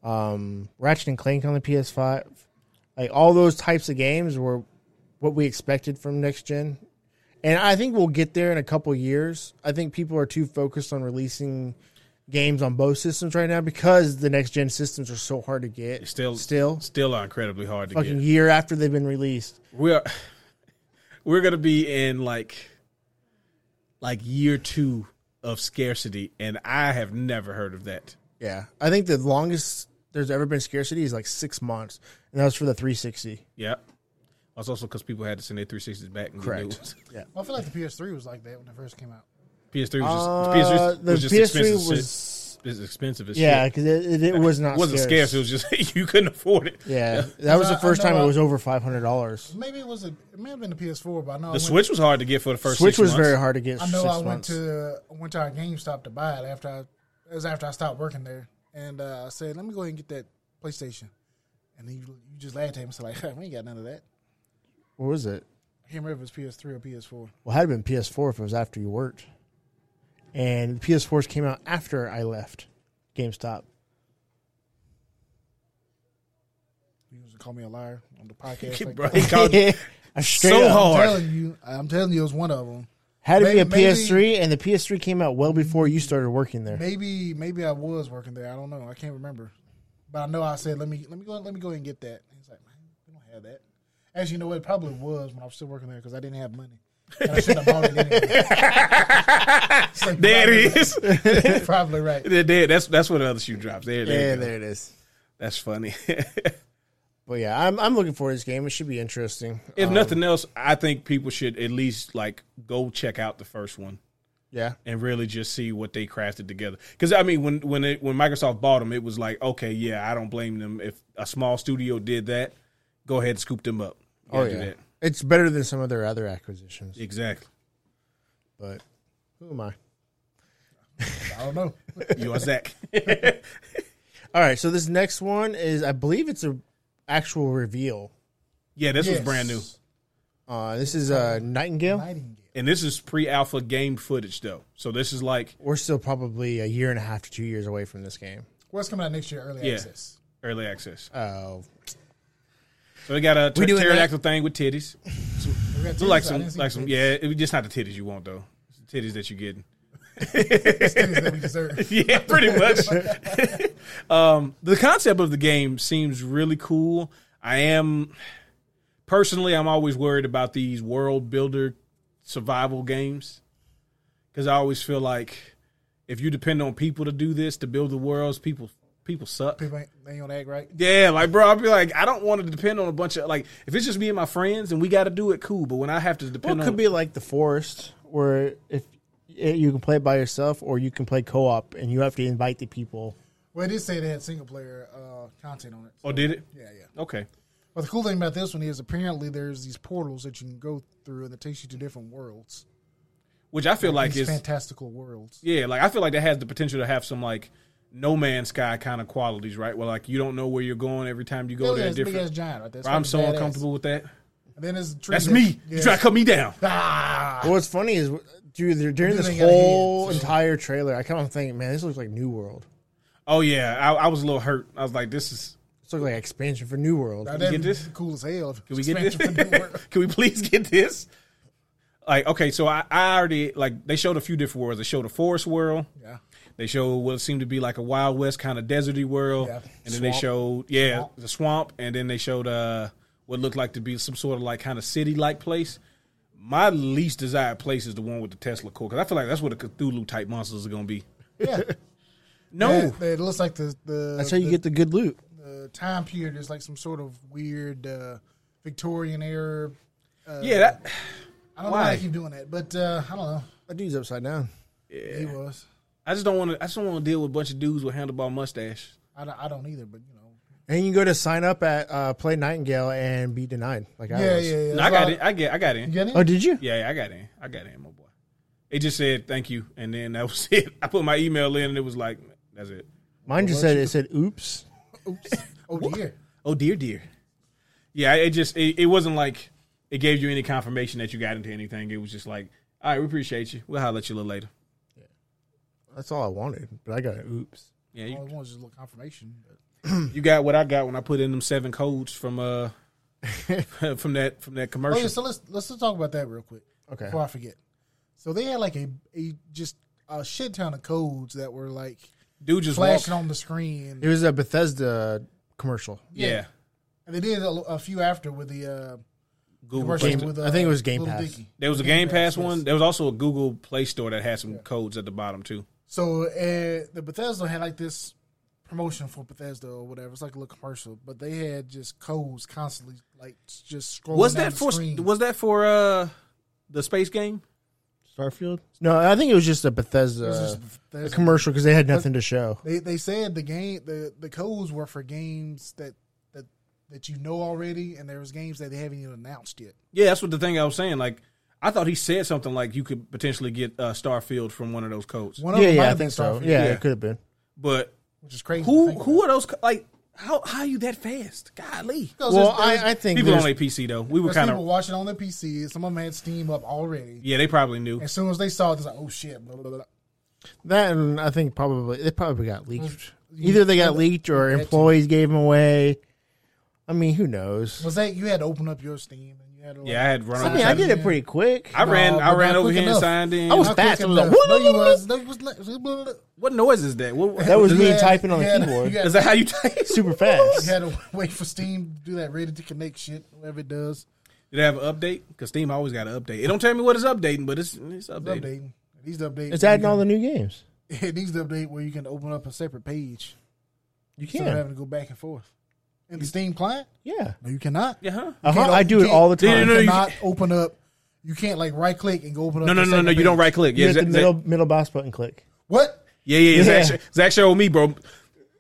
um, Ratchet and Clank on the PS5, like all those types of games were what we expected from next gen. And I think we'll get there in a couple years. I think people are too focused on releasing games on both systems right now because the next gen systems are so hard to get.
Still,
still,
still are incredibly hard to
fucking
get.
year after they've been released.
We are, we're gonna be in like, like year two of scarcity, and I have never heard of that.
Yeah, I think the longest there's ever been scarcity is like six months, and that was for the 360.
Yeah, that's also because people had to send their 360s back. And Get
Correct.
new ones.
Well, I feel like the PS3 was like that when it first came out.
PS3 was just,
Uh,
PS3
the
was just
PS3
expensive. as
was,
shit. It's expensive as
yeah,
shit.
because it, it, it was not
It wasn't scarce. It was just you couldn't afford it.
yeah, that was
I-
the first
I know
time it
I-
was over five hundred dollars.
Maybe it was a, it may have been the PS4, but I know I
The
went,
Switch was hard to get for the first.
Switch
six
was
months.
very hard to get.
I know
six
I went
months.
to I went to our GameStop to buy it after I it was after I stopped working there, and uh, I said, "Let me go ahead and get that PlayStation," and then you, you just laughed at him and said, "Like we ain't got none of that."
What was it?
I can't remember if it was PS3 or PS4.
Well, it had been PS4 if it was after you worked. And the PS4s came out after I left GameStop.
You used to call me a liar on the podcast. like
Bro,
that.
he called-
I straight
So
up
I'm
hard.
telling you, I'm telling you, it was one of them.
had to be a
Maybe-
PS3, and the PS3 came out well before you started working there.
Maybe maybe I was working there. I don't know. I can't remember. But I know I said let me let me go let me go and get that. And he's like, man, we don't have that. Actually, you know what? It probably was when I was still working there because I didn't have money. And I should have bought it anyway. It's like,
There it is.
probably, Probably right.
There- there- that's that's where the other shoe drops. There, there, you
Yeah,
go.
there it is.
That's funny.
But yeah, I'm I'm looking forward to this game. It should be interesting. Uh,
if nothing else, I think people should at least like go check out the first one
Yeah,
and really just see what they crafted together. Because I mean, when when it, when Microsoft bought them, it was like, okay, yeah, I don't blame them if a small studio did that. Go ahead and scoop them up.
oh
do
yeah,
that.
it's better than some of their other acquisitions.
exactly.
But who am I?
I don't know.
You are Zach.
All right, so this next one is I believe it's a actual reveal.
yeah, this was
Yes.
brand new,
Uh, this is uh, Nightingale.
Nightingale.
and this is pre-alpha game footage though. So this is like
We're still probably a year and a half to two years away from this game.
Well, it's coming out next year, early
Yeah.
access.
early access.
Oh,
So they got a
We
ter-
doing that?
pterodactyl thing with titties.
We got
Look like
titties. I
some,
didn't see
like some,
titties.
yeah. It was just not the titties you want though. It's the titties that you get.
Titties that we deserve.
yeah, pretty much. um, the concept of the game seems really cool. I am personally, I'm always worried about these world builder survival games because I always feel like if you depend on people to do this to build the worlds, people people suck.
People ain't, they ain't gonna act right.
Yeah, like bro, I'll be like, I don't want to depend on a bunch of like if it's just me and my friends and we got to do it, cool. But when I have to
Well,
depend
it
on
could be like the forest, where if eh, you can play it by yourself, or you can play co-op, and you have to invite the people.
Well, it did say they had single player uh, content on it.
oh, did it?
Yeah, yeah.
Okay,
But the cool thing about this one is apparently there's these portals that you can go through that takes you to different worlds.
which I feel like
these
is
fantastical worlds.
yeah, like I feel like that has the potential to have some like no man's sky kind of qualities, right? Where like you don't know where you're going every time you go
Look at
there.
this big ass
different.
giant right there. That's
I'm
fucking
so
badass.
uncomfortable with that.
And then there's a tree
That's
that-
me. You
yes.
try to cut me down.
Ah!
Well, what's funny is dude, they're- during
Dude,
this
they got hands,
whole
so-
entire trailer, I kind of think, man, this looks like New World.
Oh yeah, I, I was a little hurt. I was like, this is.
This looks like expansion for New World.
Now, that'd
get
be
this?
Cool as hell.
Can we get this? Can we please get this? Like okay, so I, I already like they showed a few different worlds. They showed a forest world.
yeah.
They showed what seemed to be like a Wild West kind of deserty world,
Yeah.
and then they showed yeah the swamp, and then they showed uh what looked like to be some sort of like kind of city like place. My least desired place is the one with the Tesla core because I feel like that's where the Cthulhu type monsters are going to be.
Yeah.
No,
That- that- it looks like the the,
That's how you
the,
get the good loot.
the time period is like some sort of weird uh, Victorian era.
yeah, that
I don't know
Why?
why I keep doing that, but uh, I don't know.
That dude's upside down.
He was.
I just don't want to. I just don't want to deal with a bunch of dudes with handlebar mustache.
I don't, I don't either, but you know.
And you go to sign up at uh, Play Nightingale and be denied. Like I
Yeah,
was.
yeah, yeah.
No, I got
That's
in. I get. I got in.
all- You got
Oh,
it?
did you?
Yeah, yeah, I got in. I got in, my boy. It just said thank you, and then that was it. I put my email in, and it was like that's it.
Mine just said it said oops.
Oh, dear.
Oh dear, dear. Yeah, it just it, it wasn't like it gave you any confirmation that you got into anything. It was just like, all right, we appreciate you. We'll holler at you a little later.
That's all I wanted, but I got an oops.
Yeah,
All
you,
I want is just a little confirmation. But
you got what I got when I put in them seven codes from uh from that from that
Oh
commercial.
yeah, so let's let's just talk about that real quick
Okay.
before I forget. So they had like a a just a a shit ton of codes that were like
Dude just walked.
flashing on the screen.
It was a Bethesda commercial.
Yeah.
And they did a, a few after with the uh,
Google.
commercials
Play.
Game- I think it was Game
Little
Pass.
There was a Game Pass
yes.
one. There was also a Google Play Store that had some codes at the bottom too.
So uh, the Bethesda had like this promotion for Bethesda or whatever. It's like a little commercial, but they had just codes constantly like just scrolling.
Was
down
that
the
for?
Screen.
Was that for uh the space game?
Starfield? No, I think it was just a Bethesda,
It was just
a
Bethesda.
commercial because they had nothing to show.
They they said the game the, the codes were for games that that that you know already, and there was games that they haven't even announced yet.
Yeah, that's what the thing I was saying. Like, I thought he said something like you could potentially get uh, Starfield from one of those codes.
One
Yeah,
them might
yeah, I
have been
think so.
Starfield,
Yeah,
Yeah.
it could have been.
But
which is crazy. to
who
think about.
who are those? co- Like, how how you that fast? Golly,
Because
Well,
there's- there's-
I, I think
people
there's-
on their PC though. We were
there's
kind
people
of
watching on their PC. Some of them had Steam up already.
yeah. They probably knew.
As soon as they saw it, it's like, oh shit, blah, blah, blah.
that, and I think probably they probably got leaked. Either they got leaked or employees gave them away. I mean, who knows?
Was that you had to open up your Steam and you had to like,
Yeah, I had run.
I
on
mean, I did
Saturday.
it pretty quick.
I ran.
No,
I
but
ran
not
over
quick
here and
enough.
signed in.
I was
Not
fast.
quick
It was like,
enough.
"Woo,
no, you
woo, woo,
was. No, you was not.
what noise is that? What,
That was
You
me
had-
typing on
you
the
had-
keyboard
You had,
is that? How you type?
super fast.
you had to wait for Steam to do that ready to connect shit, whatever it does.
Did it have an update? Because Steam always got an update. It don't tell me what it's updating, but it's it's
It's
updating.
updating. It needs to update.
It's adding all the new games.
It needs to update where you can open up a separate page
You
instead of
can,
having to go back and forth. In the Steam client,
yeah.
no, you cannot.
Yeah. Huh?
Uh-huh,
can't
I
open-
do it
you
all the
can't-
time.
No,
You
no, you
cannot open up. You can't like right click and go open up.
No,
the
no, no,
second
no. You don't
page.
right click.
You
Yeah,
hit the
Zach,
middle
Zach-
middle mouse button click.
What?
yeah, yeah.
Yeah.
Zach, Zach showed me, bro.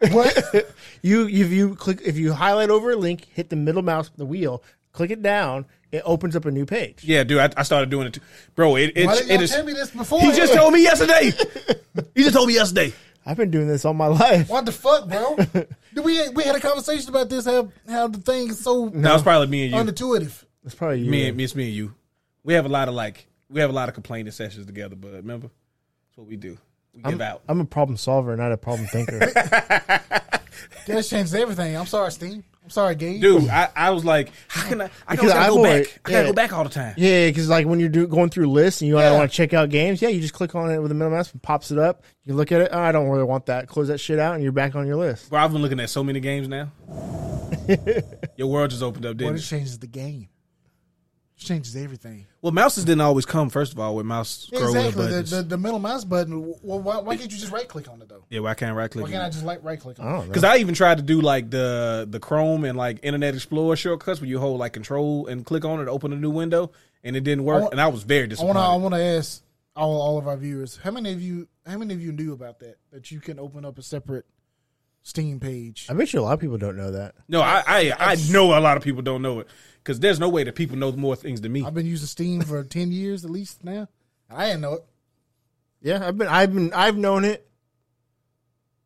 What?
You if you click if you highlight over a link, hit the middle mouse the wheel, click it down, it opens up a new page.
Yeah, dude, I, I started doing it, too. bro. It,
Why
it,
didn't
it
you
is.
tell me this before?
He just told me yesterday. he just told me yesterday.
I've been doing this all my life.
What the fuck, bro? Did we we had a conversation about this. How how the thing is so
No, it's probably me and you.
unintuitive.
That's probably you.
me, and, me, it's me and you. We have a lot of like, we have a lot of complaining sessions together. But remember, that's what we do. We give out.
I'm a problem solver, not a problem thinker.
That changed everything. I'm sorry, Steve. I'm sorry, Gabe.
dude, I, I was like, how can I? I
Because
gotta
I've
go
already-
back. I gotta
yeah.
go back all the time.
yeah, because like when you're do, going through lists and you
Yeah.
want to check out games, yeah, you just click on it with the middle mouse, it pops it up. You look at it. Oh, I don't really want that. Close that shit out, and you're back on your list.
Bro, I've been looking at so many games now. Your world just opened up,
Well,
didn't
it
it?
changes the game. It changes everything.
Well, mouses didn't always come, first of all, with mouse scrolling
exactly. The,
buttons.
the, the middle mouse button. Well, why, why can't you just right click on it though?
yeah, well, I can't right click.
Why can't I just like right click
I
on it?
don't know.
Because I even tried to do like the the Chrome and like Internet Explorer shortcuts where you hold like Control and click on it, to open a new window, and it didn't work.
wa-
and I was very
I
disappointed.
want to. I want to ask all all of our viewers. How many of you? How many of you knew about that? That you can open up a separate Steam page.
I bet you a lot of people don't know that.
no, I, I I know a lot of people don't know it because there's no way that people know more things than me.
I've been using Steam for ten years at least now. and I didn't know it.
Yeah, I've been, I've been, I've known it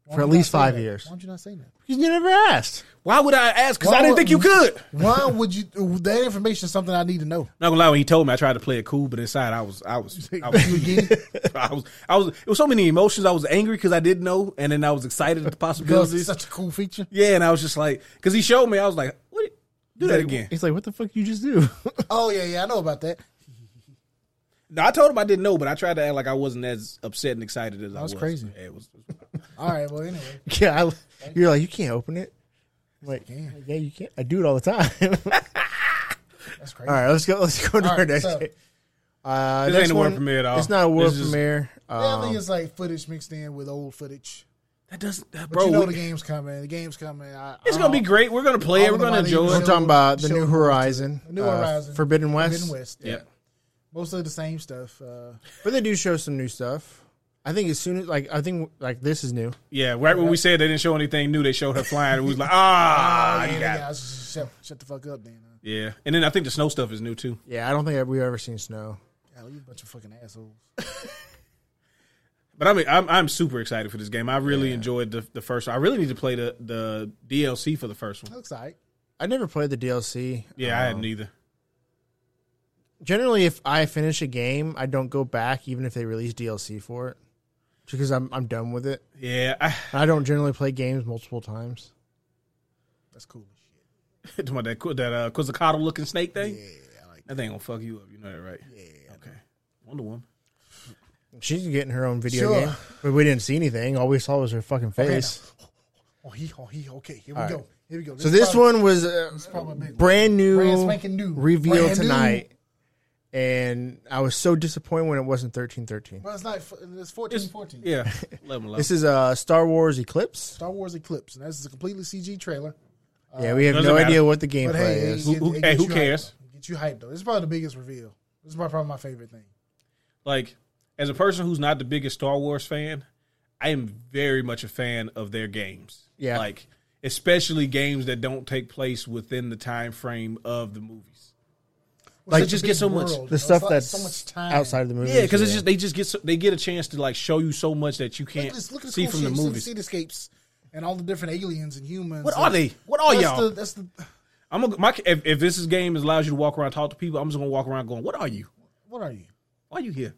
Why
For
would
at
you not
least
say
five
that?
years.
Why don't you not say that?
because you never asked.
Why would I ask? Because
Why
I didn't
would-
think you could. I'm
Why would you? oh, That information is something I need to know.
not gonna lie, when he told me, I tried to play it cool, but inside I was I was I was, I was I was it was so many emotions. I was angry because I didn't know, and then I was excited at the
Because it's
possibilities.
such a cool feature.
Yeah, and I was just like, because he showed me, I was like, what? Do that
Like,
again.
It's like, what the fuck you just do?
Oh yeah, yeah, I know about that.
No, I told him I didn't know, but I tried to act like I wasn't as upset and excited as I was.
was crazy.
Yeah, it was.
All right. Well, anyway,
yeah, I, you're like, you can't open it. I'm like, yeah, you can't. I do it all the time.
that's crazy.
All right, let's go. Let's go to
All
our
right,
next.
so-
game. Uh,
This
next
ain't a world
one-
premiere at all.
It's not a world
This is-
premiere.
Yeah, I
Um,
think it's like footage mixed in with old footage.
That doesn't, that,
But
bro.
you know
we-
the game's coming. The game's coming. I,
it's
I
gonna be
don't-
great. We're gonna play it.
all
We're gonna
about
enjoy
even
we're
it.
show-
talking about the
show-
new Horizon,
New
uh,
Horizon,
Forbidden West.
Forbidden West.
Yeah.
Mostly the same stuff. Uh,
But they do show some new stuff. I think as soon as like I think like this is new.
yeah. Right when we said they didn't show anything new, they showed her flying. We was like, ah,
Oh, yeah,
you
the
got it.
guys just shut, shut the fuck up, then. uh, Huh?
Yeah, and then I think the snow stuff is new too.
Yeah, I don't think we've ever seen snow.
Golly, you a bunch of fucking assholes.
But I mean, I'm I'm super excited for this game. I really enjoyed the the first. one. I really need to play the the DLC for the first one.
Looks like
I never played the DLC.
Yeah, I had neither.
Generally, if I finish a game, I don't go back, even if they release DLC for it, because I'm I'm done with it.
Yeah, I,
And I don't generally play games multiple times.
that's cool as shit.
Talking about that qu- that uh, Quetzalcoatl looking snake thing.
Yeah, I like.
That thing gonna fuck you up. You know that, right? Yeah. Okay. Wonder Woman.
She's getting her own video
Sure.
game, but we didn't see anything. All we saw was her fucking face.
Oh he, oh he. Okay, here we go. Here we go.
So this
probably-
one was uh,
probably a big
brand new,
Brand spanking new.
reveal
Brand new.
tonight, and I was so disappointed when it wasn't thirteen thirteen.
Well, it's not. It's fourteen fourteen.
Yeah, eleven eleven.
This is uh, Star Wars Eclipse.
Star Wars Eclipse, and that's a completely CG trailer.
yeah, we have
doesn't
no
matter.
idea what the
Uh, But
gameplay
hey,
is.
it-
Who- who-
it
hey,
gets
who
you hyped,
cares?
though. It Gets you hyped though. This is probably the biggest reveal. This is probably my favorite thing.
like as a person who's not the biggest Star Wars fan, I am very much a fan of their games.
Yeah.
Like especially games that don't take place within the time frame of the movies.
Well,
Like,
it's
just
a
get
big
so much-
world, you know,
the
it's
stuff
like
that's
so much time
outside of the movie.
Yeah, because it's just they just get so, they get a chance to like show you so much that you
Look
can't
at this. Look at this
see
cool
from
shit.
the
See
movies.
cityscapes, and all the different aliens and humans.
What are
and-
they? What are
that's
y'all?
The, that's the.
I'm gonna, my if, if this is game allows you to walk around talk to people, I'm just gonna walk around going, "What are you?
What are you?
Why are you here?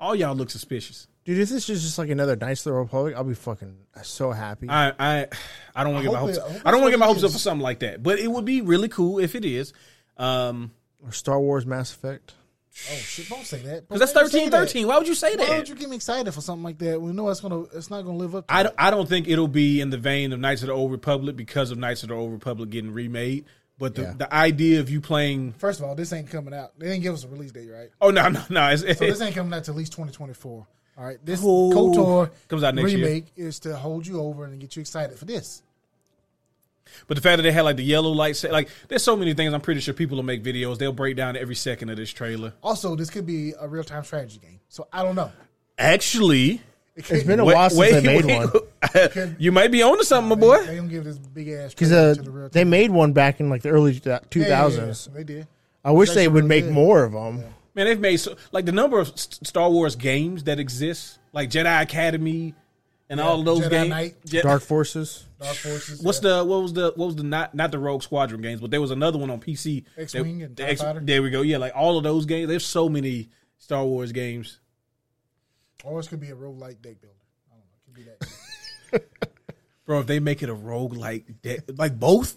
All y'all look suspicious."
dude, if this is just like another Knights of the Republic, I'll be fucking uh, so happy.
I I I don't want to get my
hope
hopes.
it- I hope
I don't want
it's
to get
what
my
it
hopes up
is.
for something like that, but it would be really cool if it is. Um,
or Star Wars Mass Effect.
Oh shit! Don't say that.
because that's
Don't say
thirteen
that.
thirteen. Why would you say that?
Why would you get me excited for something like that? We know it's gonna. It's not gonna live up. to
I don't, I don't think it'll be in the vein of Knights of the Old Republic because of Knights of the Old Republic getting remade. But the,
Yeah.
the idea of you playing
First of all, this ain't coming out. They didn't give us a release date, right?
oh no no no it's,
So this ain't coming out till at least 2024. All right, this
Oh.
KOTOR
Comes out next year.
remake is to hold you over and get you excited for this.
but the fact that they had like the yellow light set like there's so many things I'm pretty sure people will make videos they'll break down every second of this trailer.
Also, this could be a real time strategy game. So I don't know.
Actually,
It could,
It's been a
wait-
while since
wait,
they made
wait.
one
you might be onto something, my
they,
boy.
they gonna give this big ass
because
trailer to the real
uh, they made one back in like the early two
Yeah, yeah, yeah,
thousands.
They did.
I wish they would
actually
make
really good.
more of them.
Man, they've made so, like the number of S- Star Wars games that exist, like Jedi Academy and all of those
Jedi
games.
Knight.
Je-
Dark Forces.
Dark Forces.
What's
yeah.
the what was the what was the not not the Rogue Squadron games, but there was another one on PC. that-
X-Wing and
the
TIE Fighter.
There we go. Yeah, like all of those games. There's so many Star Wars games.
Or this could be a roguelike deck builder. I don't know. It could be that.
Bro, if they make it a rogue like like both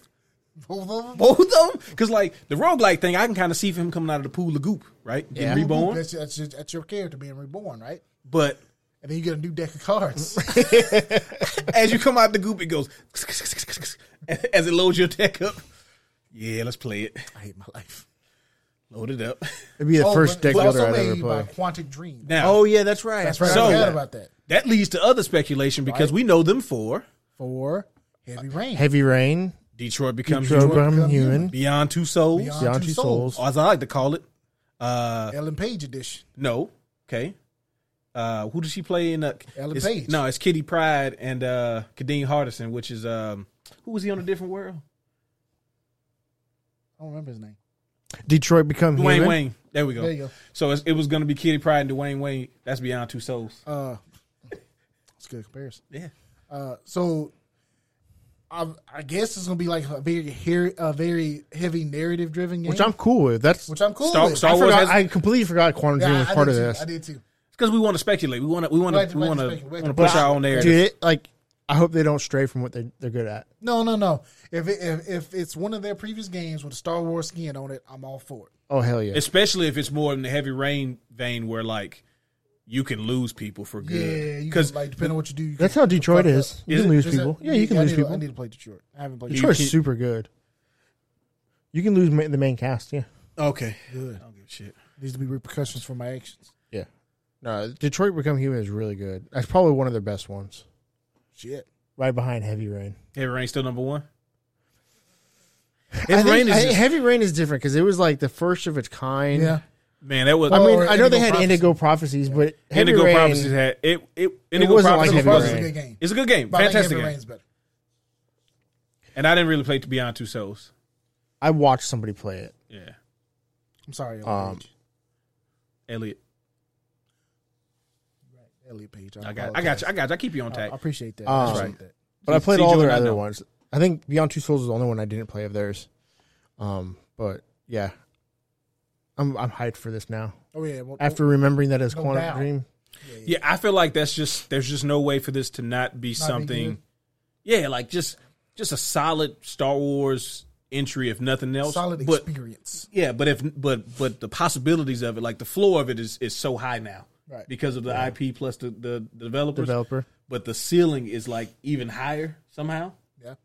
Both of them.
both of them, because like the rogue like thing, I can kind of see him coming out of the pool of goop, right? Getting
Yeah.
reborn,
That's, that's, just, that's your character being reborn, right?
but
And then you get a new deck of cards.
as you come out the goop, it goes as it loads your deck up. Yeah, let's play it.
I hate my life.
Load it up.
It'd be the
Oh,
first
but
deck
it's
builder
also
I've ever
made by
played.
Quantic Dream.
Now
Oh yeah, that's right.
That's right.
So-
I forgot about that.
that leads to other speculation because we know them for
For Heavy Rain.
Heavy Rain,
Detroit becomes Human,
Program
Become
Human,
Beyond Two Souls,
Beyond
Beyond
Two
Two Souls,
or as I like to call it.
uh,
Ellen Page edition.
No, okay. Uh, who did she play in? Uh,
Ellen
it's-
Page.
No, it's Kitty Pride and uh, Kadeen Hardison, which is um, who was he on a different world?
I don't remember his name. Uh,
Detroit Become
Dwayne
Human.
Wayne. There we go.
There you go.
So it's, it was going to be Kitty Pride and Dwayne Wayne. That's Beyond Two Souls.
Uh, that's a good comparison.
Yeah.
Uh, so I, I guess it's gonna be like a very, hairy- a very heavy narrative driven game,
Which I'm cool with. That's
which I'm cool
Star-
with.
Star
I
Wars
forgot.
has-
I completely forgot Quantum
Yeah,
Dream was
I,
part
did
of
too.
this.
I did too.
because we want to speculate. We want to. We want
Right,
to. We
right,
want to.
speculate.
Want to push our own narrative.
Dude, it, like I hope they don't stray from what they they're good at.
No, no, no. If, it, if if it's one of their previous games with a Star Wars skin on it, I'm all for it.
Oh hell yeah!
especially if it's more in the heavy rain vein where like you can lose people for
Yeah,
good.
you
Because
can, like depending on what you do, you
That's
can-
how Detroit
fuck up.
is. You
Is
can
it?
lose
Is that-
people. Yeah, you can
I
lose
need to- I
people.
need to play Detroit. I haven't played Detroit.
Detroit's
can-
super good. You can lose ma- the main cast. Yeah,
okay,
Good.
I don't give a shit.
Needs to be repercussions for my actions.
yeah. No, Detroit Become Human is really good. That's probably one of their best ones,
Shit.
right behind Heavy Rain.
Heavy rain still number one.
I
Heavy
think-
rain
I
is
think
just,
Heavy Rain is different because it was like the first of its kind.
Yeah.
man. That was
I mean,
Or
I know they
Indigo
had
Prophecy.
Indigo Prophecies, but Heavy
Indigo
Rain,
Prophecies had it. It Indigo
wasn't like
Prophecies
Heavy
was-
Prophecy's a
Rain.
good game.
It's a good game,
But I think
fantastic
Heavy
game.
Rain's better.
And I didn't really play Beyond Two Souls.
I watched somebody play it.
Yeah,
I'm sorry, Elliot
Um,
Page.
Elliot,
Elliot Page.
I got, I got you, I got you. I keep you on
I
tack.
appreciate that.
Um,
I appreciate that.
But I played
see
all
Joe
their
and I
other
know.
ones. I think Beyond Two Souls is the only one I didn't play of theirs. Um, but yeah, I'm I'm hyped for this now.
Oh yeah. Well,
After remembering that as
No
Quantum
doubt.
Dream,
Yeah, I feel like that's just there's just no way for this to not be something.
good.
yeah, like just just a solid Star Wars entry, if nothing else.
solid
but
experience.
Yeah, but if but but the possibilities of it, like the floor of it, is is so high now.
Right.
because of the IP plus the, the developers.
Developer.
But the ceiling is like even higher somehow.
Yeah.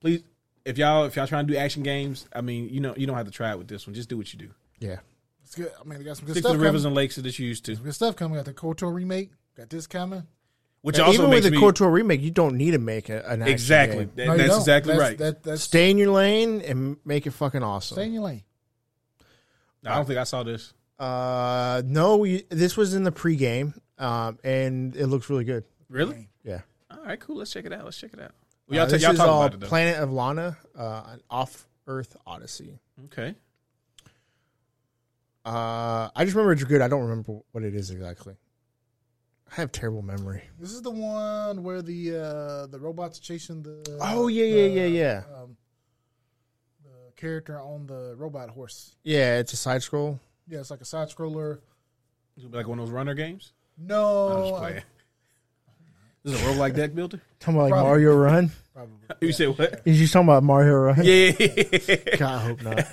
Please, if y'all if y'all trying to do action games, I mean, you know, you don't have to try it with this one. Just do what you do.
Yeah.
It's good. I mean, they got some good
Stick to the
stuff. coming.
rivers and lakes that you used to.
good stuff coming. Got the KOTOR remake. Got this coming.
Which
Now,
also
even with
makes
the
me
KOTOR remake, you don't need to make a, an action
exactly.
game.
That-
No, you
that's
don't.
exactly
That's-
right.
That, that's
Stay in your lane and make it fucking awesome.
stay in your lane.
I don't think I saw this.
Uh, no, you, this was in the pregame, um, and it looks really good.
Really?
Yeah.
All right, cool. Let's check it out. Let's check it out.
Uh,
Well, y'all,
this
y'all
is
talk
all
about it though.
Planet of Lana, uh, an off-Earth odyssey.
okay.
Uh, I just remember it's good. I don't remember what it is exactly. I have terrible memory.
This is the one where the uh, the robots chasing the.
Oh, yeah, yeah,
the,
yeah, yeah.
Um, the character on the robot horse.
Yeah, it's a side scroll.
Yeah, it's like a side scroller.
It'll be like one of those runner games. I'm
No,
Oh,
just playing. This is a roguelike deck builder.
Talking about like
Probably.
Mario Run.
I- probably.
You said what?
Is you talking about Mario Run?
Yeah,
God, I hope not.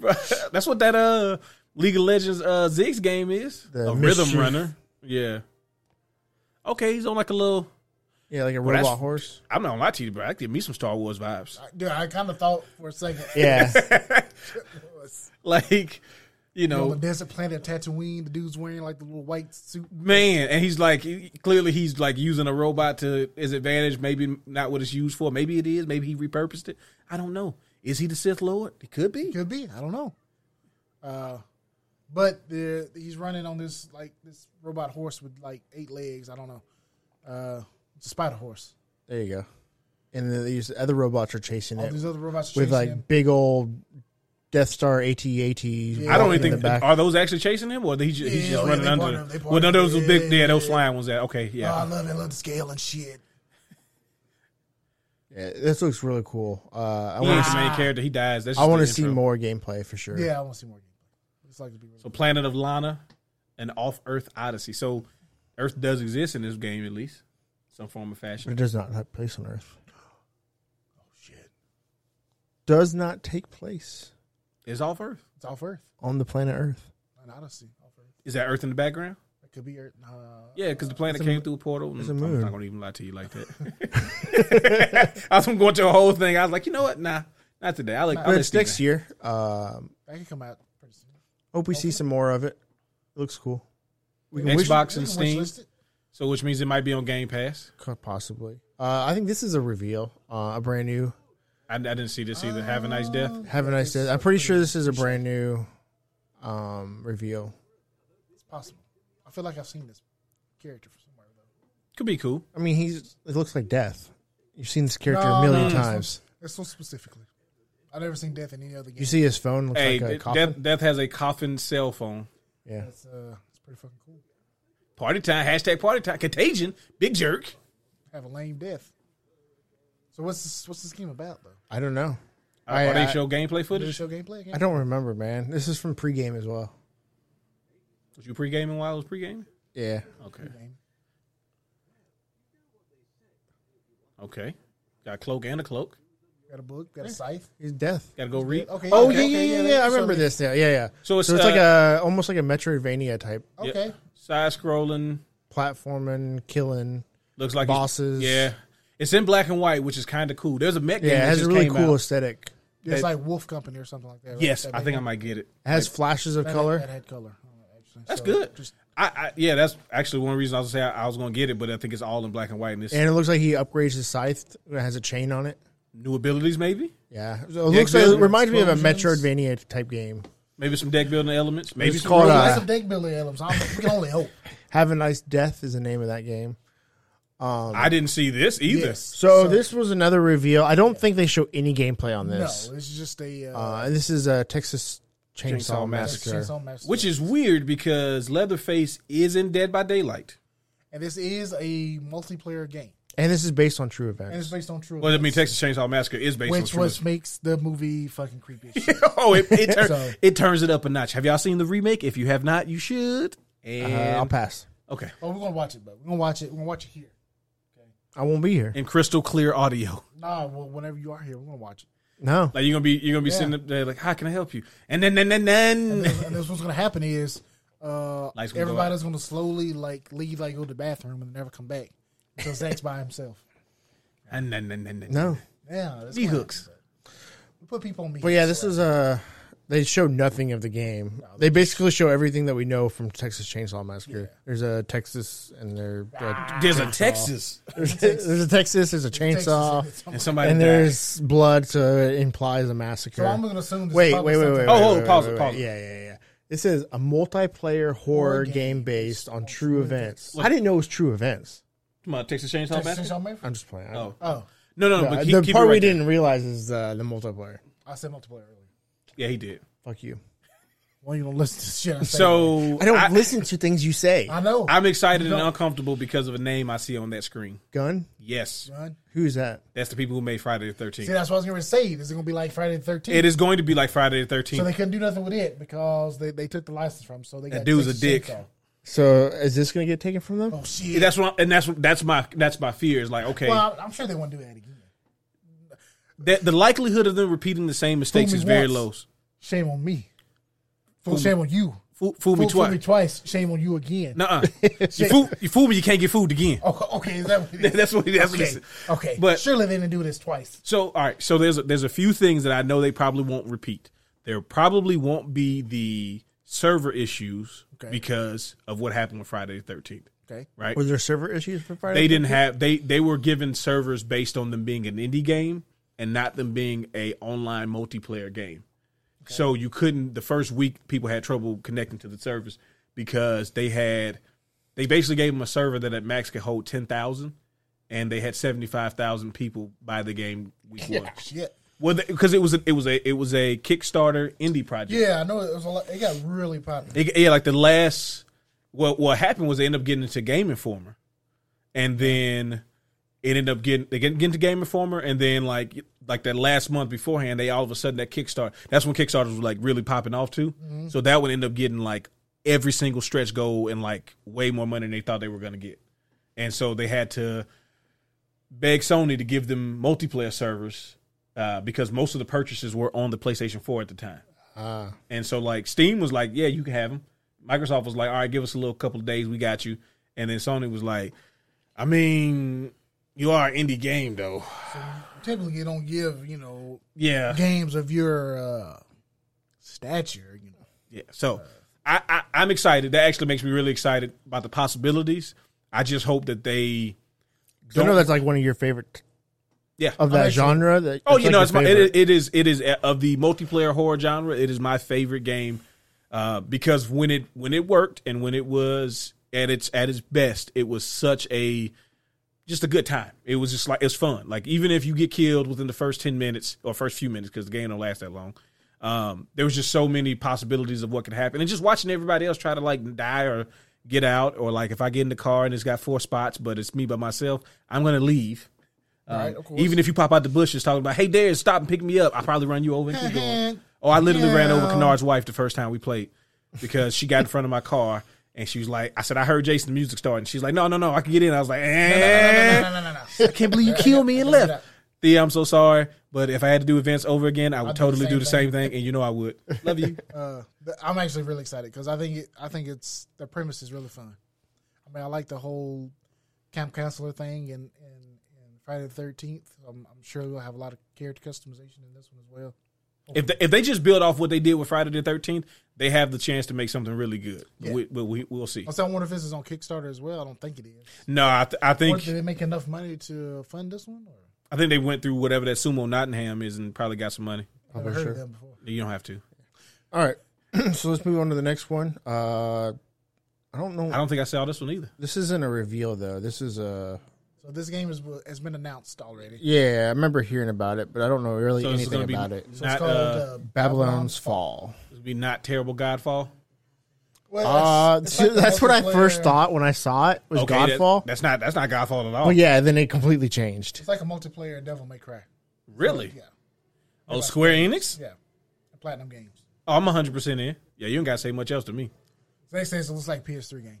Bro, that's what that uh League of Legends uh Ziggs game is.
The
a
mischief.
rhythm runner. Yeah. Okay, he's on like a little.
Yeah, like a
that's-
robot horse.
I'm not gonna lie to you, bro. I give me some Star Wars vibes.
I- Dude, I kind of thought for a second.
Yeah,
Like, you
On
know,
the desert planet of Tatooine, the dude's wearing like the little white suit.
man, and he's like, he- clearly he's like using a robot to his advantage. Maybe not what it's used for. Maybe it is. Maybe he repurposed it. I don't know. Is he the Sith Lord? It could be.
Could be. I don't know. Uh, but the, he's running on this like this robot horse with like eight legs. I don't know. Uh, it's a spider horse.
there you go. And then these other robots are chasing
All
it
these other robots are
with
chasing
like
him.
big old Death Star AT-AT. Yeah.
I don't
in
even
the
think
back.
are those actually chasing him, or he's just, he's
Yeah,
just
oh, yeah,
running
they
under.
part of- they
them?
part
Well, no,
of-
those were big.
yeah,
Yeah, those
yeah.
flying ones. That okay,
Oh, I
yeah.
love it. I love the scale and shit.
Yeah, this looks really cool. Uh, I
He
want
ain't
to.
the main character. He dies. That's
I
just
want to
the
see
intro.
more gameplay for sure.
Yeah, I want to see more gameplay. It's like to be really
So, Planet of Lana, an off-Earth Odyssey. So, Earth does exist in this game, at least some form of
But
fashion.
it does not take place on Earth.
shit.
Does not take place
Is off Earth?
It's off Earth.
on the planet Earth.
An Odyssey. Off Earth.
Is that Earth in the background?
It could be Earth. Uh,
Yeah, because the planet
It's a
came
moon.
through a portal.
It's a
I'm
moon.
not gonna even lie to you like that. I was going through a whole thing. I was like, you know what? Nah, not today. I like.
But it's next year. Um,
that could come out pretty soon.
hope we see some more of it. It looks cool. We can wish-
Xbox and
Yeah,
Steam.
wishlist it.
So, which means it might be on Game Pass.
Could possibly. Uh, I think this is a reveal. Uh, a brand new.
I, I didn't see this either. Have a nice death.
Have a nice day. I'm pretty sure this is a brand new um, reveal.
It's possible. I feel like I've seen this character from somewhere. Though.
Could be cool.
I mean, he's. It looks like death. You've seen this character
No,
a million
no, no.
times.
This one specifically. I've never seen death in any other game.
You see his phone looks
Hey,
like a
Death-
coffin.
Death, Death has a coffin cell phone.
Yeah.
That's uh, it's pretty fucking cool.
Party time. Hashtag party time. Contagion. Big jerk.
Have a lame death. So what's this, what's this game about though?
I don't know.
I,
I,
Uh, Are they
I-
show gameplay
Did it
footage?
show gameplay again?
I don't remember, man. This is from pregame as well.
Was you pre gaming while I was pre gaming?
Yeah.
Okay.
Game.
Okay. Got a cloak and a cloak.
Got a book. Got a scythe.
He's death.
Got to go read.
Okay.
Oh
okay,
yeah,
okay,
yeah, yeah,
they-
yeah. I
so
remember
they-
this. Yeah, yeah, yeah.
So
So
it's,
it's, like
uh,
a almost like a Metroidvania type
Okay.
Side scrolling.
platforming, killing.
Looks like
Bosses.
It's, yeah. It's in black and white, which is kind of cool. There's a mech game.
Yeah, it
that
has a
just
really
came
cool
out.
aesthetic.
It's
That-
like Wolf Company or something like that. right?
Yes,
That
I
made
think I
it-
might get it.
It has flashes of
that had-
color.
that had color. on it, Actually.
That's
So,
good.
Just
I, I yeah, that's actually one reason I was gonna say I, I was gonna get it, but I think it's all in black and white. And this
and it looks like he upgrades his scythe. It has a chain on it.
new abilities, maybe,
Yeah, So it looks like it
building
reminds me of a
explosions.
Metroidvania type game.
maybe some deck building elements, maybe
It's
some
called,
roguelike.
uh,
that's some deck building elements. I'm, we can only hope.
Have a nice death is the name of that game.
I didn't see this either.
Yes.
So, this was another reveal. I don't think they show any gameplay on
No,
this.
it's just a uh,
Uh, and this is a Texas Chainsaw,
Chainsaw
Massacre.
Chainsaw Massacre.
Which is weird because Leatherface is in Dead by Daylight.
and this is a multiplayer game,
And this is based on true
and
events.
it's based on true.
Well, I mean,
events,
Texas Chainsaw Massacre is based on
which
true
was makes the movie fucking creepy. as shit.
oh, it it, tur-
So-
it turns it up a notch. Have y'all seen the remake? If you have not, you should.
Uh, I'll
And
pass.
okay,
oh, we're gonna watch it, but we're gonna watch it. We're gonna watch it here.
I won't be here.
in crystal clear audio.
Nah, well, whenever you are here, we're gonna watch it.
No.
Like you're gonna be you're gonna be sitting up there like, how can I help you? And then then then then
And this what's gonna happen is uh,
Lights gonna go out.
everybody's going to slowly like leave, like go to the bathroom and never come back until Zach's by himself.
And then, then, then, then.
No,
Yeah, that's
Knee
fine.
hooks.
We put people on me.
but yeah, this is Uh, they show nothing of the game. They basically show everything that we know from Texas Chainsaw Massacre. There's a Texas, and there uh,
There's a Texas
there's, there's a Texas. There's a chainsaw,
and somebody.
and
died.
there's blood, so it implies a massacre.
So I'm going to assume. This
wait,
is
wait,
probably
wait, wait,
something-
wait.
Oh,
wait,
oh,
wait,
pause
wait,
it,
wait.
pause it.
Yeah, yeah, yeah. This is a multiplayer horror game based on true events. I didn't know it was true events.
Come on, Texas Chainsaw
Texas
Massacre.
Chainsaw Massacre?
I'm just playing. I-
Oh
Oh,
no, no, no.
No,
but
I-
keep,
the
keep
part
it right
we
there.
didn't realize is uh, the multiplayer.
I said multiplayer earlier.
Yeah, he did.
Fuck you.
Well, you don't listen to shit. I say.
So
I don't listen to things you say.
I know.
I'm excited and uncomfortable because of a name I see on that screen.
Gun?
Yes,
John.
Who's that?
that's the people who made Friday the
See,
13th.
that's what I was going to say. Is it going to be like Friday the 13th?
It is going to be like Friday the
So they
13th.
couldn't do nothing with it because they, they took the license from. 'em, So they
That
got
dude's a
Texas
dick.
Chainsaw.
So is this gonna get taken from them?
Oh shit!
That's what, and that's that's my that's my fear. Is like okay,
well, I'm, I'm sure they won't do that again.
that the likelihood of them repeating the same mistakes
Fool me
is very low.
once. Shame on me. Fool, shame on you.
Fool, fool me
Fool, fool
twice.
me twice. Shame on you again.
Nuh-uh. you fool, you fool me. You can't get fooled again.
Oh, okay, is that what it is?
That's what. That's what it
okay.
is.
okay.
But-
surely they didn't do this twice.
So all right. So there's a, there's a few things that I know they probably won't repeat. There probably won't be the server issues
Okay.
because of what happened with Friday the Thirteenth.
Okay.
Right.
Were there server issues for Friday?
They didn't have they they were given servers based on them being an indie game and not them being a online multiplayer game. So you couldn't the first week people had trouble connecting to the servers because they had they basically gave them a server that at max could hold 10,000 and they had 75,000 people by the game week 1.
Ah, Shit.
Well because it was a, it was a it was a Kickstarter indie project.
Yeah, I know it was a lot. It got really popular.
It, yeah, like the last. What what happened was they ended up getting into Game Informer, and then it ended up getting they get, get into Game Informer, and then like like that last month beforehand, they all of a sudden that Kickstarter. That's when Kickstarters was like really popping off too. So that would end up getting like every single stretch goal and like way more money than they thought they were gonna get, and so they had to beg Sony to give them multiplayer servers uh, because most of the purchases were on the PlayStation Four at the time. And so like Steam was like, yeah, you can have them. Microsoft was like, all right, give us a little couple of days, we got you. And then Sony was like, I mean, you are an indie game though.
Typically, you don't give you know
Yeah,
games of your uh, stature. You know,
yeah. So I, I I'm excited. That actually makes me really excited about the possibilities. I just hope that they
'Cause I know that's like one of your favorite
yeah.
of that genre. That,
Oh,
that's
you
like
know,
your
it's my, it,
favorite.
it is it is uh, of the multiplayer horror genre. It is my favorite game uh, because when it when it worked and when it was at its at its best, it was such a just a good time. It was just like it's fun. Like even if you get killed within the first ten minutes or first few minutes, because the game don't last that long. Um, there was just so many possibilities of what could happen, and just watching everybody else try to like die or get out, or like if I get in the car and it's got four spots, but it's me by myself, I'm gonna leave. Um,
right? Of course.
Even if you pop out the bushes talking about, hey, Darius, stop and pick me up, I'll probably run you over and keep going. Oh, I literally ran over Kennard's wife the first time we played because she got in front of my car and she was like, I said, I heard Jason the music starting. she's like, no, no, no, I can get in. I was like, eh,
no, no, no, no, no.
I can't believe you killed me and left. Thea, I'm so sorry, but if I had to do events over again, I would
do the
totally
same
do the same thing, and you know I would. Love you.
Uh, but I'm actually really excited because I think it, I think it's the premise is really fun. I mean, I like the whole camp counselor thing and and, and Friday the Thirteenth. I'm, I'm sure we'll have a lot of character customization in this one as well.
If they, if they just build off what they did with Friday the 13th, they have the chance to make something really good. We, we, we, we'll see.
Also, I wonder if this is on Kickstarter as well. I don't think it is.
No, I, th- I
Or
think
did they make enough money to uh, fund this one? Or
I think they went through whatever that Sumo Nottingham is and probably got some money.
I've never heard of them before.
You don't have to.
All right. so let's move on to the next one. Uh, I don't know.
I don't think I saw this one either.
this isn't a reveal though. This is a
So this game is, uh, has been announced already.
yeah. I remember hearing about it, but I don't know really
So this is going to
anything
be
about
not
it.
So it's
uh,
called uh,
Babylon's Fall.
this will be not terrible Godfall.
Well,
Uh,
it's- it's like the
that's what I first
multiplayer-
thought when I saw it was
Okay, that-
Godfall.
that's not that's not Godfall at all.
oh yeah, then it completely changed.
It's like a multiplayer Devil May Cry.
Really?
Yeah,
Oh, Square Enix.
yeah. Platinum games.
Oh, I'm 100 percent in. Yeah, you don't gotta say much else to me.
So they say it looks like PS3 game.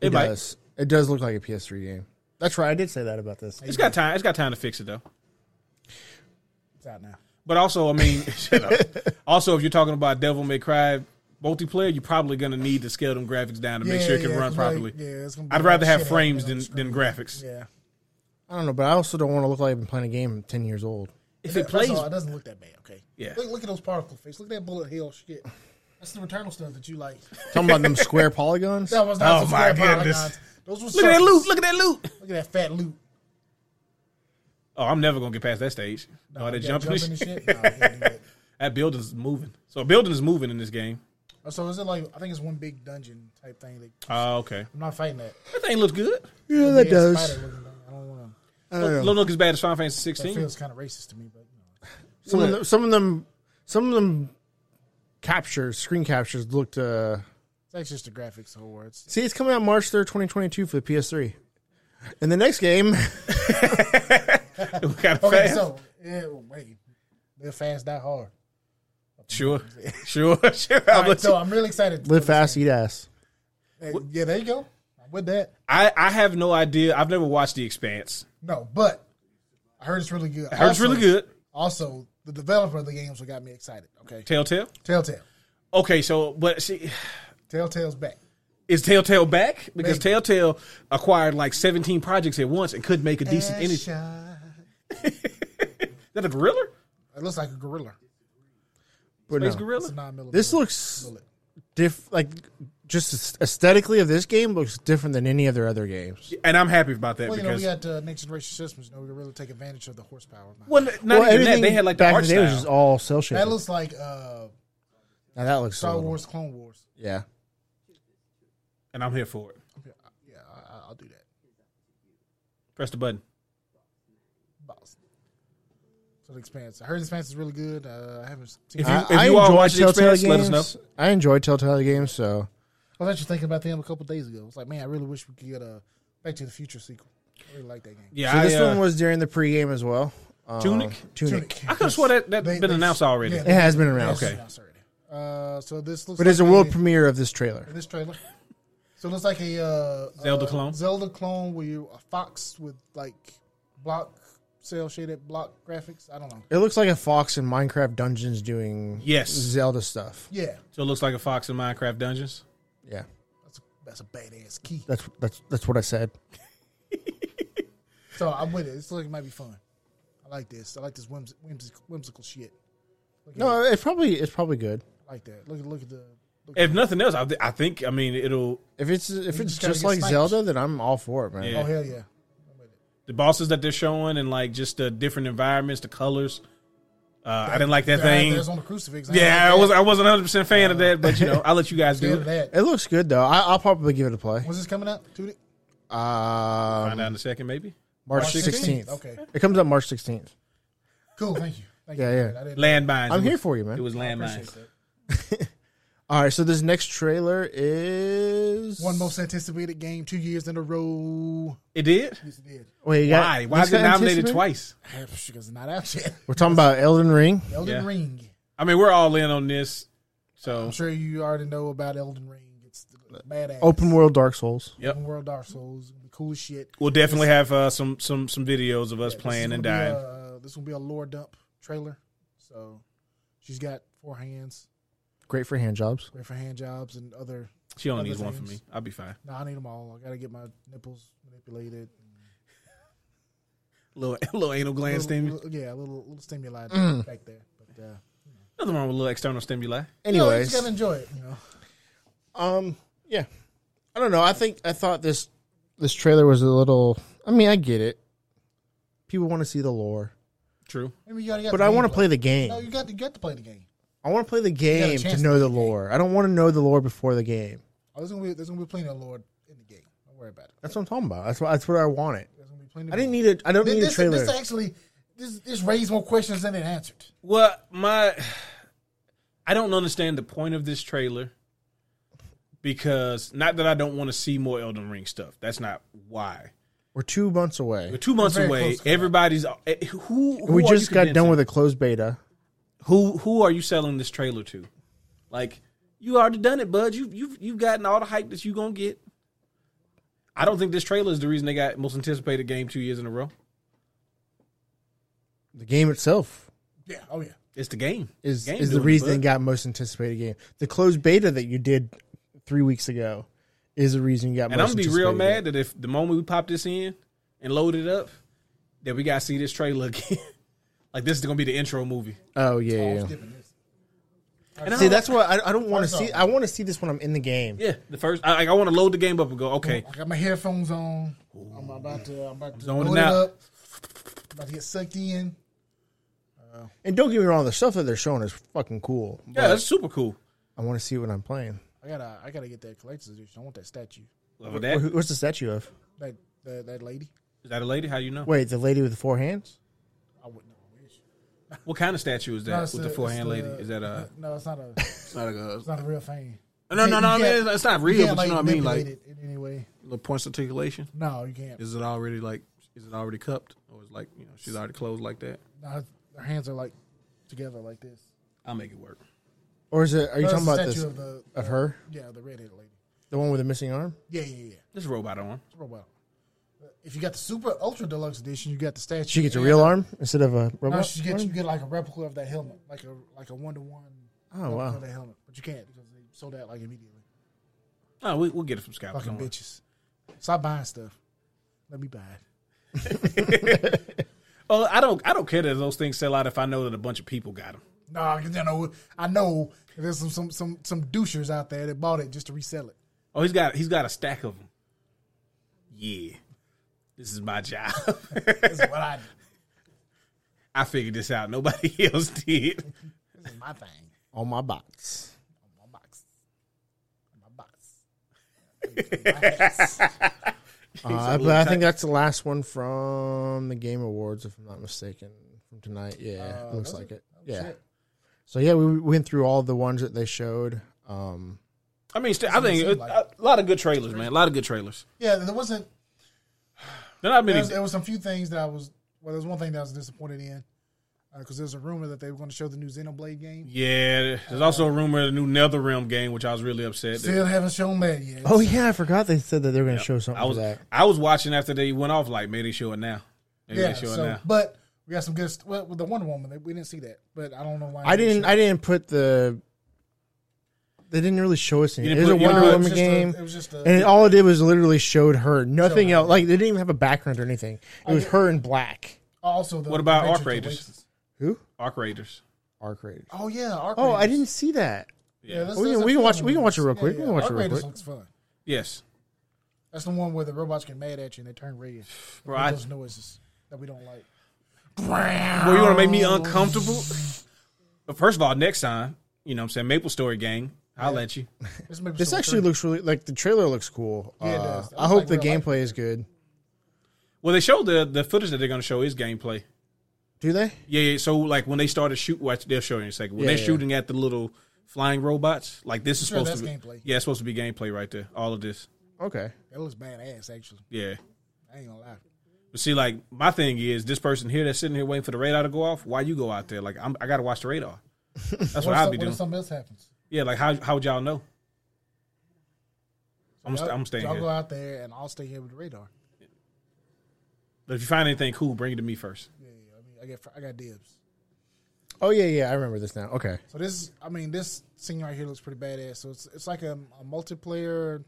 It,
It,
might.
does. It does look like a PS3 game. That's right. I did say that about this.
It's got time. It's got time to fix it though.
It's out now.
But also, I mean, shut up. also if you're talking about Devil May Cry multiplayer, you're probably gonna need to scale them graphics down to
Yeah,
make sure it
yeah,
can
yeah,
run
'cause, like,
properly.
yeah, it's gonna be
I'd rather
like
have
shit
frames than
happening on
than graphics.
Yeah,
I don't know, but I also don't want to look like I've been playing a game from ten years old.
If
That-
it
that's
plays,
all, it doesn't look that bad. Okay.
Yeah.
Look, look at those particle face. Look at that bullet hell shit. That's the returnal stuff that you like.
Talking about them square polygons.
That was not
Oh,
some
my
square
goodness.
polygons. Those were
look at that
circles.
loot. Look at that loot.
Look at that fat loot.
Oh, I'm never gonna get past that stage. No, that
Yeah,
Oh, jumping, and shit.
shit. Nah, we can't do that.
That building's moving. So a building is moving in this game.
So is it like I think it's one big dungeon type thing. That,
Oh, okay.
I'm not fighting that.
That thing looks good.
yeah,
Yeah, spider looking thing. I don't want to.
I don't know.
Don't look as bad as Final Fantasy
Oh, That
16.
feels kind of racist to me, but you know.
Some of, them, some of them, some of them captures, screen captures looked. Uh,
it's actually just the graphics whole words.
see, it's coming out March third, twenty twenty two for the PS3. And the next game,
kind of
Okay,
fast.
so yeah, wait, live fast, die hard.
Sure, sure, sure. I'll
All right,
let you-
so uh, I'm really excited.
Live Fast, Eat Ass.
Hey, yeah, there you go. I'm with that.
I, I have no idea. I've never watched The Expanse.
No, but I heard it's really good. I
Heard it's really good.
Also, the developer of the games what got me excited. Okay,
Telltale.
Telltale.
Okay, so but see,
Telltale's back.
is Telltale back? Because
Maybe.
Telltale acquired like seventeen projects at once and couldn't make a decent
Ash-
anything. Is that a gorilla?
It looks like a gorilla.
But
Space
no.
It's a
gorilla.
nine millimeter.
This looks diff like just aesthetically of this game looks different than any of their other games.
And I'm happy about that
Well, you know,
because
we got uh, next generation systems. You know, we can really take advantage of the horsepower.
well, not even that. They had like the
back
art
in the day was
style.
just all cell shaded.
that looks like uh,
now that looks
Star
so
Wars, Clone Wars.
Yeah,
and I'm here for it.
Yeah, I- yeah, I, I'll do that.
Press the button.
Boss. So the expanse. I heard the expanse is really good. Uh, I haven't seen.
If
I,
you-
I, I
all
enjoy
watch The
Telltale
Expanse, let us
games.
know.
I enjoy Telltale games, so
I was actually thinking about them a couple days ago. It's like, man, I really wish we could get a Back to the Future sequel. I really like that game.
Yeah,
So
I,
this
uh,
one was during the pregame as well. Uh,
Tunic?
Tunic.
I could have swore that that
They-
had been
they-
announced already.
yeah.
It has been around.
Okay.
Yeah, sorry. Uh, so this looks.
But
like
it's a world premiere of this trailer.
This trailer. So it looks like a uh,
Zelda
uh,
clone?
Zelda clone where you a fox with like block cell shaded block graphics. I don't know.
It looks like a fox in Minecraft Dungeons doing
Yes.
Zelda stuff.
Yeah,
So it looks like a fox in Minecraft Dungeons.
Yeah,
that's a, that's a badass key.
that's that's that's what I said.
So I'm with it. This looks like it might be fun. I like this. I like this whims, whimsical, whimsical shit. Look at it.
No, it's probably it's probably good.
I like that. Look at look at the. Look
If nothing else, I, th- I think I mean it'll
If it's if it's
just gotta
just
get
like
snipers.
Zelda, then I'm all for it, man.
Yeah.
oh hell yeah! I'm with it.
the bosses that they're showing and like just the different environments, the colors. Uh, I didn't like that
Yeah,
thing.
There's on the crucifix. ain't
yeah,
like
I
that.
was I wasn't 100 percent fan of that, but you know I'll let you guys do
Scared of
it.
that.
It looks good though. I, I'll probably give it a play.
When's this coming out? Tuesday.
Uh,
Find out in a second, maybe.
March
16th.
sixteenth.
Okay.
it comes out March sixteenth.
Cool. Thank you. Thank
Yeah,
you.
yeah.
I didn't
Landmines.
I'm
It
here
was-
for you, man.
It was
appreciate
landmines.
that.
All right, so this next trailer is
One most anticipated game two years in a row.
It did.
Yes, it did.
Wait, you got-
Why? Why
this
is it
got
nominated
anticipated?
twice?
Because it's not out yet.
We're talking about Elden Ring.
Elden
Yeah.
Ring.
I mean, we're all in on this. So
I'm sure you already know about Elden Ring. It's the badass.
Open world Dark Souls.
Yep.
Open world Dark Souls. Cool as shit.
we'll definitely have uh, some some some videos of us
This is
playing and
gonna be uh,
dying.
a- this will be a lore dump trailer. So she's got four hands,
Great for hand jobs.
great for hand jobs and other.
she only
other
needs one for me.
things.
I'll be fine.
No, I need them all. I gotta get my nipples manipulated.
Little little anal gland
Little-
stimulus.
little- yeah, a little little stimuli back there. But uh,
Nothing wrong with a little external stimuli.
you
Anyways,
just gotta enjoy it. You know,
Um, yeah, I don't know. I think I thought this this trailer was a little. I mean, I get it. People want to see the lore,
True.
Maybe you gotta- you
but
gotta
I want to
gameplay.
play the
No, you
game.
got to get to play the game.
I want to play the game
chance to
to know
play
the
the game.
lore. I don't want to know the lore before the game.
Oh, there's gonna be there's gonna be plenty of Lord in the game. Don't worry about it.
That's what I'm talking about. That's what that's what I wanted.
There's gonna be plenty.
I didn't need it. I don't
this,
need a
this,
trailer.
this actually this this raised more questions than it answered.
Well, my I don't understand the point of this trailer because not that I don't want to see more Elden Ring stuff. That's not why.
We're two months away.
We're two months
very
away.
close to that.
Everybody's eh, who, who
we
are
just
you
got done
convincing?
with a closed beta.
who who are you selling this trailer to? Like you already done it, bud. You you you've gotten all the hype that you gonna get. I don't think this trailer is the reason they got most anticipated game two years in a row.
The game itself.
Yeah. Oh yeah.
It's the game.
is
Game
is the
building,
reason it
bud.
got most anticipated game. The closed beta that you did three weeks ago is the reason you got.
And
most
I'm gonna be real
anticipated
mad
game.
that if the moment we pop this in and load it up, that we gotta see this trailer again. like this is gonna be the intro movie.
Oh yeah, yeah.
Skipping this.
And I
See,
don't-
that's why I, I don't want to
What's
see.
up?
I want to see this when I'm in the game.
yeah. The first, I, I want to load the game up and go, okay,
I got my headphones on. I'm about to. I'm about to
Zoning
load it
out.
up. About to get sucked in.
And don't get me wrong, the stuff that they're showing is fucking cool.
yeah, that's super cool.
I want to see what I'm playing.
I gotta. I gotta get that collector's edition. I want that statue.
Well, that
Wh- What's the statue of?
That that, that lady.
is that a lady? How you know?
Wait, the lady with the four hands.
I wouldn't know. Wish.
What kind of statue is that
No, it's
with the
it's
forehand
the-
lady? Is that a?
No, it's not a. It's
It's not a.
not a real thing.
No, no, no. I
You
mean,
can't-
it's not real,
can't,
but you know what I mean. Like
manipulate it in any way.
little points articulation.
No, you can't.
Is it already like? Is it already cupped, or is like you know she's already closed like that?
No, her hands are like together like this.
I'll make it work.
Or is it? Are you
No, it's
talking
the
about
statue
this
of the-
of her,
Yeah, the redheaded lady.
the one with the missing arm?
Yeah, yeah, yeah.
This robot arm.
It's real well. If you got the super ultra deluxe edition, you got the statue.
She gets a
and-
real arm instead of a robot.
No, she gets you
arm?
get like a replica of that helmet, like a like a one to one.
Oh wow.
Of that helmet, but you can't because they sold out like immediately.
Oh, we, we'll get it from Scout.
Fucking bitches. Stop buying stuff. Let me buy it.
Oh, I don't. I don't care that those things sell out if I know that a bunch of people got them.
Nah, because I know I know there's some some some some douchers out there that bought it just to resell it.
Oh, he's got. He's got a stack of them. Yeah, this is my job.
That's what I do.
I figured this out. Nobody else did.
This is my thing.
On my box.
My box. My box. My box.
Uh, but I think that's the last one from the Game Awards, if I'm not mistaken, from tonight. Yeah, it looks like it. Yeah. So yeah, we we went through all the ones that they showed. Um,
I mean, still, I think it, a lot of good trailers, man. A lot of good trailers.
yeah, there wasn't.
There not
There
many.
was, there was some few things that I was. Well, there was one thing that I was disappointed in because there's a rumor that they were going to show the new Xenoblade game.
Yeah, there's also a rumor of a new NetherRealm game, which I was really upset. that-
Still haven't shown that yet.
oh yeah, I forgot they said that they were going to show something.
I was
for that.
I was watching after they went off. Like, maybe they show it now. Maybe
yeah.
they show
so,
it now.
but we got some good. St- well, with the Wonder Woman, we didn't see that, but I don't know why.
I didn't. I didn't put the. They didn't really show us anything.
didn't
It was a
put- you
Wonder
didn't put-
Woman
Uh, It was just a- it
game,
was just a-
and all it did was literally showed her. Nothing
Showed her.
else. Like they didn't even have a background or anything. It was her in black.
also, the
What about
Matrix
Arc Raiders?
Awakens.
Who?
Arc Raiders.
Arc Raiders.
Oh yeah, Arc
Oh, I
Raiders.
didn't see that.
Yeah.
that's-
We
that's
can- we
a
can
fun
watch-
one.
we can watch it real
Yeah,
quick. We
yeah.
can watch it
Arc
real
Raiders
quick.
Looks fun.
Yes,
That's the one where the robots get mad at you and they turn red.
bro.
Make
I,
those noises that we don't like.
Well, you want to make
Oh.
me uncomfortable? But first of all, next time, you know what I'm saying? Maple Story Gang, I'll let you.
This, may be
This
some
actually
true-
looks really like the trailer looks cool.
Yeah, it
Uh,
does. It
I
looks
hope
like
the
real life.
gameplay is good.
Well, they showed the the footage that they're going to show is gameplay.
Do they?
Yeah, yeah. So, like, when they started shoot, watch, they'll show you in a second. When
Yeah,
they're
yeah.
shooting at the little flying robots, like, this is
Sure,
supposed
that's
to be.
gameplay.
Yeah, it's supposed to be gameplay right there. All of this.
Okay.
That looks badass. Actually,
Yeah.
I ain't gonna lie.
But see, like, my thing is this person here that's sitting here waiting for the radar to go off, why you go out there? Like, I'm, I got to watch the radar. That's what
if
I'll
some-
be
what
doing.
if something else happens?
Yeah, like, how, how would y'all know? I'm, st-
Y'all-
I'm staying
Y'all go
here.
out there and I'll stay here with the radar.
But if you find anything cool, bring it to me first.
Yeah, yeah, I mean, I got fr- I got dibs.
Oh yeah, yeah. I remember this now. Okay.
So this, I mean, this scene right here looks pretty badass. So it's it's like a, a multiplayer.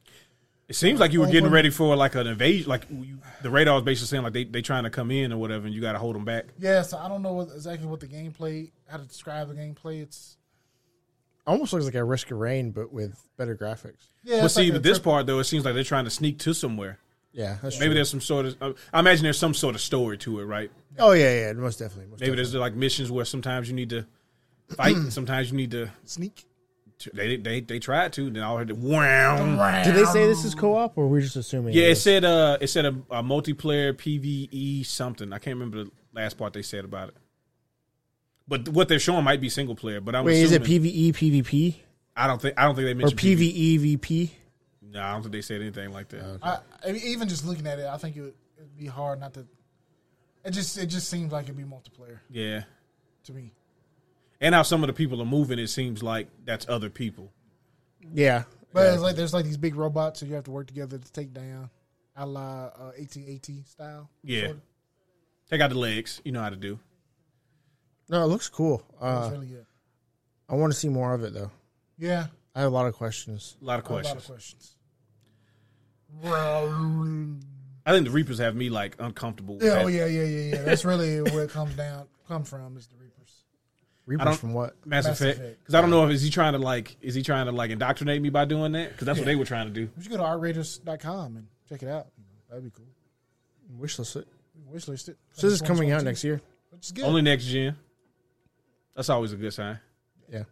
It seems like you were getting
Open-
ready for like an invasion. Like you, the radar is basically saying like they they trying to come in or whatever, and you got to hold them back.
Yeah, so I don't know what, exactly what the gameplay, how to describe the gameplay. It's
Almost looks like a Risk of Rain, but with better graphics.
yeah.
but
it's
see,
like a
with this
triple-
part though, it seems like they're trying to sneak to somewhere.
Yeah, that's
Maybe
true.
there's some sort of. uh, I imagine there's some sort of story to it, right?
Oh yeah, yeah. Most definitely. Most
Maybe there's like missions where sometimes you need to fight, and sometimes you need to.
sneak.
to- They they they tried to, then all heard the wow.
definitely. Did they say this is co-op, or we're just assuming?
Yeah, it
is?
said uh, it said a, a multiplayer PVE something. I can't remember the last part they said about it. But what they're showing might be single player. But I'm
Wait, is
assuming,
it E, PVE, PvP,
I don't think I don't think they
or E
mentioned PVE.
PVE, VP? E?
No, I don't think they said anything like that.
I, I mean, even just looking at it, I think it would it'd be hard not to. It just it just seems like it'd be multiplayer
yeah.
to me.
And how some of the people are moving, it seems like that's other people.
Yeah.
But it's like there's like these big robots that you have to work together to take down, a la uh, AT-AT style.
Yeah.
sorta.
They got the legs. You know how to do.
No, it looks cool. Uh,
That's really good.
I want to see more of it though.
Yeah,
I have a lot of questions.
A lot of
a lot
questions.
of questions. Oh
I think the Reapers have me like uncomfortable. With
oh,
yeah,
that.
yeah, yeah, yeah. That's really where it comes down, comes from is the Reapers.
Reapers
don't-
from what?
Mass,
Mass
Effect.
Effect.
Because I don't know if is he trying to like is he trying to like indoctrinate me by doing that? Because that's what they were trying to do.
You should go to rraters.com and check it out. You know, that'd be cool.
Wishlist. it.
Wishlist it.
So this is coming out next year.
Which is good.
Only next gen. That's always a good sign.
Yeah.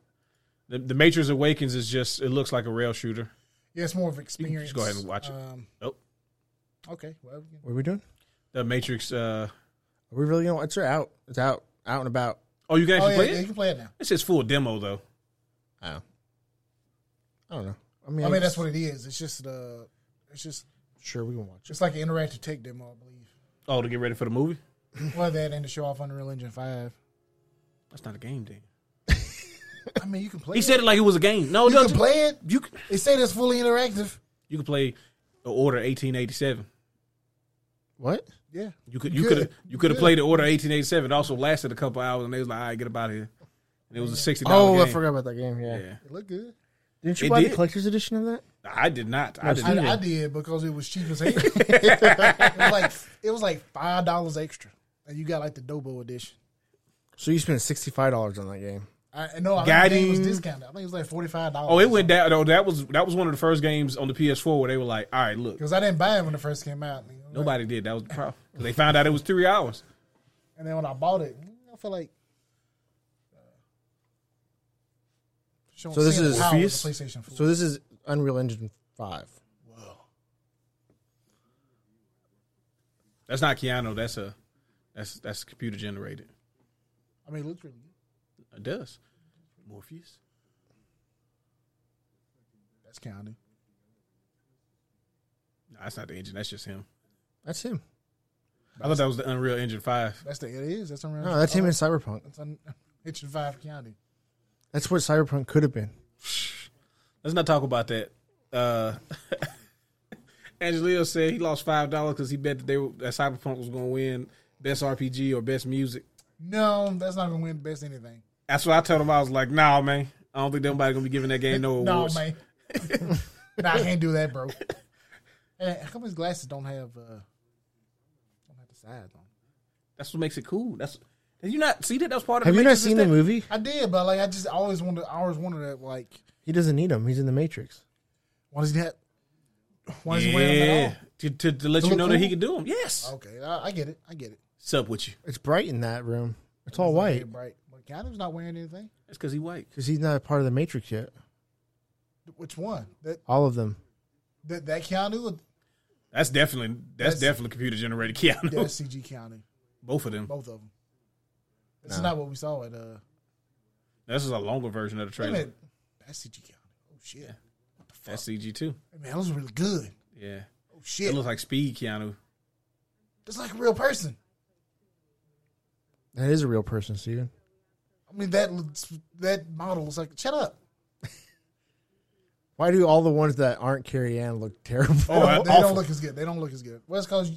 The, the Matrix Awakens is just it looks like a rail shooter.
yeah, it's more of experience.
go ahead and watch it.
Um,
Nope.
Okay. Well, we can-
What are we doing?
The Matrix. uh
Are we really going? It's out. It's out. Out and about.
Oh, you can
oh,
actually
yeah,
play
yeah, you
it.
can play it now.
It's his full demo though.
Oh. I don't know. I mean,
I mean, that's
guess-
what it is. It's just uh, it's just
Sure, we can watch it.
just like an interactive tech demo, I believe.
Oh, to get ready for the movie.
well, that and to show off Unreal Engine Five.
That's not a game, then.
I mean, you can play.
He
it.
said it like it was a game. No,
you
no,
can play it.
you can,
They say that's fully interactive.
you can play the Order 1887.
What?
Yeah.
You could you
Yeah,
could have you could have
yeah.
played the Order 1887. It also lasted a couple hours, and they was like, "All right, get about here." And it was a sixty
Oh,
dollars.
I forgot about that game. Yeah.
Yeah,
It looked good.
Didn't you
It
buy
did.
the collector's edition of that?
I did not. I did
I,
not.
I did because it was cheap as hell. it was like it was like five dollars extra, and you got like the Dobo edition.
So you spent sixty five dollars on that game.
I no, I think the game was
Guiding-
discounted. I think it was like forty five dollars.
Oh, it went down. No, that was that was one of the first games on the PS4 where they were like, "All right, look,
because I didn't buy it when it first came out. you know?
nobody did." That was the problem. 'Cause They found out it was three hours.
And then when I bought it, I feel like. uh, showing-
So this
seeing the
is
power of the
Fierce?
PlayStation 4.
So this is Unreal Engine five.
That's not Keanu. That's a that's that's computer generated.
I mean, it looks really good.
It does. Morpheus.
That's counting.
No, that's not the engine. That's just him.
That's him.
I thought that was the Unreal Engine Five.
That's the it is. That's unreal.
No, that's him in Cyberpunk.
It's on Hitchin Five County.
That's what Cyberpunk could have been.
Let's not talk about that. Uh, Angelino said he lost five dollars because he bet that they were, that Cyberpunk was going to win best RPG or best music.
No, that's not gonna win best anything.
That's what I told him. I was like, "Nah, man, I don't think nobody gonna be giving that game no
No,
awards."
man. nah, I can't do that, bro. Hey, how come his glasses don't have uh don't have the sides on?
That's what makes it cool. That's did you not see that? That was part of.
Have
the
you not
Matrix
seen the
instead?
movie?
I did, but like I just always wanted I always wanted that like
He doesn't need him. He's in the Matrix.
why does he have why does he wear them at all?
Yeah, to, to, to let
To
you
look
know that he
cool?
can do them. Yes,
Okay, I, I get it. I get it.
what's up with you?
It's bright in that room. It's all
Like,
white
hey, bright. But Keanu's not wearing anything.
That's because he white.
because he's not a part of the Matrix yet.
Which one? That
All of them.
that, that Keanu?
That's definitely that's,
That's-
definitely computer generated Keanu.
That's CG Keanu.
Both of them.
Both of them. This is not what we saw at uh.
This is a longer version of the
Wait a
trailer.
minute. That's CG County. Oh shit.
That's CG too.
Hey, man, that was really good.
Yeah,
Oh
it
shit.
looks like Speed Keanu.
That's like a real person.
That is a real person, Steven.
I mean that looks- that model was like shut up.
Why do all the ones that aren't Carrie Ann look terrible?
Oh,
they
uh,
don't, they
awful.
don't look as good. They don't look as good. Well, it's because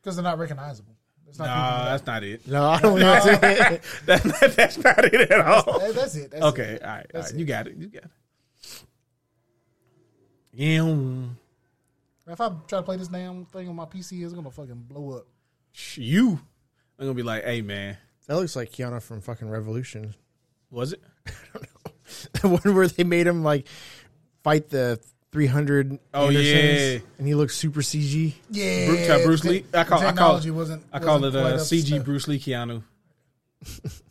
because they're not recognizable. It's not
Nah, that's not it.
No, I don't know.
That's not, that's not it at all.
people. That- that's it. That's
Okay,
it.
all right, all
That's
right.
it.
you got it. You got it. Yeah,
If I try to play this damn thing on my PC, it's gonna fucking blow up.
you. I'm gonna be like, hey man,
that looks like Keanu from fucking Revolution.
was it?
the one where they made him like fight the 300
Oh,
Andersons,
yeah.
and he looked super cg
Yeah,
Bruce, uh, Bruce Lee. I call,
technology
I call,
wasn't.
I call it
wasn't
uh,
quite up to
CG
snuff.
Bruce Lee Keanu.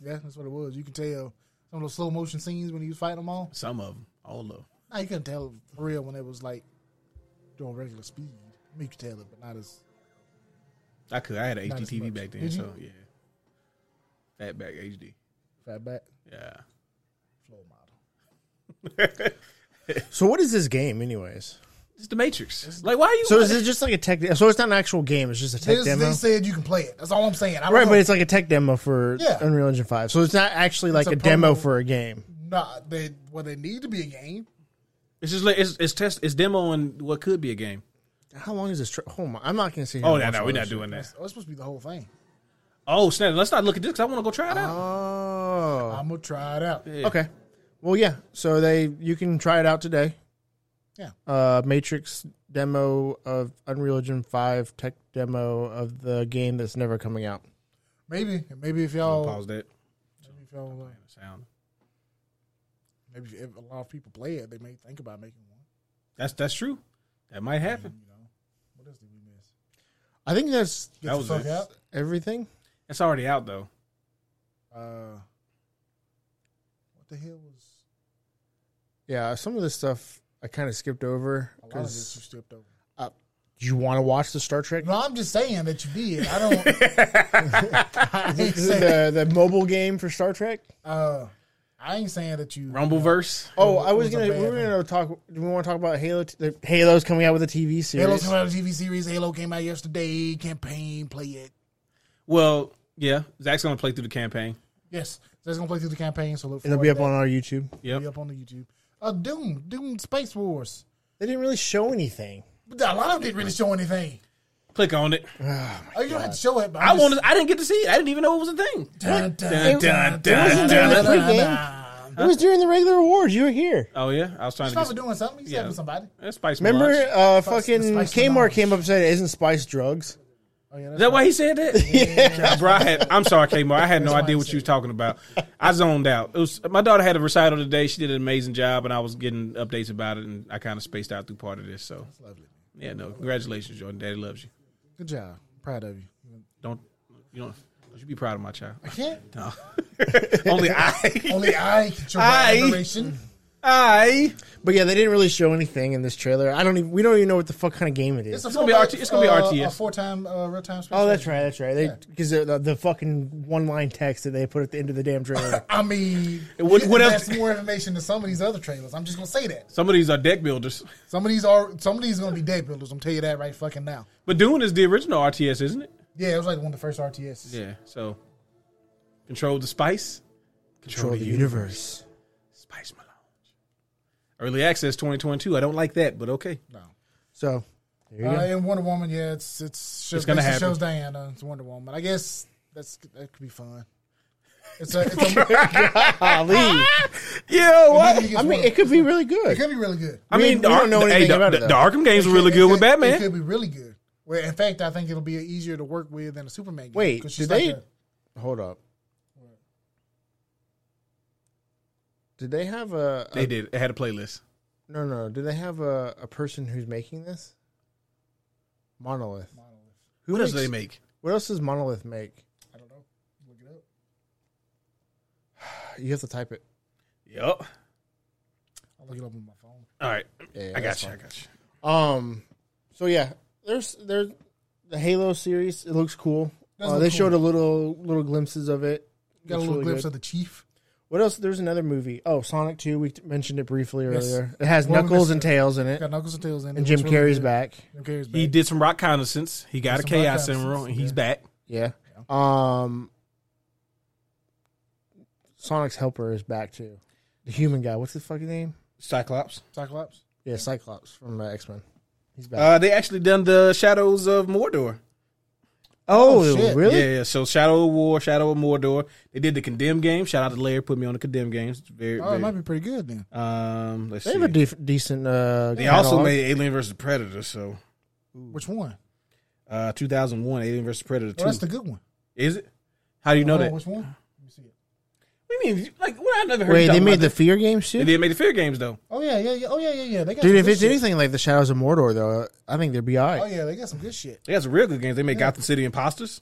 Yeah, that's what it was. You can tell some of those slow motion scenes when he was fighting them all.
Some of them, all of them.
Nah, you couldn't tell for real when it was like doing regular speed. I mean, you could tell it, but not as
I could. I had an
Not as
HDTV
much.
back then,
Did you?
so yeah. Fatback HD.
fat back
Yeah.
flow model.
so what is this game anyways
It's the Matrix. Like, why are you?
so is it just like a tech so it's not an actual game it's just a
They,
tech
just-
demo
they said you can play it. That's all I'm saying. I don't
right
know.
but it's like a tech demo for
Yeah.
unreal engine 5 so it's not actually like
a
a, demo
promo.
for a game
nah, they well, they need to be a game.
It's just like it's, it's test. It's demoing what could be a game.
how long is this tri- oh my, i'm not gonna say
Oh no, no, we're not doing that.
That's, oh, it's supposed to be the whole thing.
Oh snap! Let's not look at this because I want to go try it out.
Oh.
I'm gonna try it out.
Yeah.
Okay. Well, yeah. So they you can try it out today.
Yeah.
Uh, Matrix demo of Unreal Engine Five tech demo of the game that's never coming out.
Maybe, maybe if
I'll
y'all,
pause that.
maybe if y'all, uh,
Sound.
maybe if a lot of people play it, they may think about making one.
That's that's true. That might
I
happen.
mean, you know, what else did we miss?
I think that's
Get
That
the
was
fuck
it.
out.
everything.
It's already out though.
Uh, what the hell was?
Yeah. Some of this stuff I kind of skipped over
A lot of this was
because
stripped over.
do you want to watch the Star Trek?
No, I'm just saying that you did. I don't. I ain't saying.
the the mobile game for Star Trek.
Uh, I ain't saying that you.
Rumbleverse.
Oh, I
It
was
was a
gonna. We
bad
were gonna talk. Do we want to talk about Halo? T- the- Halo's coming out with a TV series.
Halo's coming out of TV series. Halo came out yesterday. Campaign, play it.
Well, yeah. Zach's gonna play through the campaign.
Yes, so it's gonna play through the campaign. So look.
It'll
forward
be
to
up
that.
on our YouTube.
Yep.
Be up on the YouTube. Uh, Doom, Doom, Space Wars.
They didn't really show anything.
But a lot of them didn't really show anything.
Click on it.
Oh, you don't have to show it. But
I
I'm
wanted. I didn't get to see it. I didn't even know it was a thing.
Dun, dun,
Dun, dun, dun, dun,
wasn't there
dun.
a It was during the regular awards. You were here.
Oh yeah, I was trying to
Stop
get
doing something. He's
Yeah.
helping somebody.
that's spice.
Remember,
Mirage. Is
uh, fucking
the spice
Kmart
knowledge.
came up and said, "Isn't spice drugs?"
Oh yeah, that's
that why he said that? Yeah, bro. I had, I'm sorry, Kmart. I had no
why
idea
he
what
said
you was talking about. I zoned out. It was my daughter had a recital today. She did an amazing job, and I was getting updates about it, and I kind of spaced out through part of this. So
lovely.
yeah, no, congratulations, Jordan. Daddy loves you.
Good job. Proud of you.
Don't you don't you should be proud of my child.
I can't.
No. Only I.
Only I can show
I-
my admiration.
I.
But yeah, they didn't really show anything in this trailer. I don't. Even, we don't even know what the fuck kind of game it is.
a
It's gonna be
full-
RT it's gonna be
uh,
RTS.
A four-time uh, real-time.
oh, that's right. That's right. They because the, the fucking one line text that they put at the end of the damn trailer.
I mean,
What-
you
what
can
else-
add more information than some of these other trailers. I'm just gonna say that
Some of these are deck builders.
some of these are some of these are gonna be day builders. I'm tell you that right fucking now.
But Dune is the original RTS, isn't it?
Yeah, it was like one of the first RTSs.
Yeah. So control the spice.
Control the universe.
Spice Melange. Early access 2022. I don't like that, but okay.
No.
So there you
Uh,
go.
and Wonder Woman, yeah, it's it's, shows,
gonna
basically
happen.
shows Diana. It's Wonder Woman. I guess that's that could be fun. It's a, it's a
Ali.
Yeah, what?
movie
I mean, it could be really
it
good.
could be really good.
I
We-
mean,
we
the,
don't
Ar-
know
the- hey,
anything
the-
about it,
the
though.
Arkham games were
It
really
could-
good with
It
Batman.
could be really good. Well, in fact, I think it'll be easier to work with than a Superman game.
Wait,
'cause
did
she's
they?
like a-
hold up. Did they have a? a-
They did. It had a playlist.
no, no. Do they have a, a person who's making this? Monolith. Who
What else do
makes-
they make?
What else does Monolith make?
I don't know. Look it up.
You have to type it.
Yup.
I'll look it up on my phone.
All right.
Yeah,
I
that's
got you. I got you.
fine. Um. So yeah, there's there's the Halo series. It looks cool.
Does
Uh,
look
they
cool.
showed a little little glimpses of it.
Got a little
Looks really
glimpse
good.
of the chief.
What else? There's another movie. Oh, Sonic Two. We t- mentioned it briefly
Yes.
earlier. It has
Well, we
Knuckles
missed
and
it.
Tails in it,
Got knuckles and tails in it.
and Jim
It's really
Carrey's
good.
back.
Jim Carrey's back.
He did some rock reconnaissance. He got
Did
a
some rock
chaos emerald,
reconnaissance,
and he's
yeah.
back.
Yeah. Um. Sonic's helper is back too. The human guy. What's his fucking name?
Cyclops.
Cyclops.
Yeah, Cyclops from uh, X Men. He's back.
Uh, they actually done the Shadows of Mordor.
oh,
oh, shit.
really?
Yeah, yeah. So Shadow of War, Shadow of Mordor. They did the Condemn game. Shout out to Larry, put me on the Condemn games. It's very,
Oh, it might
very
be pretty good then.
um. Let's
They
see.
have a def- decent. Uh,
They also
catalog.
made Alien vs Predator. So
Which one?
uh, 2001, Alien vs Predator
Oh,
two.
that's the good one.
Is it? How do you know
Oh,
that? What
Which one? Let me see it.
do you mean? Like, what? I never heard.
Wait,
you
they
talking
made
about
the
that.
fear games
They
too.
did made the fear games though.
Oh yeah, yeah, yeah. Oh yeah, yeah, yeah. They got
Dude,
some
if
good
it's
shit.
anything like the Shadows of Mordor, though, I think they'd be all right.
Oh yeah, they got some good shit.
They got some real good games. They made Gotham City Imposters.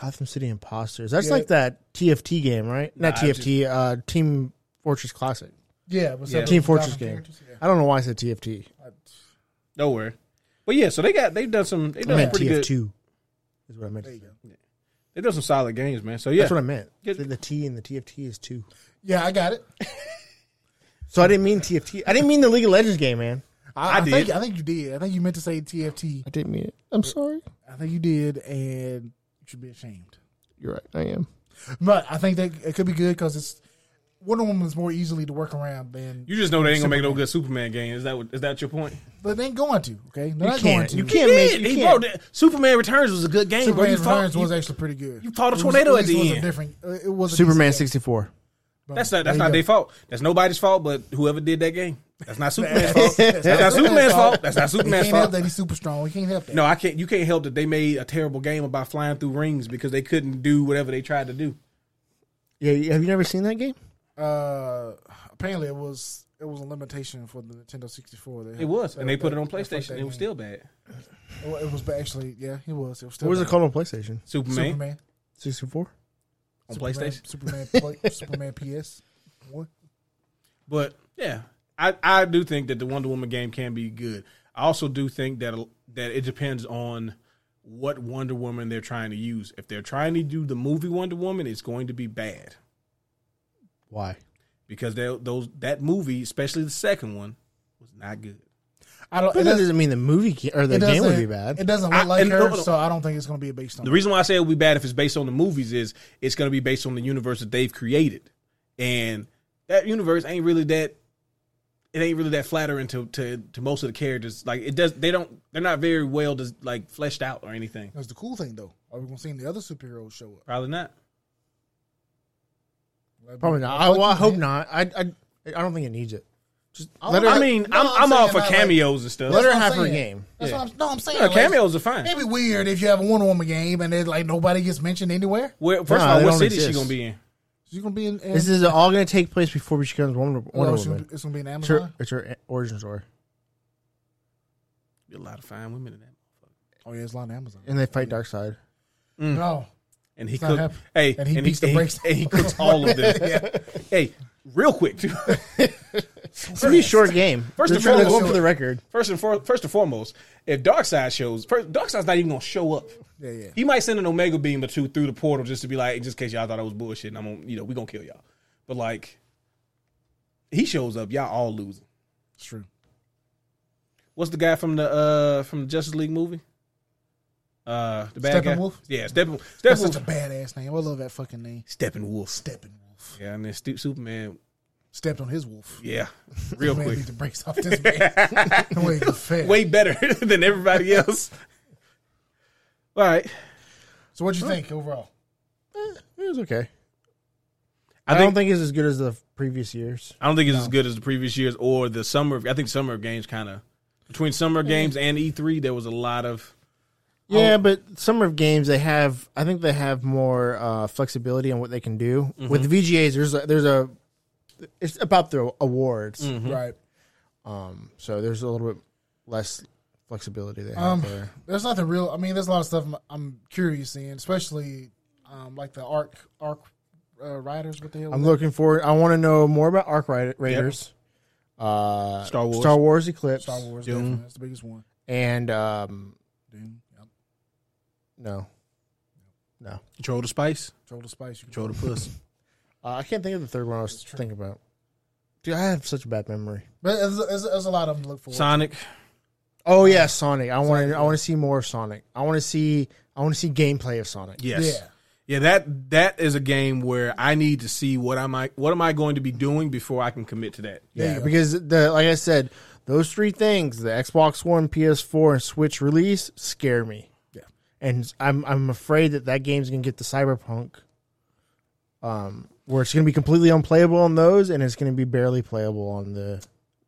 Gotham City Imposters. That's
Yeah.
like that TFT game, right? Not
Nah, I
TFT. uh, Team Fortress Classic.
Yeah, but
Yeah.
some
Team
Gotham
Fortress game.
characters, yeah.
I don't know why I said TFT.
Don't worry. But yeah, so they got they've done some they've
I
done some
meant
pretty
TF2.
good
Is what I meant.
There
to
you
say.
go.
they've done some solid games, man. So yeah,
That's what I meant.
Good.
The, the T and the TFT is two.
Yeah, I got it.
So I didn't mean TFT. I didn't mean the League of Legends game, man.
I
I, I
did.
think I think you did. I think you meant to say TFT.
I didn't mean it. I'm sorry.
I think you did, and you should be ashamed.
You're right. I am.
But I think that it could be good because it's Wonder Woman's more easily to work around than
You just know they ain't gonna make no good Superman game. Is that what, is that your point?
but they ain't going to. Okay, they're not going
can't.
to.
You can't make.
Did.
You
He-
can't.
bro, that- Superman Returns was a good game, bro. You
Superman
fought,
Returns
you-
was actually pretty good.
you fought a
It was-
tornado
at
at
least
the
it was a
end.
different. uh, It was a
Superman
decent game,
sixty four.
bro.
That's not
There
that's
you
not
go.
their fault. That's nobody's fault, but whoever did that game. That's not Superman's fault.
That's
That's not Superman's fault. That's not
He can't
Superman's
help
fault.
that he's super strong. He can't help that.
No, I can't. You can't help that they made a terrible game about flying through rings because they couldn't do whatever they tried to do.
Yeah, have you never seen that game?
Uh, apparently, it was it was a limitation for the Nintendo sixty four.
It was, and they put it on PlayStation.
that
It was
game.
still bad.
It was actually yeah, it was. It was still
What was it
bad.
called on PlayStation?
Superman,
Superman.
Sixty four.
on
Superman-
PlayStation.
Superman, play, Superman PS. One.
But yeah, I, I do think that the Wonder Woman game can be good. I also do think that that it depends on what Wonder Woman they're trying to use. If they're trying to do the movie Wonder Woman, it's going to be bad
Why?
because they, those that movie, especially the second one, was not good.
I don't.
But
It
that
doesn't,
doesn't mean the movie ca- or the
it
game would
doesn't-
be bad.
It doesn't
I-
look like
and no,
her,
no.
so I don't think it's going to be a based on.
The reason why I say it would be bad if it's based on the movies is it's going to be based on the universe that they've created, and that universe ain't really that. It ain't really that flattering to, to, to most of the characters. Like it does, they don't. They're not very well des- like fleshed out or anything.
That's the cool thing, though. Are we going to see the other superheroes show up?
Probably not.
Probably not. I, well, I hope not. I, I I don't think it needs it. Just let her.
I mean,
No,
I'm,
I'm
I'm, all
saying
for
not like-
cameos and stuff.
let her
what I'm
have her
saying.
game.
That's
Yeah.
what I'm, no, I'm saying
Yeah,
like,
cameos are fine.
It'd be weird if you have a Wonder Woman game and then like nobody gets mentioned anywhere.
Where, first
Nah,
of all,
they
what
don't
city is she
exist.
gonna be in?
She's going to be in. in
This is all going to take place before she becomes Wonder, Wonder
oh, she's gonna
Woman.
be- it's going to be in
It's
Amazon.
her, it's her origin story,
Be a lot of fine women in that.
Oh yeah, it's on Amazon.
and they fight Darkseid.
Mm.
No,
And he
not
cooked.
happening.
Hey,
And he beats the
and
brakes.
and he cooks all of them. Hey, real quick. too.
It's gonna be a short game.
First
Just
and foremost-
going for the record.
First and for, first and foremost, if Darkseid shows, first, Darkseid's not even gonna show up.
yeah, yeah.
He might send an Omega beam or two through the portal just to be like, just in case y'all thought I was bullshit. And I'm gonna, you know, we gonna kill y'all. But like, he shows up, y'all all losing.
It's true.
What's the guy from the uh from the Justice League movie? Uh, the bad guy.
Steppenwolf?
Yeah, Steppenwolf.
That's such a
Steppenwolf.
badass name. I love that fucking name.
Steppenwolf.
Steppenwolf
Yeah, and then Stu- Superman.
stepped on his wolf.
Yeah, real
Man,
quick.
beat the brakes off this man. the way he fed.
Way better than everybody else. All right,
So what you think overall?
It was okay.
I,
I,
think
don't think it's as good as the previous years.
I don't think it's as good as the previous years or the summer. of- I think summer of games kind of between summer of games and E3, there was a lot of
Yeah, but summer of games they have. I think they have more uh, flexibility on what they can do
Mm-hmm.
with VGAs. There's a, there's a it's about the awards,
Mm. Mm-hmm.
Right.
um, so there's a little bit less flexibility they have
Um,
there.
there's nothing real. I mean, there's a lot of stuff I'm, I'm curious in, especially um, like the arc arc uh, riders. What the hell?
I'm looking forward. I want to know more about Arc Rid- Raiders, uh,
Star Wars.
Star Wars Eclipse,
Star Wars.
Doom.
definitely. That's the biggest one.
and um,
Doom. Yep.
no, no.
control the spice,
Control the spice. You
control the puss.
Uh, I can't think of the third one I was thinking about. Dude, I have such a bad memory.
But there's, there's, there's a lot of them to look for.
Sonic.
Oh yeah, Sonic. I want to. I want to see more of Sonic. I want to see. I want to see gameplay of Sonic.
Yes.
Yeah.
Yeah, that that is a game where I need to see what am I what am I going to be doing before I can commit to that.
Yeah, because the like I said, those three things, the Xbox One, PS4, and Switch release scare me.
Yeah.
And I'm I'm afraid that that game's going to get the Cyberpunk um where it's going to be completely unplayable on those and it's going to be barely playable on the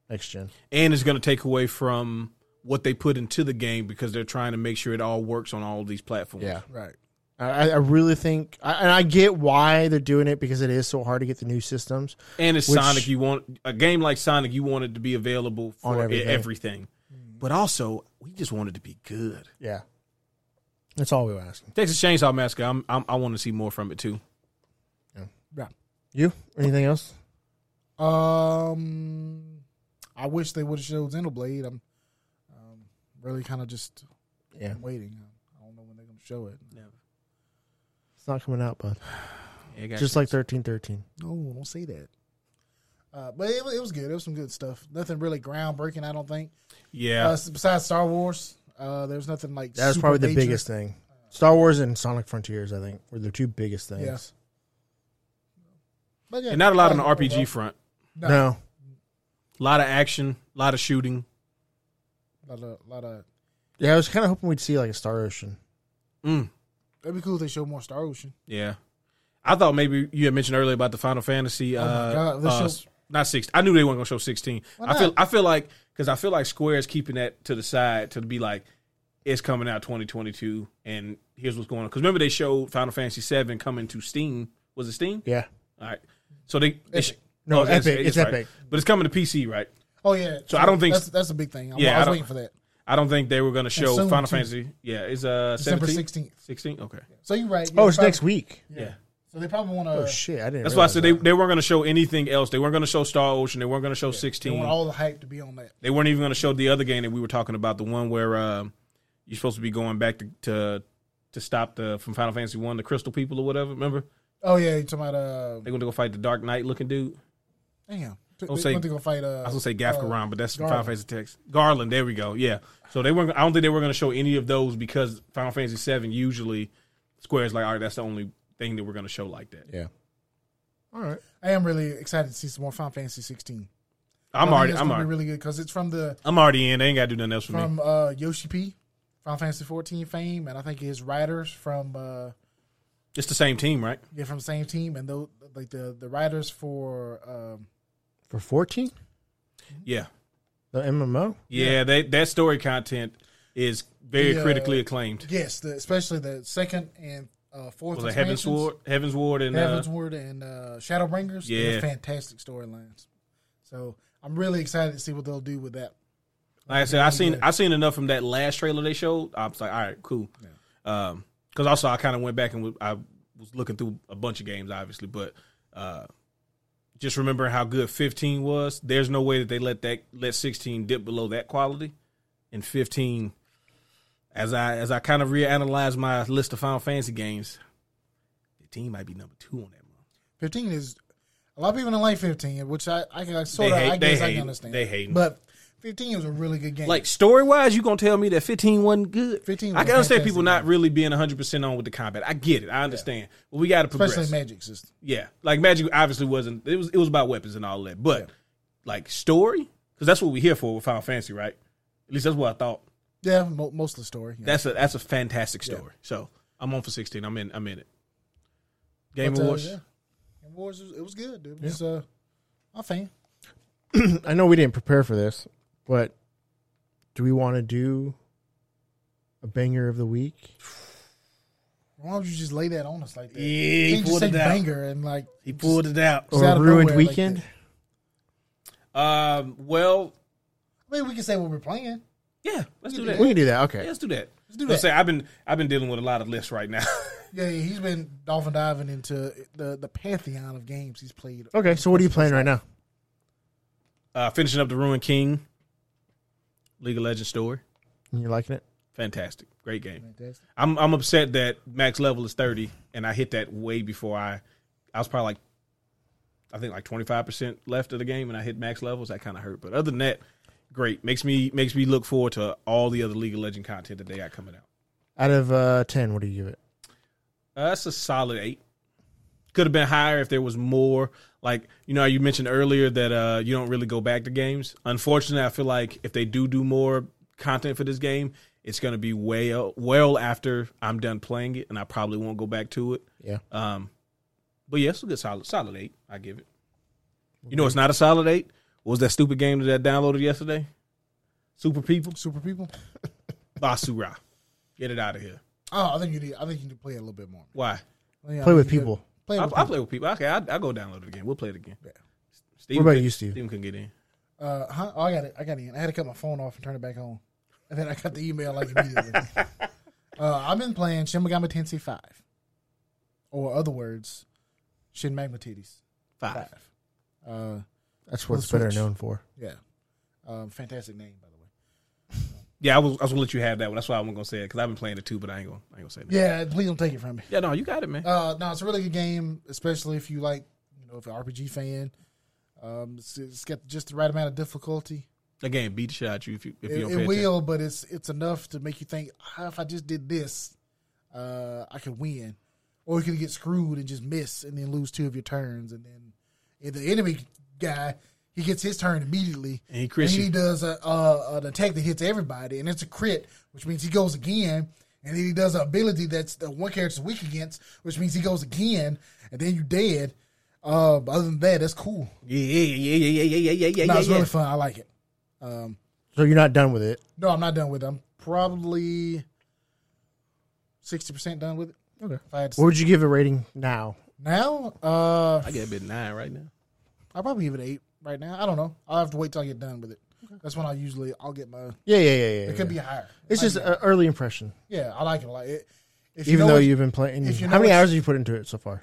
next gen.
and it's going to take away from what they put into the game because they're trying to make sure it all works on all of these platforms.
Right.
I, I really think, I, and I get why they're doing it because it is so hard to get the new systems.
and it's
Which-
Sonic. You want a game like Sonic, you want it to be available for
On
e- everything.
everything. Mm.
but also we just want it to be good.
Yeah, that's all we were asking.
Texas Chainsaw Massacre. I'm, I'm, I want to see more from it too.
Right.
You anything else?
Um, I wish they would have showed Xenoblade. I'm um, really kind of just
Yeah,
waiting. I don't know when they're going to show it.
it's not coming out, bud.
Yeah, it got
Just
you.
like thirteen thirteen.
No, don't say that. Uh, but it, wa- it was good. It was some good stuff. Nothing really groundbreaking, I don't think.
yeah,
Uh, s- besides Star Wars, uh, there's nothing like
That was
super
probably the
major.
biggest thing. Star Wars and Sonic Frontiers, I think, were the two biggest things.
Yeah. But yeah, uh,
and not a lot on the
I-
RPG front.
No.
No.
A lot of action, a lot of shooting.
A lot of, lot of,
Yeah, I was kind of hoping we'd see like a Star Ocean.
Mm,
it'd be cool if they show more Star Ocean.
yeah, I thought maybe you had mentioned earlier about the Final Fantasy.
Oh my
uh,
God, let's
uh,
show-
s- not sixteen. I knew they weren't gonna show sixteen.
Why
I feel.
not?
I feel like because I feel like Square is keeping that to the side to be like it's coming out twenty twenty two, and here's what's going on. Because remember they showed Final Fantasy seven coming to Steam. Was it Steam?
Yeah.
All right. So they, they sh- Oh,
No,
it's-
Epic. It's
right.
Epic.
but it's coming to PC, right?
Oh yeah.
So I don't think-
that's that's a big thing. I'm,
Yeah,
I
I
was
don't-
waiting for that.
I don't think they were going to show
soon,
Final
too.
Fantasy. Yeah, it's uh
December
17?
sixteenth.
16? Okay.
So you're right.
Oh,
yeah,
it's
probably-
next week.
Yeah.
So they probably want to.
Oh shit! I didn't.
That's why I
realize
said they,
that.
they weren't going to show anything else. They weren't going to show Star Ocean. They weren't going to show
They
16.
want all the hype to be on that.
they weren't even going to show the other game that we were talking about, the one where um, you're supposed to be going back to to, to stop the from Final Fantasy 1, the Crystal People or whatever. Remember?
Oh yeah, you talking about uh?
They're going to go fight the Dark Knight looking dude.
Damn. They
Don't say-
went to go fight. Uh,
I was gonna say Gafkaran, but that's from Final
Garland.
Fantasy text. Garland, there we go. Yeah. So they weren't. I don't think they were gonna show any of those because Final Fantasy Seven usually Square's like, all right, that's the only thing that we're gonna show like that.
Yeah. All right.
I am really excited to see some more Final Fantasy 16.
I'm already,
It's
I'm
gonna
already,
be really good because it's from the
I'm already in. They ain't gotta do nothing else for me.
from uh, Yoshi P, Final Fantasy 14 fame, and I think his writers from uh,
It's the same team, right?
yeah from the same team, and those like the the writers for um,
For fourteen,
Yeah.
the MMO.
Yeah. They, that story content is very
The, uh,
critically acclaimed.
yes, the, especially the second and uh, fourth
Was it Heaven's
expansions,
Ward, Heaven's Ward, and uh,
Heaven's Ward and uh, Shadowbringers.
Yeah.
they're fantastic storylines. So I'm really excited to see what they'll do with that.
Like I said, I seen I seen enough from that last trailer they showed. I was like, all right, cool. Because also I kind of went back and w- I was looking through a bunch of games, obviously, but uh, just remembering how good 15 was. There's no way that they let that let 16 dip below that quality. And 15, as I as I kind of reanalyze my list of Final Fantasy games, 15 might be number two on that. month.
15 is a lot of people don't like 15, which I I, can
They
sort of
hate-
I
they
guess I
hate-
can understand.
they hate 'em.
but 15 was a really good game.
Like story wise, you gonna tell me that fifteen wasn't good?
15
I
was
can understand
fantastic,
people not really being hundred percent on with the combat. I get it. I understand. But we got to progress.
especially Magic System.
yeah, like magic obviously wasn't. It was it was about weapons and all that, but like story, because that's what we here for with Final Fantasy, right? At least that's what I thought.
Yeah, mo- most of the story. yeah.
That's a that's a fantastic story. So I'm on for sixteen. I'm in. I'm in it. Game
But, uh,
Awards.
yeah. Game Awards, was- it was good. It was uh, I'm a fan.
I know we didn't prepare for this, but do we want to do a banger of the week?
Why don't you just lay that on us like that?
Yeah,
You
he
can't just
pulled
say
it out.
banger Oh. and like
He pulled it out.
Just out
Or
of
ruined
nowhere like
weekend?
that.
Um. Well,
I mean we can say what we're playing.
yeah. Let's do that.
we can do that. Okay.
Yeah, let's do that. Let's
do that.
Say I've been I've been dealing with a lot of lists right now.
Yeah, yeah, he's been dolphin diving into the the pantheon of games he's played.
Okay. So what are you playing right now?
uh, finishing up the Ruin King, League of Legends story.
And you liking it?
Fantastic, great game.
Fantastic.
I'm I'm upset that max level is 30, and I hit that way before I. I was probably like, I think like 25 percent left of the game, and I hit max levels. That kind of hurt, but other than that, great. Makes me makes me look forward to all the other League of Legends content that they got coming out.
Out of uh, ten, what do you give it?
Uh, that's a solid eight. Could have been higher if there was more. Like you know, you mentioned earlier that uh, you don't really go back to games. Unfortunately, I feel like if they do do more content for this game, it's going to be way well after I'm done playing it, and I probably won't go back to it.
Yeah.
Um, but yeah, it's a good solid solid eight. I give it. You know, it's not a solid eight. What was that stupid game that I downloaded yesterday? Super People,
Super people.
Basura. Get it out of here.
Oh, I think you need. I think you need to play a little bit more.
Why?
Yeah, I
Play
think
with
you
people.
could- Play
I,
with
I play with people. Okay, I, I go download it again. We'll play it again.
Yeah.
Steven
What about
couldn't-
you, Steve?
Steven couldn't get in.
Uh, huh? oh, I got it. I got it. I had to cut my phone off and turn it back on, and then I got the email like immediately. uh, I've been playing Shin Megami Tensei Five, or other words, Shin Magma Titties
Five.
Five. Uh,
That's what
On
it's better
Switch.
known for.
yeah, um, fantastic name by the way.
Yeah, I was, I was gonna let you have that one. That's why I wasn't gonna say it because I've been playing it too, but I ain't gonna, I ain't gonna say that.
Yeah, please don't take it from me.
Yeah, no, you got it, man.
Uh, no, it's a really good game, especially if you like, you know, if you're an RPG fan. Um, it's, it's got just the right amount of difficulty.
that game beat the shit out you if you if you
It,
don't
it
pay attention.
will, but it's it's enough to make you think ah, if I just did this, uh, I could win, or you could get screwed and just miss and then lose two of your turns, and then If the enemy guy, he gets his turn immediately.
And he crits
And he
you.
does a, a, an attack that hits everybody, and it's a crit, which means he goes again. And then he does an ability that's the one character's weak against, which means he goes again, and then you dead. Uh, other than that, that's cool.
Yeah, yeah, yeah, yeah, yeah, yeah, yeah, yeah,
No,
yeah.
it's
yeah.
really fun. I like it.
So you're not done with it.
No, I'm not done with it. I'm probably sixty percent done with it. Okay. If I had to
What would you give a rating now?
now, uh,
I get a bit nine right now.
I'll probably give it an eight right now. I don't know. I'll have to wait till I get done with it. That's when I usually I'll get my.
Yeah, yeah, yeah, yeah.
It could be higher.
It's just an early impression.
Yeah, I like it a lot. It, if
Even
know
though
what-
you've been playing,
if you
how
know
many
it's-
hours have you put into it so far?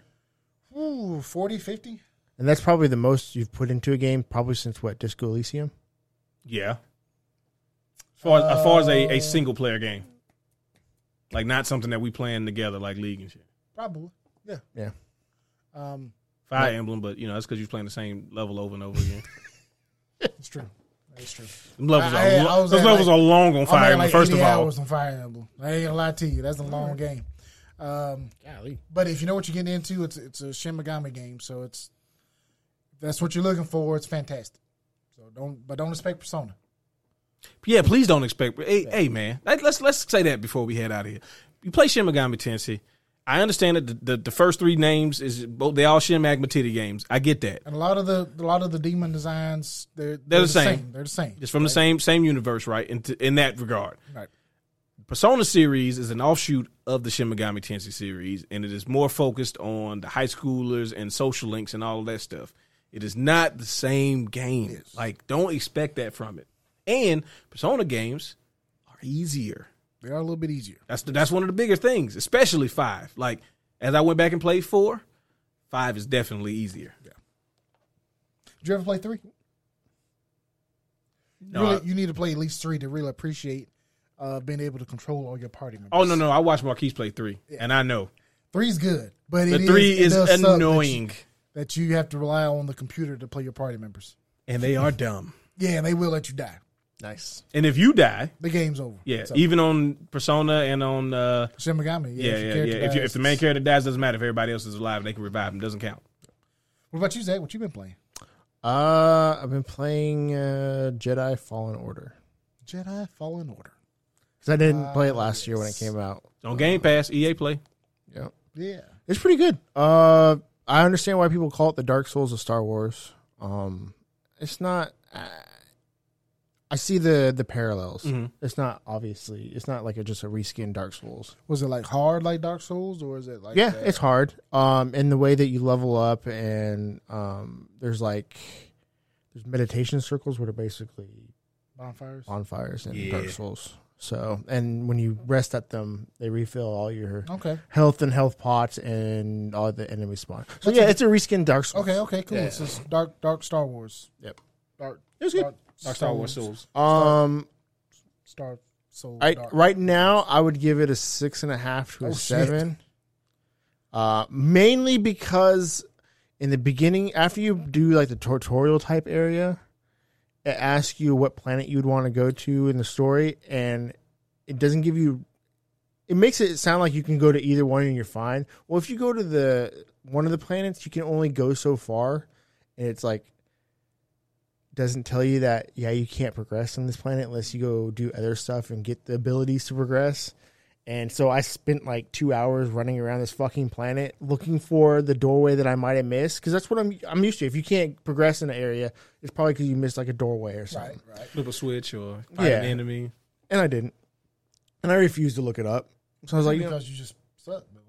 ooh, 40, 50?
And that's probably the most you've put into a game, probably since what Disco Elysium.
Yeah. As far as, as far as
Uh,
a, a single player game, like not something that we playing together like League and shit.
probably. Yeah.
Yeah.
Um,
Fire Emblem, but you know that's because you're playing the same level over and over again.
it's true. It's true.
Them levels
I- I-
are
I
lo-
was
those
at,
levels
like-
are long on
I'm
Fire
at
Emblem.
like
first
80
of all,
hours on Fire Emblem. I ain't gonna lie to you. That's a long game. Um,
Golly.
But if you know what you're getting into, it's it's a Shin Megami game, so it's if that's what you're looking for. It's fantastic. So don't, but don't expect Persona.
yeah. Please don't expect. Hey, hey man, Let- let's let's say that before we head out of here. You play Shin Megami Tensei. I understand that the, the, the first three names is both they all Shin Megami Tensei games. I get that.
And a lot of the a lot of the demon designs, they're they're,
the
the,
same.
same. They're the same.
It's from the same same universe, right? In in that regard.
Right.
Persona series is an offshoot of the Shin Megami Tensei series, and it is more focused on the high schoolers and social links and all of that stuff. It is not the same game. Like, don't expect that from it. And Persona games are easier.
They are a little bit easier.
That's the, that's one of the bigger things, especially five. Like, as I went back and played four, five is definitely easier.
Did you ever play three?
No,
really,
I-
you need to play at least three to really appreciate uh, being able to control all your party members.
oh no, no, I watched Marquise play three, and I know
Three's good, but
the
it
three
it
is
does suck that you-
annoying,
that you have to rely on the computer to play your party members.
and they are dumb.
Yeah, and they will let you die.
Nice.
And if you die,
The game's over.
Yeah,
So,
even on Persona and on uh,
Shin Megami.
yeah, yeah,
Yeah, your
yeah.
character
If, you,
dies,
if the main
it's-
character dies, doesn't matter. If everybody else is alive, they can revive him. Doesn't count.
What about you, Zach? What you been playing?
Uh, I've been playing uh, Jedi Fallen Order
Jedi Fallen Order.
because I didn't play it last year when it came out.
It's on Game Pass, EA Play.
Yeah,
Yeah.
it's pretty good. Uh, I understand why people call it the Dark Souls of Star Wars. Um, it's not. Uh, I see the the parallels.
Mm-hmm.
It's not obviously. It's not like a, just a reskin Dark Souls.
Was it like hard like Dark Souls or is it like
Yeah,
that?
it's hard. Um, in the way that you level up, and um, there's like there's meditation circles where they're basically
bonfires?
bonfires and
Yeah.
Dark Souls. So, and when you rest at them, they refill all your
Okay.
health and health pots and all the enemy spawn. So
That's
yeah,
a-
it's a reskin Dark Souls.
Okay, okay, cool.
Yeah.
It's just Dark Dark Star Wars.
Yep.
Dark
It was good.
Dark,
Dark Star Wars Souls.
Um,
Star Soul
I
Dark.
right now I would give it a six and a half to a
Oh, shit.
seven. Uh, mainly because in the beginning, after you do like the tutorial type area, it asks you what planet you'd want to go to in the story, and it doesn't give you. It makes it sound like you can go to either one and you're fine. Well, if you go to the one of the planets, you can only go so far, and it's like doesn't tell you that yeah you can't progress on this planet unless you go do other stuff and get the abilities to progress and so i spent like two hours running around this fucking planet looking for the doorway that i might have missed because that's what I'm, I'm used to if you can't progress in an area it's probably because you missed like a doorway or something
Right, right.
Flip a switch or fight
Yeah.
an enemy.
and i didn't and i refused to look it up so i was like you know,
because you just suck, man.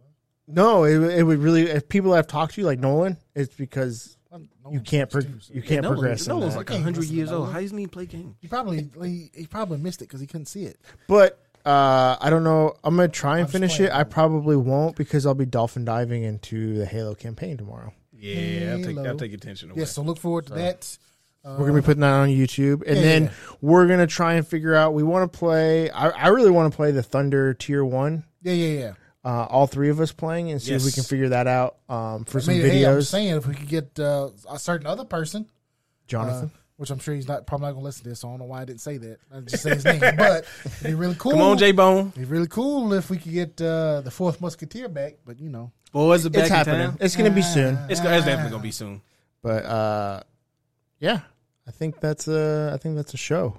no it, it would really if people i've talked to like nolan it's because
I'm- no
you
one
can't
sucks
prog-
too, Oh, so-
you can't progress
No
in
one's
that.
like
Okay,
hundred
listen,
years
no
old.
one-
How does he even play games?
He probably he, he probably missed it because he couldn't see it.
But uh, I don't know. I'm gonna try and
just
finish
playing.
it. I probably won't because I'll be dolphin diving into the Halo campaign tomorrow.
Yeah, I'll take
Halo.
I'll take your attention away.
Yes, so look forward to that.
we're gonna be putting that on YouTube, and
yeah,
then
yeah.
we're gonna try and figure out. We want to play. I, I really want to play the Thunder Tier One.
Yeah, yeah, yeah.
Uh, all three of us playing and see if we
Yes.
can figure that out um, for
I
some
mean,
videos.
hey, I'm saying if we could get uh, a certain other person, uh,
Jonathan,
which I'm sure he's not probably not gonna listen to this, so I don't know why I didn't say that. I just say his name, but it'd be really cool.
Come on, J Bone.
It'd be really cool if we could get uh, the fourth musketeer back, but you know,
Boys are back
it's
in
happening.
town.
It's gonna be soon,
It's, it's definitely gonna be soon.
But uh, yeah, I think that's a I think that's a show.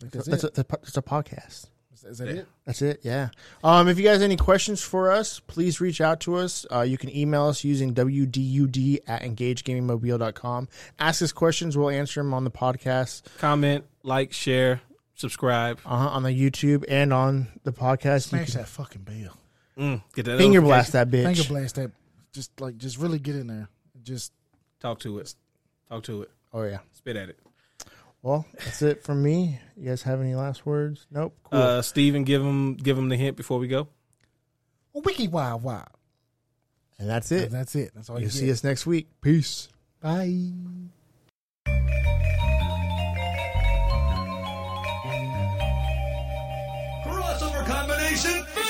That's
that's,
it.
A, that's, a, po- that's a podcast.
Is- Is that it?
That's it. Yeah. Um, if you guys have any questions for us, please reach out to us. Uh, you can email us using wdud at engagegamingmobile.com. Ask us questions. We'll answer them on the podcast,
Comment, like, share, subscribe.
uh, on the YouTube, and on the podcast. You
Smash
can
that fucking bell.
Mm, get that
finger
notification.
blast that bitch.
Finger blast that. Just like, just really get in there. Just
Talk to it. Talk to it.
oh, yeah.
Spit at it.
Well, that's it from me. You guys have any last words? Nope. Cool.
Uh, Steven, give him give him the hint before we go.
wiki oh, wild wild.
and that's it.
That's it. That's all you
You'll
get.
see us next week. Peace.
Bye.
Crossover combination.